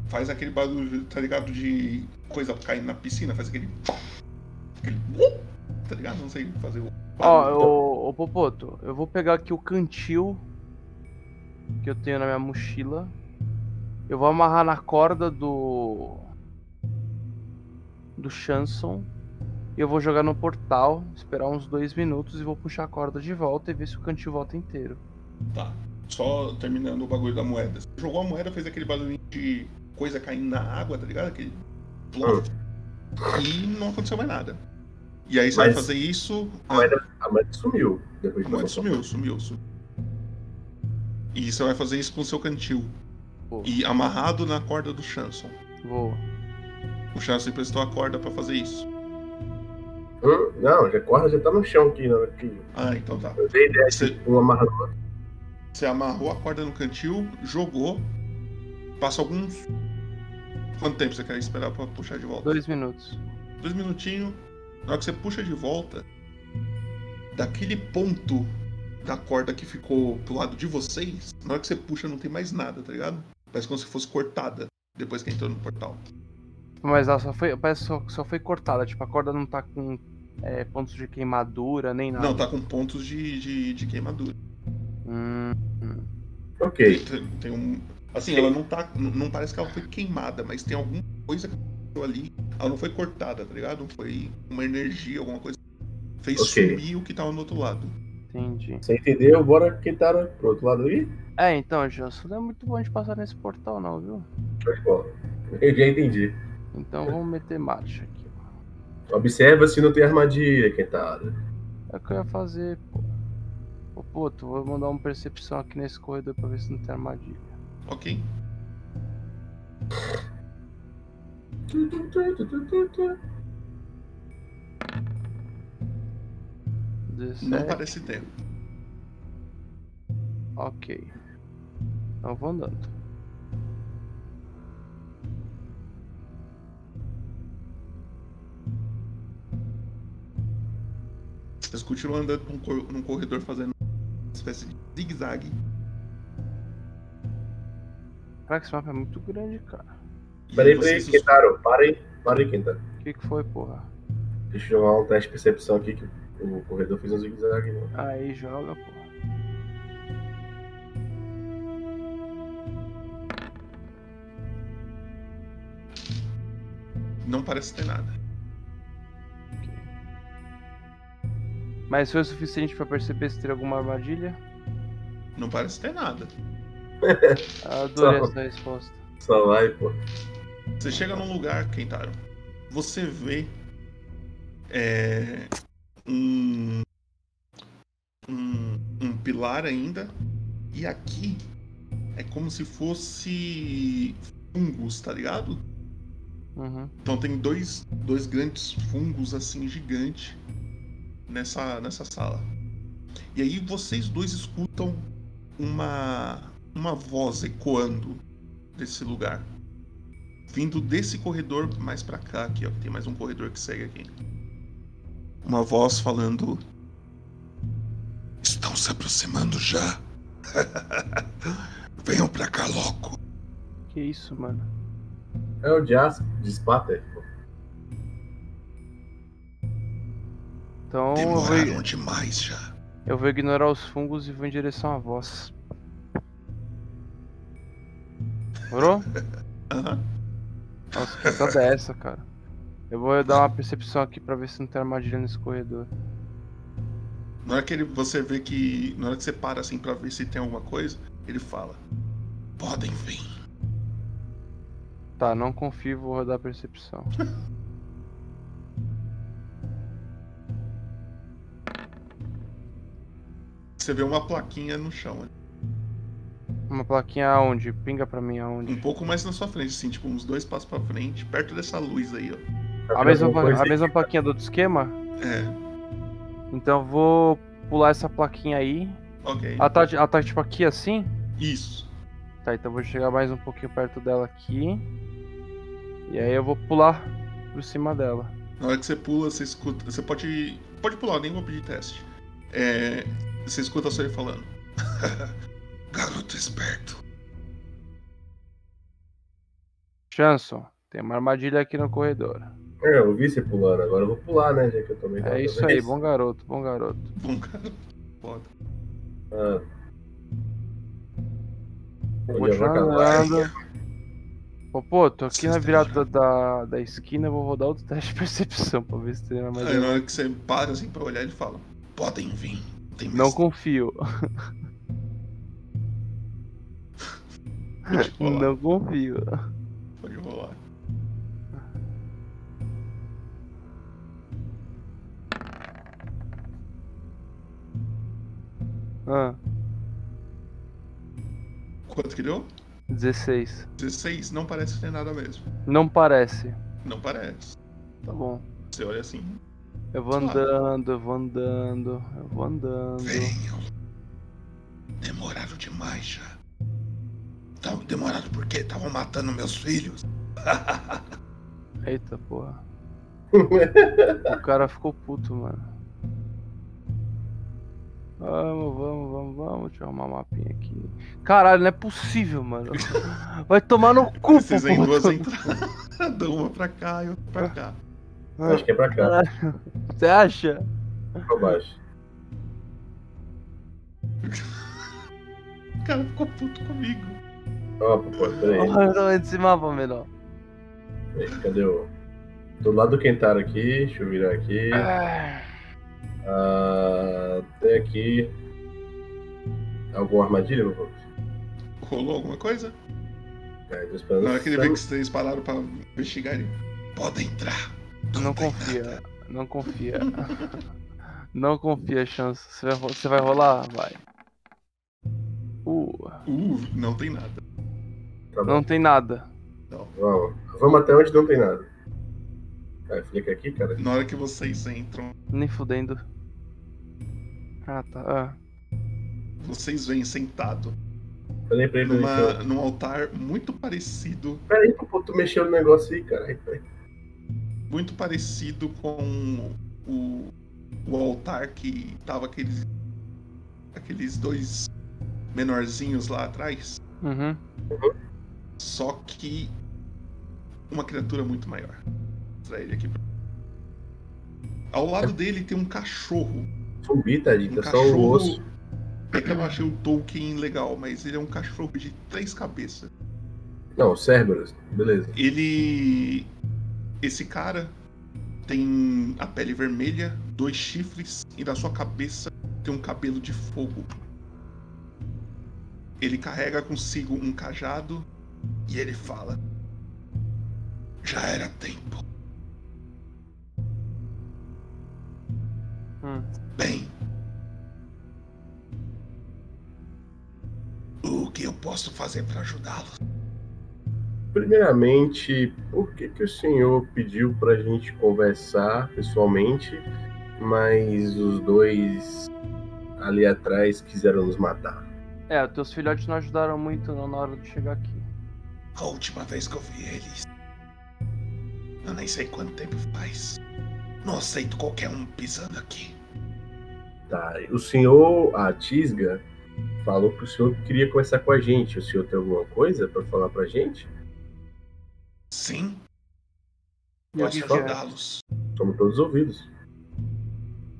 Faz aquele barulho, tá ligado? De coisa caindo na piscina, faz aquele. aquele tá ligado? Não sei fazer o. Ó, barulho. ô- ô Popoto, eu vou pegar aqui o cantil que eu tenho na minha mochila. Eu vou amarrar na corda do. do Chanson. E eu vou jogar no portal, esperar uns dois minutos e vou puxar a corda de volta e ver se o cantil volta inteiro. Tá. Só terminando o bagulho da moeda. Você jogou a moeda, fez aquele barulhinho de coisa caindo na água, tá ligado? Aquele. plop. E não aconteceu mais nada. E aí você vai Ah. Mas- fazer isso. A moeda, a moeda sumiu. Depois A de moeda sumiu, sumiu, sumiu. E você vai fazer isso com o seu cantil. Pô. E amarrado na corda do Chanson. Vou. O Chanson emprestou a corda pra fazer isso. Hum, não, já corda já tá no chão aqui. Não, aqui. Ah, então tá. Eu dei ideia Você- de um amarrador. Você amarrou a corda no cantil, jogou. Passa alguns. Quanto tempo você quer esperar pra puxar de volta? Dois minutos. Dois minutinhos. Na hora que você puxa de volta, daquele ponto da corda que ficou pro lado de vocês, na hora que você puxa não tem mais nada, tá ligado? Parece como se fosse cortada depois que entrou no portal. Mas ela só foi. Parece que só, só foi cortada, tipo, a corda não tá com é, pontos de queimadura nem nada. Não, tá com pontos de, de, de queimadura. Hum, Ok. Tem, tem um. Assim, ela não tá. Não não parece que ela foi queimada, mas tem alguma coisa que aconteceu ali. Ela não foi cortada, tá ligado? Foi uma energia, alguma coisa. Fez Ok. sumir o que tava no outro lado. entendi. Você entendeu? Bora Kentaro pro outro lado ali? É, então, Janson, não é muito bom a gente passar nesse portal, não, viu? Show de bola. Eu já entendi. Então vamos meter marcha aqui. Observa se não tem armadilha, tá. Kentaro. É o que eu ia fazer, pô. Ô, Poto, vou mandar uma percepção aqui nesse corredor pra ver se não tem armadilha. Ok? Não 17, parece ter. ok. Então eu vou andando. Vocês continuam andando num, cor- num corredor fazendo uma espécie de zigue-zague. Caraca, esse mapa é muito grande, cara. E Peraí, peraí, tá- vocês- Kentaro. Para aí. Para aí, Kentaro. O que, que foi, porra? Deixa eu jogar um teste de percepção aqui que o corredor fez um zigue-zague. né? Aí joga, porra. Não parece ter nada. Mas foi o suficiente pra perceber se teria alguma armadilha? Não parece ter nada. Eu Ah, adorei Não. essa resposta. Só vai, pô. Você chega num lugar, Kentaro. Você vê é, um, um um pilar ainda e aqui é como se fosse fungos, tá ligado? Uhum. Então tem dois, dois grandes fungos assim gigante nessa nessa sala. E aí vocês dois escutam uma uma voz ecoando desse lugar. vindo desse corredor mais pra cá aqui, ó. Tem mais um corredor que segue aqui. Uma voz falando. Estão se aproximando já. Venham pra cá logo. Que isso, mano. É o Jazz de Splatter. Então um eu vou, Demoraram demais já. eu vou ignorar os fungos e vou em direção à voz. Morou? Aham. Nossa, que entrada é essa, cara? Eu vou dar uma percepção aqui pra ver se não tem armadilha nesse corredor. Na hora que ele- você vê que. Na hora que você para assim pra ver se tem alguma coisa, ele fala. Podem vir. Tá, não confio, vou rodar a percepção. Você vê uma plaquinha no chão, né? Uma plaquinha aonde? Pinga pra mim um aonde? pouco mais na sua frente, assim, tipo uns dois passos pra frente, perto dessa luz aí, ó. Tá A mesma, pla- a mesma plaquinha do outro esquema? É, Então eu vou pular essa plaquinha aí. ok. Ela tá, ela tá tipo aqui assim? Isso. Tá, então eu vou chegar mais um pouquinho perto dela aqui. E aí eu vou pular por cima dela. Na hora que você pula, você escuta. Você pode. Pode pular, nem vou pedir teste. É. Você escuta só ele falando. Garoto esperto. Chanson, tem uma armadilha aqui no corredor. É, eu vi você pulando, agora eu vou pular, né? Já que eu tomei É isso aí, bom garoto, bom garoto. Bom, cara. Foda. Ah. Onde Vou eu vou continuar acabar? andando. Ô, pô, tô aqui na Vocês têm virada da, da esquina, eu vou rodar outro teste de percepção pra ver se tem um. Aí na armadilha. hora que você para assim pra olhar, ele fala. Podem vir. Tem mais Não confio, Pode rolar. não confio. Pode rolar. Ah, Quanto que deu? 16. 16. Não parece ter nada mesmo. Não parece. Não parece. Tá bom. Você olha assim. Eu vou Claro. andando, eu vou andando, eu vou andando. Venham. Demoraram demais já. Tava demorado porque estavam matando meus filhos. Eita porra. o cara ficou puto, mano. Vamos, vamos, vamos, vamos. Deixa eu arrumar o mapinha aqui. Caralho, não é possível, mano. Vai tomar no cu, Vocês pô, em pô. duas entradas, uma pra cá e outra pra cá. Acho que é pra cá, Caralho, você acha? pra baixo. O cara ficou puto comigo. Ó, pô, É. peraí. Olha o tamanho desse mapa, menor. Peraí, Cadê o. Do lado do Kentaro aqui, deixa eu virar aqui. É. Ah, Ah, até aqui. Alguma armadilha, meu povo? Rolou alguma coisa? É, tô esperando. Na hora que ele vê que vocês pararam pra investigar ele. Podem entrar. Não confia, não confia. Não confia, chance. Você vai, ro- você vai rolar? Vai. Uh, Uh, não tem nada. Tá bom, não tem nada. Vamos. Vamos até onde não tem nada. Cara, fica aqui, cara. Na hora que vocês entram, Nem fudendo. Ah, tá. Ah. vocês vêm sentado Peraí, peraí, peraí. numa, num altar muito parecido Peraí, pô, tu mexeu tá no negócio aí, cara. Aí, peraí. muito parecido com o, o altar que tava aqueles aqueles dois menorzinhos lá atrás, Uhum. só que uma criatura muito maior. Traz ele aqui. pra- Ao lado dele tem um cachorro, Zumbi, tadinho, um tá só o cachorro. osso. É que eu não achei o Tolkien legal, mas ele é um cachorro de três cabeças. Não, Cerberus, beleza. Ele. Esse cara tem a pele vermelha, dois chifres e na sua cabeça tem um cabelo de fogo. Ele carrega consigo um cajado e ele fala: Já era tempo. Hum. Bem. O que eu posso fazer para ajudá-lo? Primeiramente, por que, que o senhor pediu pra gente conversar pessoalmente, mas os dois ali atrás quiseram nos matar? É, teus filhotes não ajudaram muito não na hora de chegar aqui. A última vez que eu vi eles, Eu nem sei quanto tempo faz. Não aceito qualquer um pisando aqui. Tá, o senhor, a Tisga, falou pro senhor que queria conversar com a gente. O senhor tem alguma coisa pra falar pra gente? Sim, E é. pode alguém quer- ajudá-los. Somos todos ouvidos.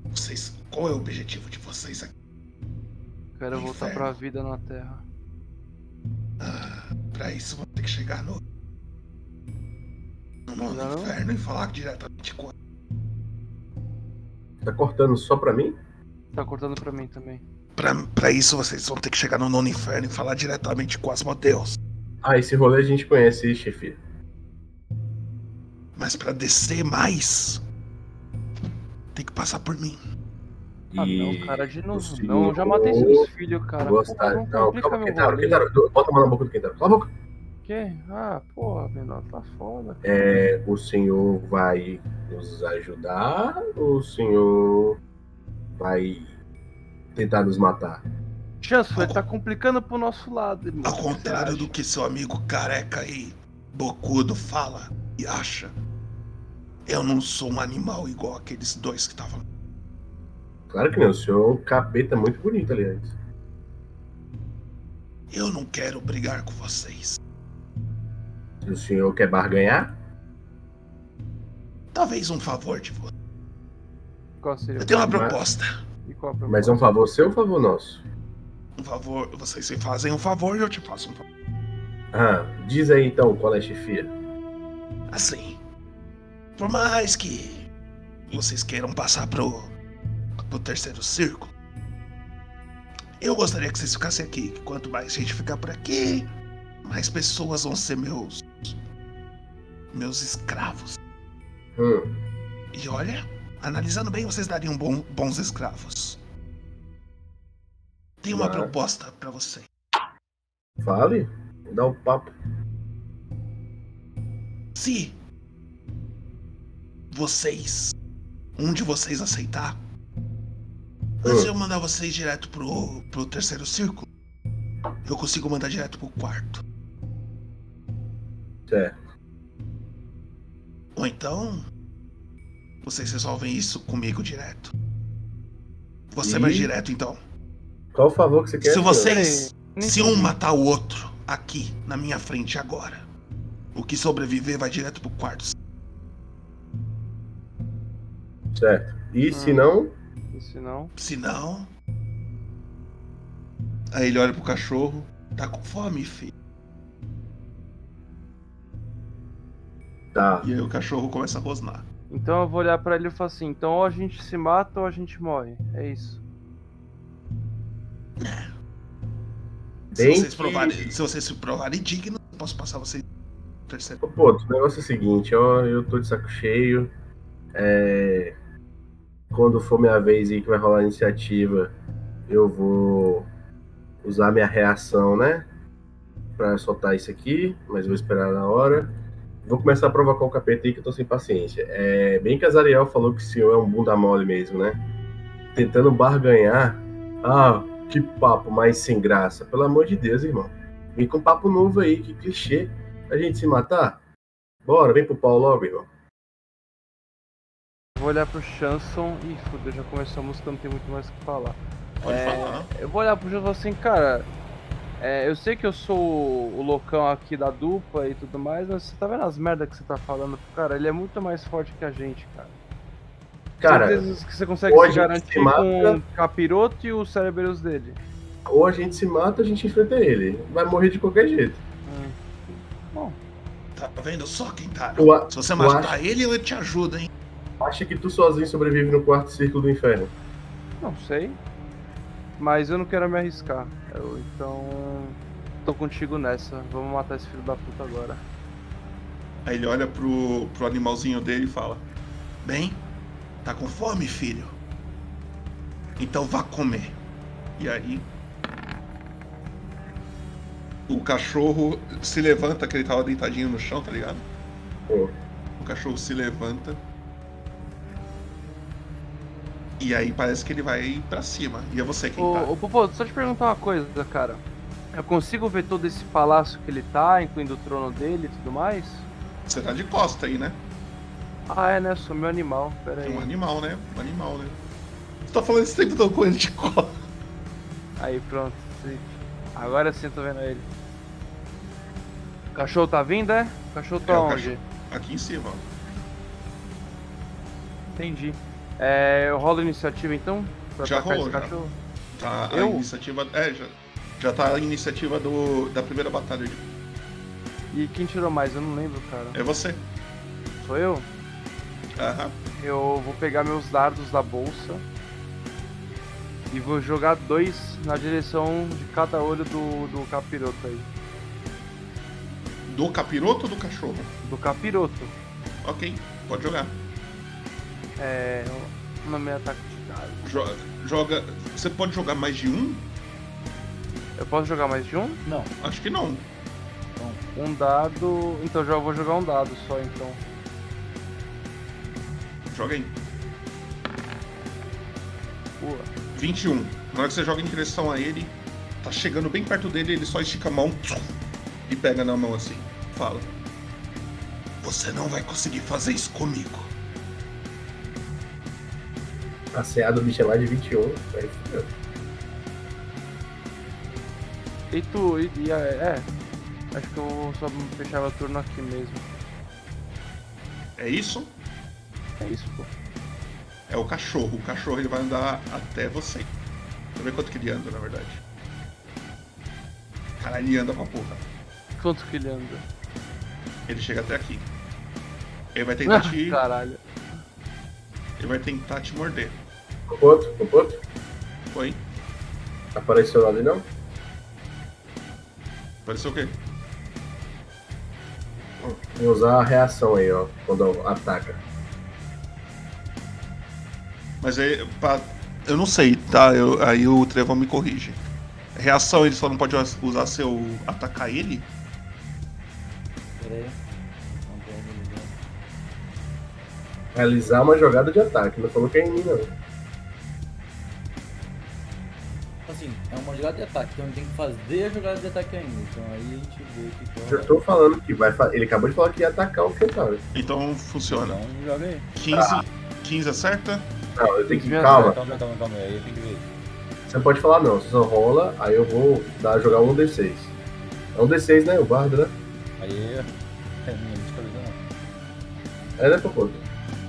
Vocês, qual é o objetivo de vocês aqui? Quero voltar Inferno. pra vida na Terra. Ah, Pra isso vão ter que chegar no. No mundo Não. inferno e falar diretamente com Tá cortando só pra mim? Tá cortando pra mim também. Pra, pra isso vocês vão ter que chegar no nono inferno e falar diretamente com Asmodeus. Ah, esse rolê a gente conhece, chefe. Mas pra descer mais, tem que passar por mim. Ah E não, cara, de o novo. senhor Não, eu já matei seus filhos, cara. Gostar. Porra, não Não, complica calma, meu Kentaro, rolê. Kentaro, bota a mão na boca do Kentaro. Cala a boca. Quê? Ah, porra, menor, tá foda. cara. É, o senhor vai nos ajudar ou o senhor vai tentar nos matar? Chanson, ele tá complicando pro nosso lado, irmão. Ao contrário do que seu amigo careca e bocudo fala e acha, eu não sou um animal igual aqueles dois que estavam. Claro que não, o senhor é um capeta muito bonito, aliás. Eu não quero brigar com vocês. Se o senhor quer barganhar, Talvez um favor de vocês. Qual seria Eu o tenho uma Mas- proposta. E qual a mas é um favor seu ou um favor nosso? Um favor, vocês me fazem um favor e eu te faço um favor. Ah, diz aí então qual é a chefia. Assim, por mais que vocês queiram passar pro, pro terceiro círculo, eu gostaria que vocês ficassem aqui. que Quanto mais gente ficar por aqui, mais pessoas vão ser meus. meus escravos. Hum, E olha, analisando bem, vocês dariam bom- bons escravos. Tem uma Ah. proposta pra vocês. fale, dá um papo. Se vocês, um de vocês aceitar, antes de eu mandar vocês direto pro, pro terceiro círculo, eu consigo mandar direto pro quarto. Certo. Ou então, vocês resolvem isso comigo direto. Você E? vai direto então. Qual o favor que você quer? Se senhor? vocês, Nem se um matar o outro aqui na minha frente agora, o que sobreviver vai direto pro quarto. Certo. E se Hum. não, Se não, Se não. Aí ele olha pro cachorro. Tá com fome, filho. tá. E aí o cachorro começa a rosnar. então eu vou olhar pra ele e falar assim: então ou a gente se mata ou a gente morre. É isso. Bem se vocês que- provarem, se vocês se provarem dignos, eu posso passar vocês pro terceiro. Ô, Pô, o negócio é o seguinte, ó, eu tô de saco cheio. É, Quando for minha vez aí que vai rolar a iniciativa, eu vou usar minha reação, né? Pra soltar isso aqui, mas vou esperar na hora. Vou começar a provocar o capeta aí que eu tô sem paciência. É, bem que a Zariel falou que o senhor é um bunda mole mesmo, né? Tentando barganhar. Ah, que papo mais sem graça. Pelo amor de Deus, irmão. Vem com papo novo aí, que clichê a gente se matar? Bora, vem pro pau logo, irmão. Vou olhar pro Chanson. Ih, fudeu, já começou a música, não tem muito mais o que falar. Pode É. falar. Eu vou olhar pro Chanson e falar assim: cara, é, eu sei que eu sou o o loucão aqui da dupla e tudo mais, mas você tá vendo as merdas que você tá falando? Cara, ele é muito mais forte que a gente, cara. Cara, Certeza que você consegue ou a se gente garantir se mata- com o capiroto e os cérebros dele. ou a gente se mata, ou a gente enfrenta ele. Vai morrer de qualquer jeito. Hum, Tá vendo só, Kentaro? Tu a- Se você eu matar ele, eu te ajudo, hein? acha que tu sozinho sobrevive no quarto círculo do inferno? Não sei. Mas eu não quero me arriscar. Eu, então. Tô contigo nessa. Vamos matar esse filho da puta agora. Aí ele olha pro, pro animalzinho dele e fala: Bem, tá com fome, filho? Então vá comer. E aí. O cachorro se levanta, que ele tava deitadinho no chão, tá ligado? Hum. O cachorro se levanta. E aí parece que ele vai pra cima. E é você quem tá. Ô, ô Popô, só te perguntar uma coisa, cara. Eu consigo ver todo esse palácio que ele tá, incluindo o trono dele e tudo mais? Você tá de costa aí, né? Ah, é, né? Sumiu o animal. Pera É aí. um animal, né? Um animal, né? Você tá falando esse tempo todo com ele de cola. Aí, pronto. Sim. Agora sim, tô vendo ele. O cachorro tá vindo, é? O cachorro tá É, o onde? cachorro. Aqui em cima, ó. Entendi. É, eu rolo a iniciativa então? Pra Já atacar rolou, esse já. cachorro? Tá a Eu? iniciativa. É, já, já tá a iniciativa do, da primeira batalha. E quem tirou mais? Eu não lembro, cara. É você. Sou eu? Aham. Eu vou pegar meus dardos da bolsa e vou jogar dois na direção de cada olho do, do capiroto aí. Do capiroto ou do cachorro? Do capiroto. Ok, pode jogar. É. O nome é ataque de dado. Joga. joga- Você pode jogar mais de um? Eu posso jogar mais de um? Não, Acho que não. Um dado. Então já vou jogar um dado só então. Joga aí. Boa. 21. Na hora que você joga em direção a ele, tá chegando bem perto dele, ele só estica a mão tsum, e pega na mão assim. Fala. Você não vai conseguir fazer isso comigo. A CA do bicho é mais de 21. Aí fudeu. E tu, e, e- é. Acho que eu só fechava turno aqui mesmo. É isso? É isso, pô. É o cachorro. O cachorro ele vai andar até você. Deixa eu ver quanto que ele anda, na verdade. Caralho, ele anda pra porra. Quanto que ele anda? Ele chega até aqui. Ele vai Ah, tentar te. Caralho. Ele vai tentar te morder. Ficou Quanto? Ficou Quanto? Foi? Apareceu nada aí, não? Pareceu o quê? Vou usar a reação aí, ó. Quando ataca. Mas aí. pra- Eu não sei, tá? Eu- aí o Trevor me corrige. Reação, ele só não pode us- usar seu. atacar ele? pera aí. Não tem ele ligado. Realizar uma jogada de ataque. Não falou que é em mim, não. Assim, é uma jogada de ataque, então ele tem que fazer a jogada de ataque ainda. Então aí a gente vê o que que Já rola. tô falando que vai. fa- Ele acabou de falar que ia atacar o Kentauro. Então funciona. Então joga aí. 15. 15 acerta? Não, eu tenho que. Minha Calma. Calma, calma, calma. Aí tem que ver. Você não pode falar não, você só rola, aí eu vou dar, jogar um D6. É um D6, né? O bardo, né? Aí. É, não é de cabeça não. É, né, Popoto?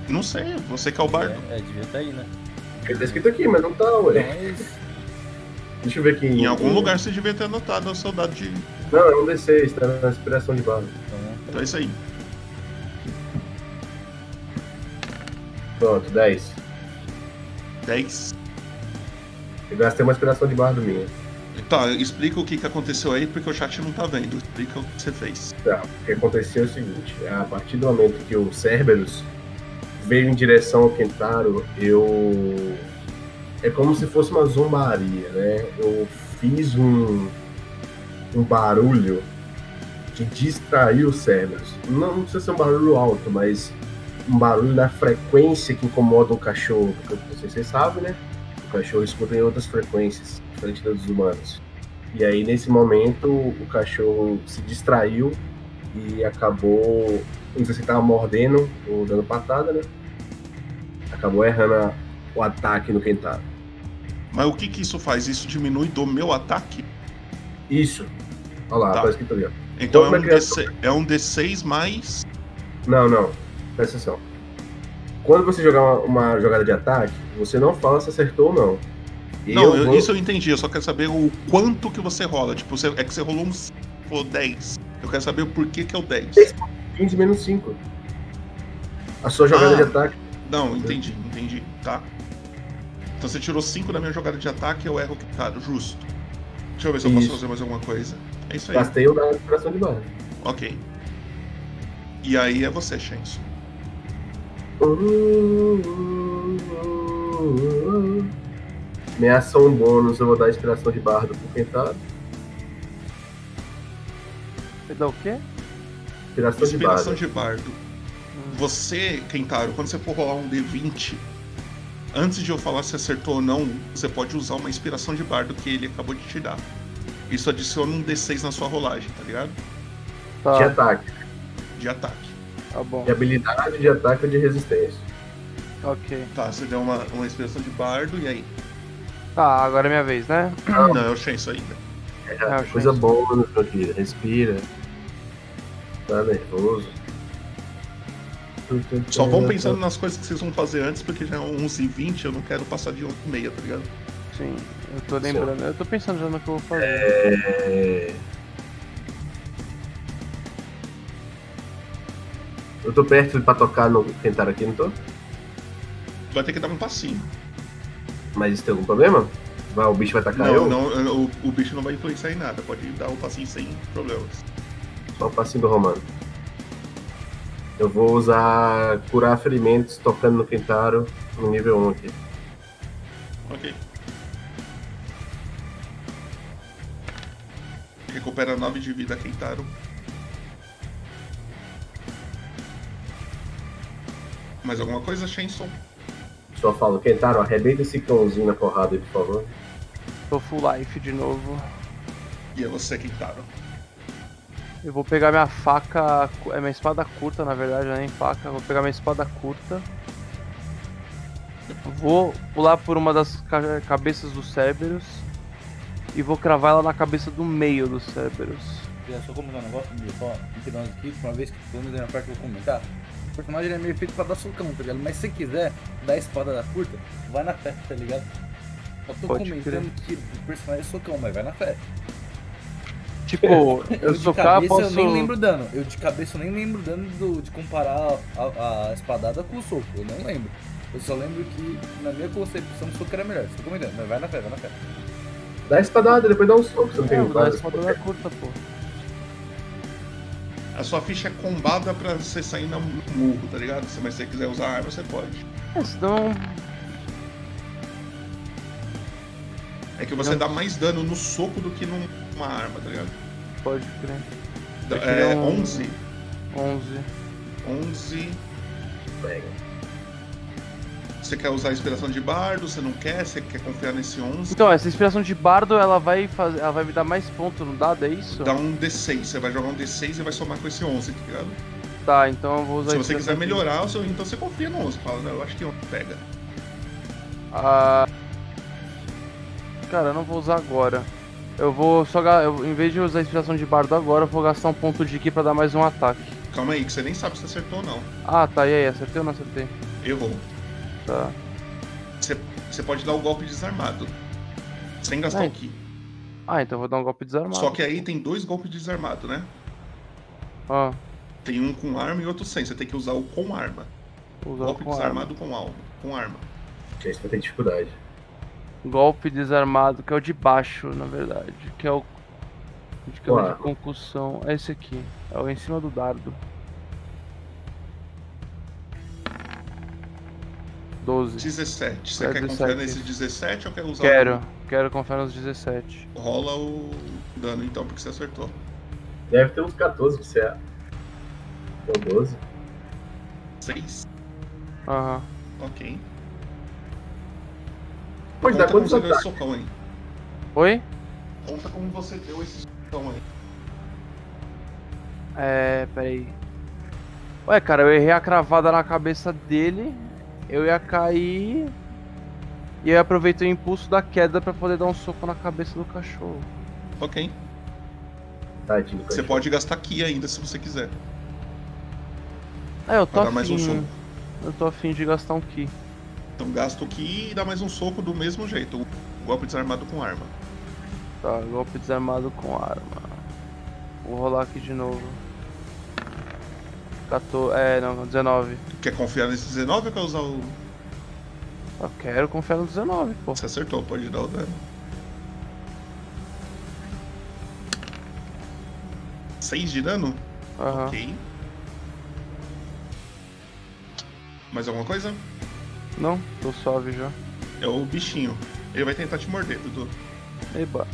Não sei, você que é o bardo. É, é, devia estar aí, né? Então, Ele tá escrito aqui, mas não tá, É. ué. Mas. Deixa eu ver aqui. Em algum lugar você devia ter anotado o seu dado de. Não, é um D6, tá na inspiração de bardo. Então, Então é isso aí. Pronto, 10. 10. Eu gastei uma inspiração de bardo minha. Tá, explica o que, que aconteceu aí, porque o chat não tá vendo. Explica o que você fez. Tá, o que aconteceu é o seguinte, a partir do momento que o Cerberus veio em direção ao Kentaro, eu... É como se fosse uma zombaria, né? Eu fiz um, um barulho que distraiu o Cerberus. Não, não precisa ser um barulho alto, mas um barulho da frequência que incomoda o cachorro. Porque não sei se vocês sabem, né? O cachorro escuta em outras frequências, diferente das dos humanos. E aí, nesse momento, o cachorro se distraiu e acabou. Não sei se tava mordendo ou dando patada, né? Acabou errando a- o ataque no Kentaro. Mas o que que isso faz? Isso diminui do meu ataque? Isso. Olha lá, Tá. tá escrito ali, ó. Então é Como um, é que é isso? D6, é um D6 mais. Não, não. Presta atenção. Quando você jogar uma, uma jogada de ataque, você não fala se acertou ou não. não, eu- vou- isso eu entendi. Eu só quero saber o quanto que você rola. Tipo, você- é que você rolou um c- ou 10. Eu quero saber o porquê que é o 10. 15 menos 5. A sua jogada Ah. de ataque. Não, entendi, entendi. Tá. Então você tirou 5 da minha jogada de ataque, eu erro o que tá. Justo. Deixa eu ver se eu posso Isso. Tá. fazer mais alguma coisa. É isso aí. Gastei o da inspiração de barra. Ok. E aí é você, Shenso. Minha ação bônus, eu vou dar inspiração de bardo pro Kentaro. Ele dá o quê? Inspiração, Inspiração de bardo. de bardo. Você, Kentaro, quando você for rolar um D20, antes de eu falar se acertou ou não, você pode usar uma inspiração de bardo que ele acabou de te dar. Isso adiciona um D6 na sua rolagem, tá ligado? De Tá. ataque. De ataque. Tá bom. de habilidade, de ataque ou de resistência. Ok. Tá, você deu uma, uma inspiração de bardo, e aí? Tá, agora é minha vez, né? Não, eu achei isso ainda. É, eu coisa sei. boa, meu filho. Respira. Tá nervoso. Só vão pensando nas coisas que vocês vão fazer antes, porque já é 11h20, eu não quero passar de 11h30, tá ligado? Sim, eu tô é lembrando. Eu tô pensando já no que eu vou fazer. É... Eu tô perto pra tocar no tentar aqui, não tô? Vai ter que dar um passinho. Mas tem algum problema? Vai, o bicho vai atacar Não, Ah, eu? não, o, o bicho não vai influenciar em nada, pode dar um passinho sem problemas. Só o passinho do Romano. Eu vou usar curar ferimentos tocando no Quintaro no nível 1 aqui. Ok. Recupera 9 de vida, Keitaro. Mais alguma coisa, Shenson? Só falo, Quintaro, arrebenta esse cãozinho na porrada aí, por favor. Tô full life de novo. E é você, Keitaro. Eu vou pegar minha faca. cu- É minha espada curta, na verdade, não é nem faca. Eu vou pegar minha espada curta. Vou pular por uma das ca- cabeças do Cerberus. E vou cravar ela na cabeça do meio do Cerberus. Queria só comentar um negócio, meu, só entre nós aqui, uma vez que pelo menos é uma parte que eu vou comentar. O personagem ele é meio feito pra dar socão, tá ligado? Mas se você quiser dar a espada da curta, vai na fé, tá ligado? Só tô Pode comentando que o personagem é socão, mas vai na fé. Tipo, eu de socar, cabeça posso. eu nem lembro o dano. Eu de cabeça eu nem lembro o dano do- de comparar a, a- a espadada com o soco. Eu não lembro. Eu só lembro que, na minha concepção, o soco era melhor. Só tô comentando, mas vai na fé, vai na fé. Dá a espadada, depois dá um soco, você não É, eu tem vou dar a vários. espada da curta, pô. A sua ficha é combada pra você sair na murro, tá ligado? Se- Mas se você quiser usar arma, você pode. É, senão É que você dá mais dano no soco do que num- numa arma, tá ligado? pode crer. Eu queria É, um- 11. 11. 11. Pega. Você quer usar a inspiração de bardo? Você não quer? Você quer confiar nesse 11? Então, essa inspiração de bardo, ela vai fazer, ela vai me dar mais ponto no dado, é isso? Dá um D6. Você vai jogar um D6 e vai somar com esse 11, tá ligado? Tá, então eu vou usar Se a você quiser inspiração de- melhorar, o seu- então você confia no 11. Fala, não, eu acho que 11 pega. Ah, cara, eu não vou usar agora. Eu vou só ga- eu, em vez de usar a inspiração de bardo agora, eu vou gastar um ponto de ki pra dar mais um ataque. Calma aí, que você nem sabe se acertou ou não. Ah, tá, e aí, acertei ou não acertei? Errou. Tá. Você, você pode dar o golpe desarmado. Sem gastar Ai, o ki. Ah, então eu vou dar um golpe desarmado. Só que é aí tem dois golpes desarmados, né? Ah, Tem um com arma e outro sem. Você tem que usar o com arma. vou usar Golpe com arma. desarmado com alma. Com arma. Gente, vai ter dificuldade. Golpe desarmado, que é o de baixo, na verdade. Que é o. De que é o Ué. de concussão. É esse aqui. É o em cima do dardo. 12. 17. Você É quer 17. confiar nesse 17 ou quer usar Quero, quero confiar nos 17. o- Rola o dano então, porque você acertou. Deve ter uns 14 que você é. Ou 12. 6. Aham. Ok. Pois dá Conta como quantos você deu esse ataques? socão aí. Oi? Conta como você deu esse socão aí. É, peraí. Ué, cara, eu errei a cravada na cabeça dele. Eu ia cair. E eu aproveitei o impulso da queda pra poder dar um soco na cabeça do cachorro. Ok. Tadinho, Você cachorro. pode gastar Ki ainda se você quiser. É, eu tô Vai dar mais um afim. soco. eu tô afim de gastar um ki. Então gasta o Ki e dá mais um soco do mesmo jeito. O golpe desarmado com arma. Tá, golpe desarmado com arma. Vou rolar aqui de novo. 14. É, não, 19. Quer confiar nesse 19 ou quer usar o. Eu quero confiar no 19, pô. Você acertou, pode dar o dano. 6 de dano? Aham. Ok. Mais alguma coisa? Não, tô suave já. É o bichinho. Ele vai tentar te morder, Dudu. Eba.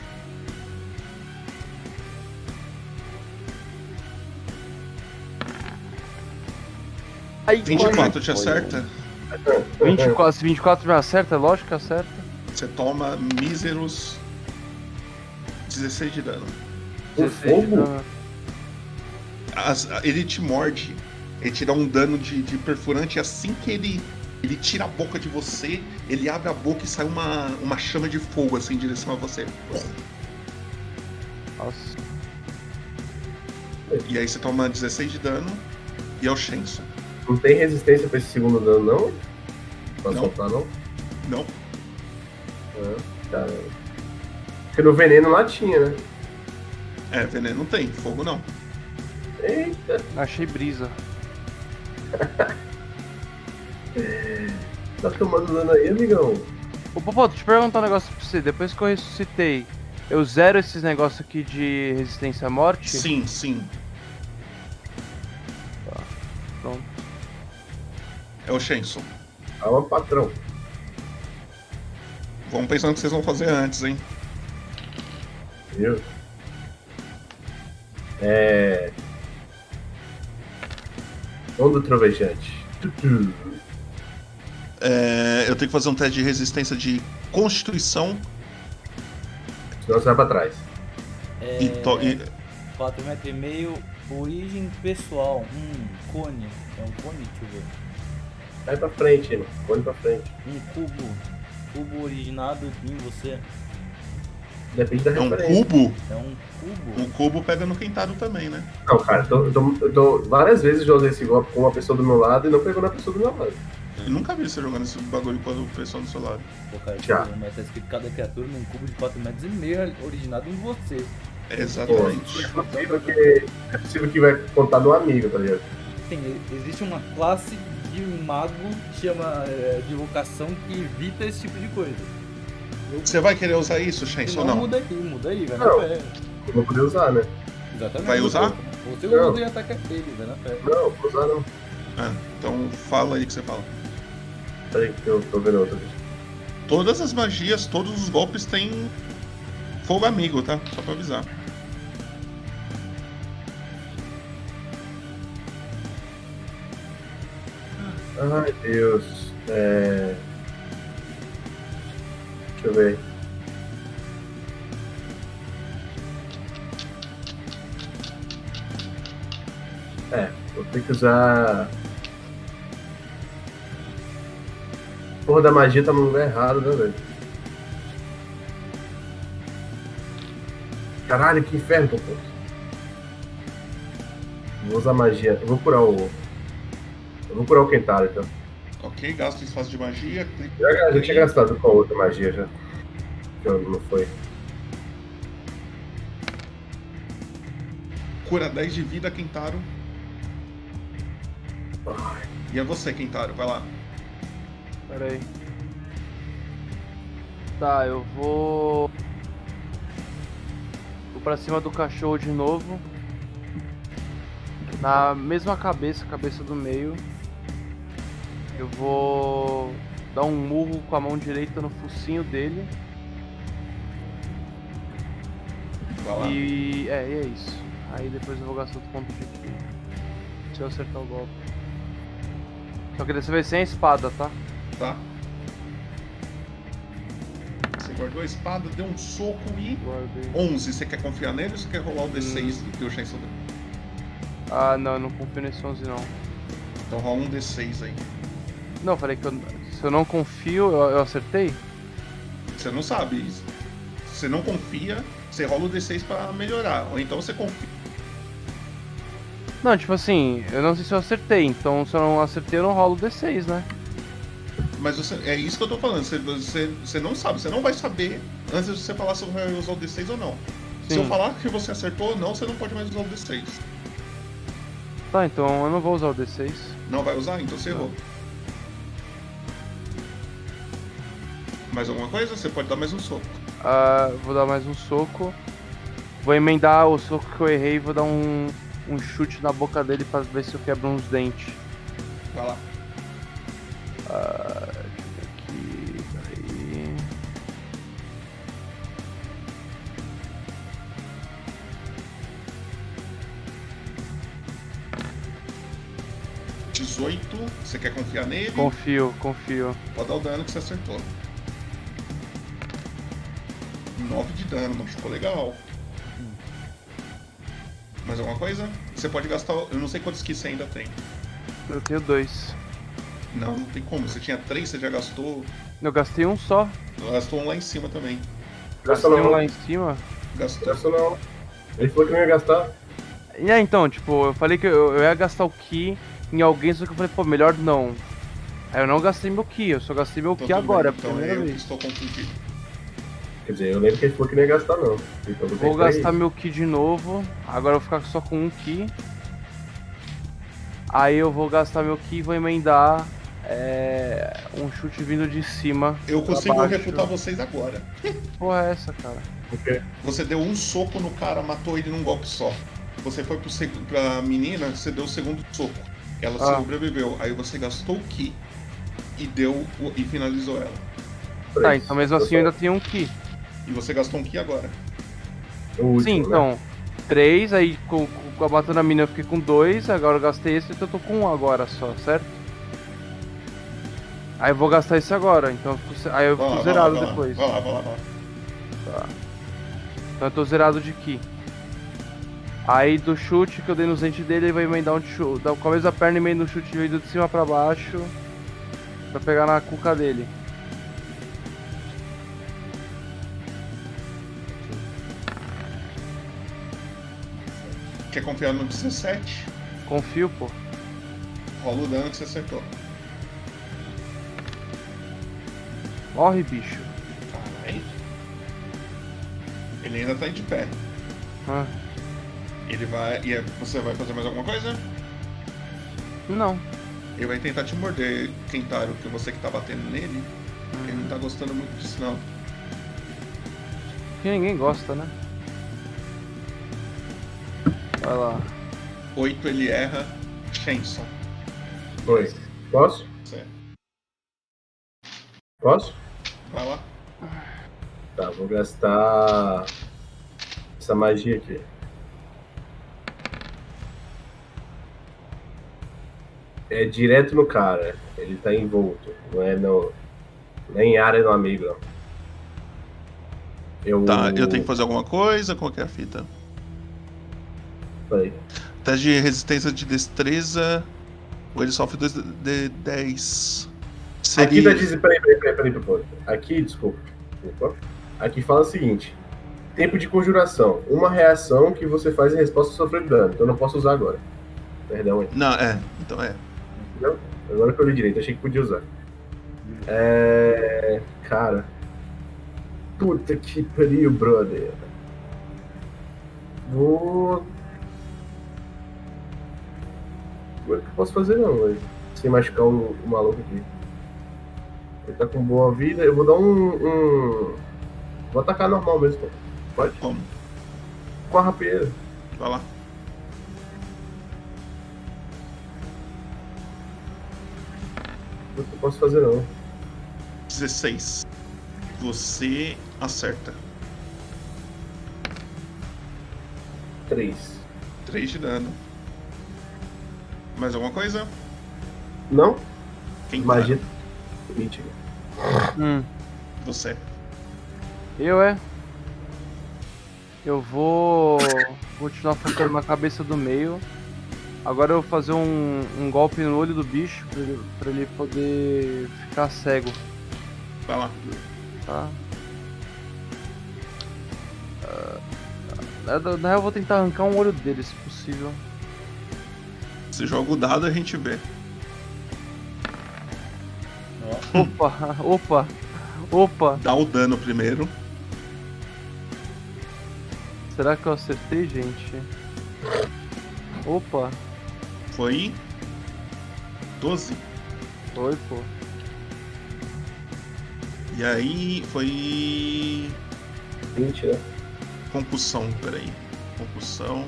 Ai, 24 né? te acerta? 24, se 24 me acerta, é lógico que acerta. Você toma míseros 16 de dano. O 16 de fogo? dano. As- a- ele te morde. retirar um dano de, de perfurante. E assim que ele, ele tira a boca de você, ele abre a boca e sai uma, uma chama de fogo assim em direção a você. Nossa. E aí você toma 16 de dano e é o Shenson. Não tem resistência pra esse segundo dano, não? Pra Não. soltar, não? Não, Ah, caramba. Porque no veneno lá tinha, né? é, veneno não tem, fogo não. Eita. Achei brisa. Tá tomando dano aí, amigão? Ô, Popô, deixa eu perguntar um negócio pra você. Depois que eu ressuscitei, eu zero esses negócios aqui de resistência à morte? Sim, sim. Então, É o Shenson. Calma, Tá patrão. Vamos pensando o que vocês vão fazer antes, hein? Viu? É. Onda trovejante. Tutu. É, eu tenho que fazer um teste de resistência de constituição Senão você vai pra trás. É, e, to- e- 4 metros e meio, origem pessoal. Hum, cone. É um cone, deixa eu ver. Vai pra frente, irmão. Olha pra frente. Um cubo. Cubo originado em você. Depende da é um referência. cubo. É um cubo. O cubo pega no Kentaro também, né? Não, cara, eu tô, eu tô- eu tô- várias vezes eu já usei esse golpe com uma pessoa do meu lado e não pegou na pessoa do meu lado. Eu nunca vi você jogando esse bagulho com o pessoal do seu lado. Pô, cara, Já. cubo, mas tá escrito cada criatura num cubo de 4 metros e meio é originado em você. Exatamente. É possível que, é possível que vai contar do amigo, tá ligado? Tem, existe uma classe de um mago que chama é, de vocação que evita esse tipo de coisa. Você vai querer usar isso, Se Shenson? não, Não. muda aqui, muda aí, vai Não. na fé. Eu vou poder usar, né? Exatamente. Vai usar? Você Não. usa e ataca ele, vai na fé. Não, vou usar não. Ah, então fala aí o que você fala. Peraí que eu tô vendo outra. Todas as magias, todos os golpes têm fogo amigo, tá? Só pra avisar. Ai, Deus. É... Deixa eu ver. É, vou ter que usar. Porra da magia tá no lugar errado, né, velho? Caralho, que inferno, pô. Vou usar magia. Eu vou curar o. Eu vou curar o Kentaro, então. Ok, gasta o espaço de magia. clica- Já, já tinha gastado com a outra magia já. Não, não foi. Cura 10 de vida, Kentaro. E é você, Kentaro, vai lá. pera aí. Tá, eu vou. Vou pra cima do cachorro de novo. Na mesma cabeça, cabeça do meio. Eu vou dar um murro com a mão direita no focinho dele. Vai Tá lá. E é, e é isso. Aí depois eu vou gastar outro ponto de vida. Se eu acertar o golpe. Só que dessa vez sem a espada, tá? Tá. Você guardou a espada, deu um soco e. Guardei. 11. Você quer confiar nele ou você quer rolar o D6 do que o Shenson deu? Ah, não, eu não confio nesse 11 não. Então rola um D6 aí. Não, falei que eu, se eu não confio, eu, eu acertei? Você não sabe isso. Se Você não confia, você rola o D6 pra melhorar. Ou então você confia. Não, tipo assim, eu não sei se eu acertei, então se eu não acertei, eu não rolo o D6, né? Mas você- é isso que eu tô falando. Você, você, você não sabe. Você não vai saber antes de você falar se vai usar o D6 ou não. Se Sim. eu falar que você acertou ou não, você não pode mais usar o D6. Tá, então eu não vou usar o D6. Não vai usar? Então você errou. Mais alguma coisa? Você pode dar mais um soco. Ah, vou dar mais um soco. Vou emendar o soco que eu errei e vou dar um, um chute na boca dele pra ver se eu quebro uns dentes. Vai lá. Aqui, peraí. Hum. 18, você quer confiar nele? Confio, confio. Pode dar o dano que você acertou. 9 de dano, machucou legal. Mais alguma coisa? Você pode gastar. Eu não sei quantos que você ainda tem. Eu tenho dois. Não, não tem como. Você tinha três, você já gastou. Eu gastei um só. Gastou um lá em cima também. Gasta Gastei não, um lá em cima. Gastou. gasta não. Ele falou que não ia gastar. E aí, então, tipo, eu falei que eu, eu ia gastar o Ki em alguém, só que eu falei, pô, melhor não. Aí eu não gastei meu Ki, eu só gastei meu Então, Ki tudo agora, bem. pela Então primeira eu que vez. estou confundido. Quer dizer, eu lembro que ele falou que não ia gastar, não. Então não tem Vou pra ir. gastar meu Ki de novo, agora eu vou ficar só com um Ki. Aí eu vou gastar meu Ki e vou emendar é, um chute vindo de cima. Eu pra consigo baixo. refutar vocês agora. Porra, é essa, cara? Porque Você deu um soco no cara, matou ele num golpe só. Você foi pro seg... pra menina, você deu o segundo soco. Ela Ah. sobreviveu. Aí você gastou o Ki e deu o- e finalizou ela. Tá, então mesmo Eu assim só- eu ainda tenho um Ki. E você gastou um Ki agora. o último, Sim, né? então. Três, aí com, com, batendo a mina eu fiquei com dois, agora eu gastei esse, então eu tô com um agora só, certo? Aí eu vou gastar esse agora, então eu fico, ze- aí eu Vai fico lá, vai lá, zerado vai lá. depois. Vai lá, vai lá, vai lá. Então eu tô zerado de Ki. Aí do chute que eu dei no dente dele, ele vai emendar um chute. Com a mesma perna emenda um chute vindo de cima pra baixo. Pra pegar na cuca dele. Quer confiar no 17? Confio, pô. Rola o dano que você acertou. Morre, bicho. Caralho. Ele ainda tá aí de pé. Hã? Ele vai. E é- você vai fazer mais alguma coisa? Não. Ele vai tentar te morder, Kentaro, que você que tá batendo nele. Ele não tá gostando muito disso, não. Que ninguém gosta, né? Vai lá. 8 ele erra. Shenson. então. Oi. Posso? Você- Posso? Vai lá. Tá, vou gastar essa magia aqui. É direto no cara. Ele tá envolto. Não é no. Nem área no amigo, não. Eu. Tá, eu tenho que fazer alguma coisa? Qual que é a fita? Peraí. Teste de resistência de destreza. Ou ele sofre 2 de 10. Aqui tá Seria. dizendo. Peraí, peraí, peraí, peraí, peraí, peraí. Aqui, desculpa. Opa. Aqui fala o seguinte: Tempo de conjuração. Uma reação que você faz em resposta a sofrer dano. Então eu não posso usar agora. Perdão aí. Não, é. Então é. Agora que eu li direito, achei que podia usar. É. Cara. Puta que pariu, brother. Vou. Agora que eu posso fazer não, velho. Sem machucar o, o maluco aqui. Ele tá com boa vida. Eu vou dar um. um... Vou atacar normal mesmo, pô. Pode? Como? Com a rapieira. Vai lá. O que eu posso fazer não. 16. Você acerta. 3. 3 de dano. Mais alguma coisa? Não? né? Quem tá? Magia. Mentira. Hum. Você. Eu é. Eu vou continuar focando na cabeça do meio. Agora eu vou fazer um, um golpe no olho do bicho pra ele, pra ele poder ficar cego, Vai lá. tá? Ah, na- na na real eu vou tentar arrancar um olho dele, se possível. Você joga o dado a gente vê. Opa, opa, opa. Dá o dano primeiro. Será que eu acertei, gente? Opa, Foi 12. foi, pô. E aí foi 20, né? concussão, peraí. Concussão.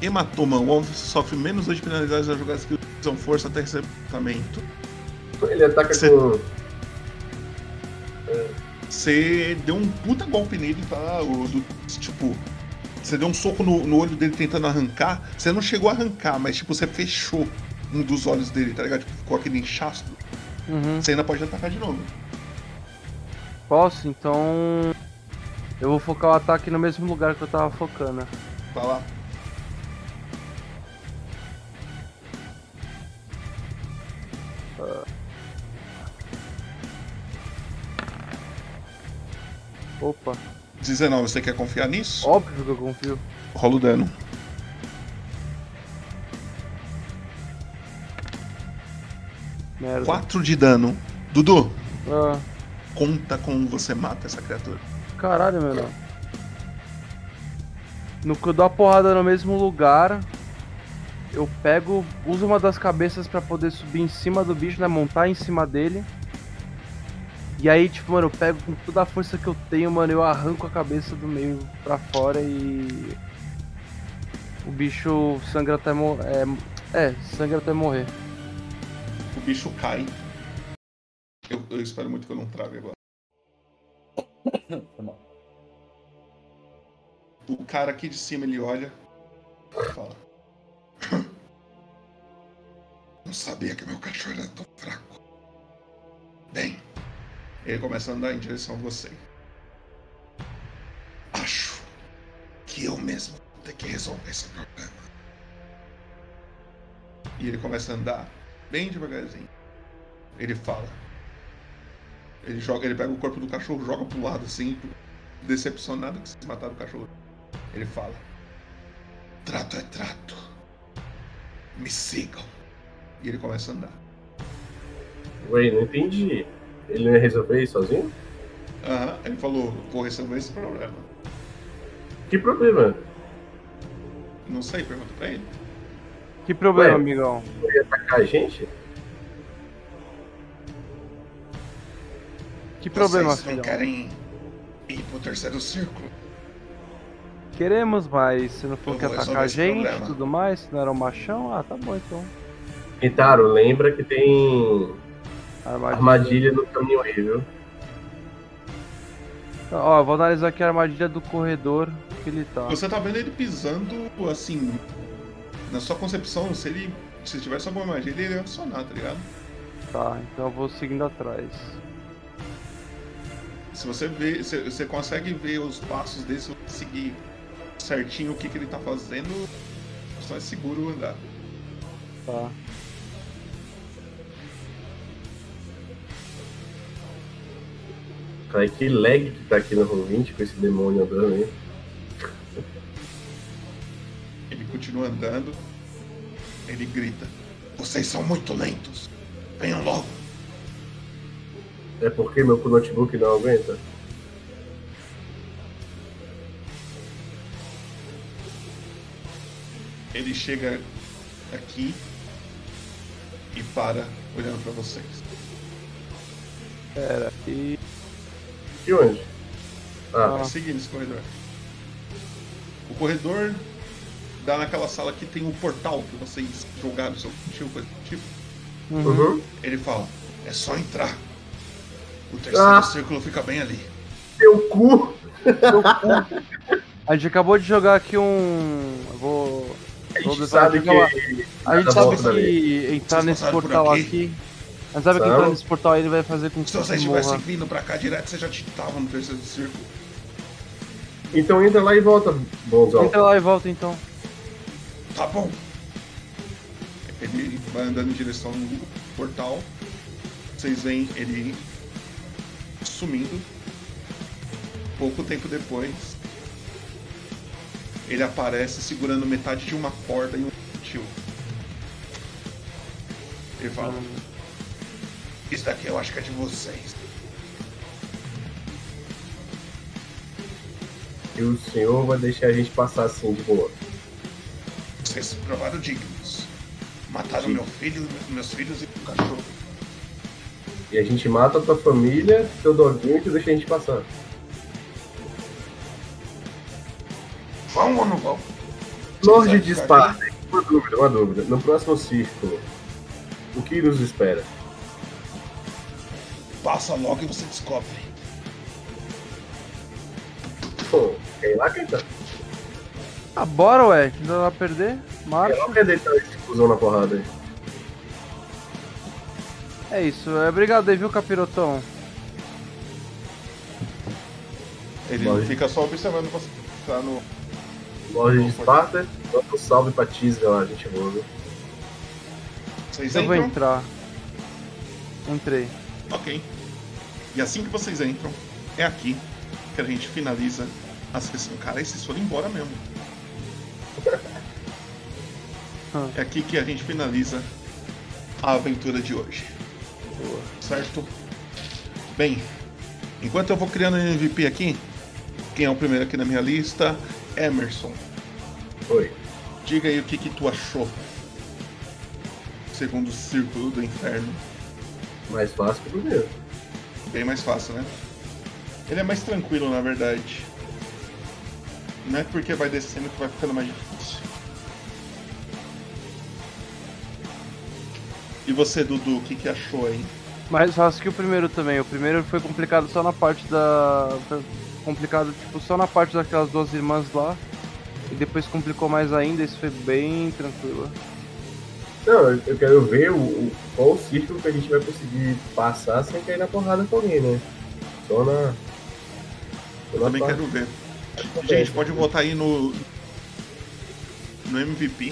Hematoma. O alvo sofre menos 2 de penalidades ao jogar skills que são força até receber tratamento. Ele ataca Cê- com. Você deu um puta golpe nele, tá? O do- tipo, você deu um soco no, no olho dele tentando arrancar. Você não chegou a arrancar, mas tipo, você fechou um dos olhos dele, tá ligado? Tipo, ficou aquele inchaço. Uhum. Você ainda pode atacar de novo. Posso, então. Eu vou focar o ataque no mesmo lugar que eu tava focando. Tá lá. Opa, 19, você quer confiar nisso? óbvio que eu confio. Rola o dano. Merda. 4 de dano. Dudu, Ah, conta como você mata essa criatura. caralho, meu não. No que eu dou a porrada no mesmo lugar, eu pego, uso uma das cabeças pra poder subir em cima do bicho, né? Montar em cima dele. E aí, tipo, mano, eu pego com toda a força que eu tenho, mano, eu arranco a cabeça do meio pra fora e. O bicho sangra até morrer. É, é, sangra até morrer. O bicho cai. Eu, eu espero muito que eu não trave agora. Foi mal. O cara aqui de cima ele olha. e Fala. Não sabia que meu cachorro era tão fraco. Bem. Ele começa a andar em direção a você. Acho que eu mesmo vou ter que resolver esse problema. E ele começa a andar bem devagarzinho. Ele fala. Ele joga, ele pega o corpo do cachorro, joga pro lado assim, decepcionado que vocês mataram o cachorro. Ele fala: Trato é trato. Me sigam. E ele começa a andar. Ué, não entendi. Ele não ia resolver isso sozinho? Aham, ele falou: Vou resolver esse problema. Que problema? Não sei, pergunta pra ele. Que problema, Ué. amigão? Ele ia atacar a gente? Que problema, Vocês não filhão? querem ir pro terceiro círculo? Queremos, mas você não falou Eu que ia vou atacar a resolver esse gente e problema. tudo mais, você não era um machão? Ah, tá bom então. Kentaro, lembra que tem Armadilha. armadilha no caminho aí, viu? Então, Ó, eu vou analisar aqui a armadilha do corredor que ele tá. Você tá vendo ele pisando, assim. Na sua concepção, se ele. Se tivesse alguma magia, ele ia funcionar, tá ligado? Tá, então eu vou seguindo atrás. Se você vê, se- você consegue ver os passos dele, se você seguir certinho o que, que ele tá fazendo, só é seguro andar. Tá. Cara, que lag que tá aqui no Roll20 com esse demônio andando aí. Ele continua andando. Ele grita: Vocês são muito lentos. Venham logo. É porque meu notebook não aguenta? Ele chega aqui e para olhando pra vocês. Pera, e. De onde? Ah, Vai seguindo esse corredor. O corredor dá naquela sala que tem um portal que vocês jogaram seu tio, coisa do tipo. Uhum. uhum. Ele fala: É só entrar. O terceiro Ah. círculo fica bem ali. Teu cu! A gente acabou de jogar aqui um. Eu vou. A vou gente tentar sabe que. jogar- A gente Tá sabe bom, que entrar Vocês nesse passaram por portal aqui? aqui. A gente sabe que entrar Não. nesse portal aí ele vai fazer com que Se vocês você tivessem morra. vindo pra cá direto, vocês já estavam no terceiro círculo. Então entra lá e volta, bonzão. Entra lá e volta então. Tá bom. Ele vai andando em direção ao portal. Vocês veem ele sumindo. Pouco tempo depois, ele aparece segurando metade de uma corda e um tio. Ele fala: Isso daqui eu acho que é de vocês. E o senhor vai deixar a gente passar assim de boa. Vocês se provaram dignos. Mataram meu filho, meus filhos e o cachorro. E a gente mata a tua família, teu doguinho e tu deixa a gente passar. Vão ou não vão? Lorde Vocês de acham que Esparta, uma dúvida, uma dúvida. No próximo círculo, o que nos espera? Passa logo e você descobre. Pô, sei lá quem tá. Ah, bora, ué. que Ainda vai perder? Sei Marcha. lá quem deitar esse cuzão na porrada aí. É isso. É, obrigado aí, viu, capirotão? Ele Lógico. fica só observando você tá no. Loja de Esparta. Manda um salve pra Tisga lá, gente boa. viu? Vocês Eu vou entram? entrar. Entrei. Ok. E assim que vocês entram, é aqui que a gente finaliza a sessão. Cara, esses foram embora mesmo. Ah. é aqui que a gente finaliza a aventura de hoje. Certo? Bem, enquanto eu vou criando o MVP aqui, quem é o primeiro aqui na minha lista? Emerson. Oi. Diga aí o que, que tu achou. Segundo o Círculo do Inferno. Mais fácil que o primeiro. Bem mais fácil, né? Ele é mais tranquilo, na verdade. Não é porque vai descendo que vai ficando mais difícil. E você, Dudu, o que, que achou aí? Mais fácil que o primeiro também. O primeiro foi complicado só na parte da. foi Complicado, tipo, só na parte daquelas duas irmãs lá. E depois complicou mais ainda, isso foi bem tranquilo. Não, eu- eu quero ver o, o- qual o círculo que a gente vai conseguir passar sem cair na porrada com alguém, né? Só na. só Eu na também parte quero ver. que acontece, Gente, pode né? votar aí no. No MVP.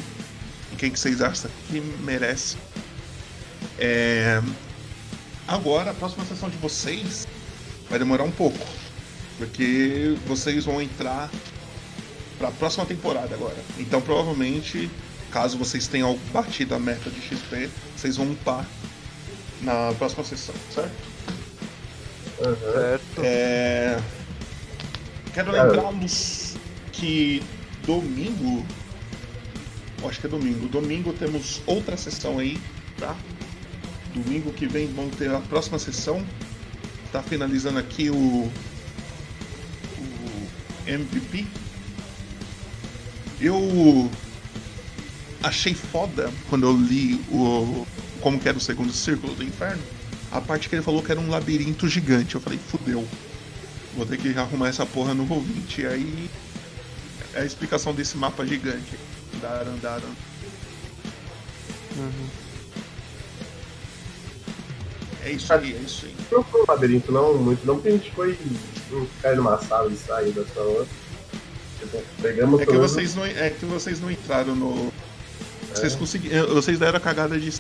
Em quem que vocês acham que merece. É, Agora, a próxima sessão de vocês vai demorar um pouco. Porque vocês vão entrar para a próxima temporada agora. Então, provavelmente, caso vocês tenham batido a meta de XP, vocês vão upar na próxima sessão, certo? Aham. Certo? É... Quero Cara. lembrá-los que domingo. eu Acho que é domingo. Domingo temos outra sessão aí, tá? Domingo que vem vão ter a próxima sessão. Tá finalizando aqui o. o MVP. Eu achei foda quando eu li o. como que era o segundo círculo do inferno. A parte que ele falou que era um labirinto gigante. Eu falei, fudeu. Vou ter que arrumar essa porra no Roll20. E aí. É a explicação desse mapa gigante. Daran, daran. Uhum. É isso aí, é isso aí. Não foi um labirinto, não, muito não, porque a gente foi não, cair numa sala e sair da sala. Tipo, pegamos É que pelo menos- vocês não, é que vocês não entraram no. É. Vocês conseguiram. Vocês deram a cagada de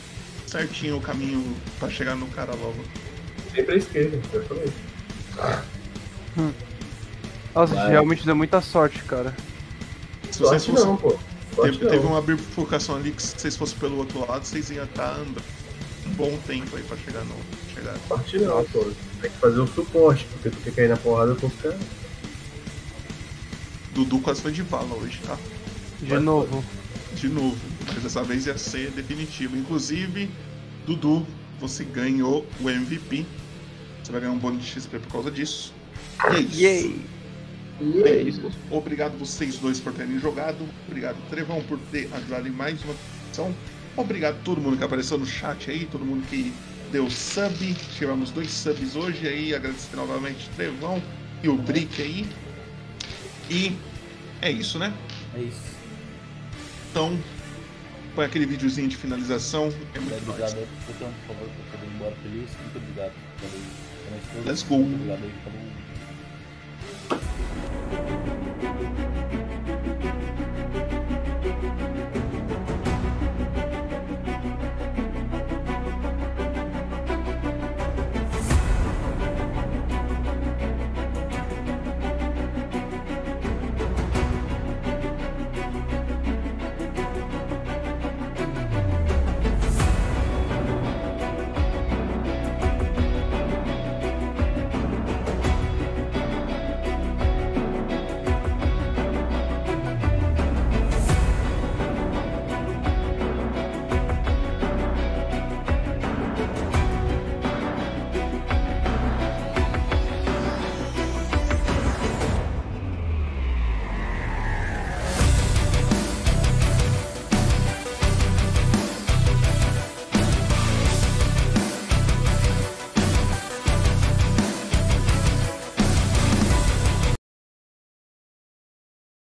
certinho o caminho pra chegar no cara logo. sempre à esquerda, já falei. Nossa, Vai. realmente deu muita sorte, cara. Se vocês Sorte fossem. não, pô. Sorte Teve, teve não. uma bifurcação ali que se vocês fossem pelo outro lado, vocês iam estar andando um bom tempo aí pra chegar no. Chegar. Sorte não, pô. Tem que fazer o suporte, porque tu quer cair na porrada com os caras. Dudu quase foi de vala hoje, tá? De Vai, novo. de novo, mas dessa vez ia ser definitivo. Inclusive, Dudu, você ganhou o MVP. Você vai ganhar um bônus de XP por causa disso. E é isso. Yay! É isso. Obrigado vocês dois por terem jogado. Obrigado, Trevão, por ter ajudado em mais uma sessão. Obrigado a todo mundo que apareceu no chat aí, todo mundo que deu sub. Tivemos dois subs hoje aí. Agradecer novamente Trevão e o Brick aí. E é isso, né? É isso. Então, põe aquele videozinho de finalização. É muito Obrigado nóis. aí, botão, por favor, por poder ir embora feliz. Muito obrigado. Valeu. Boa noite a todos. Let's go. Muito obrigado aí. Falou.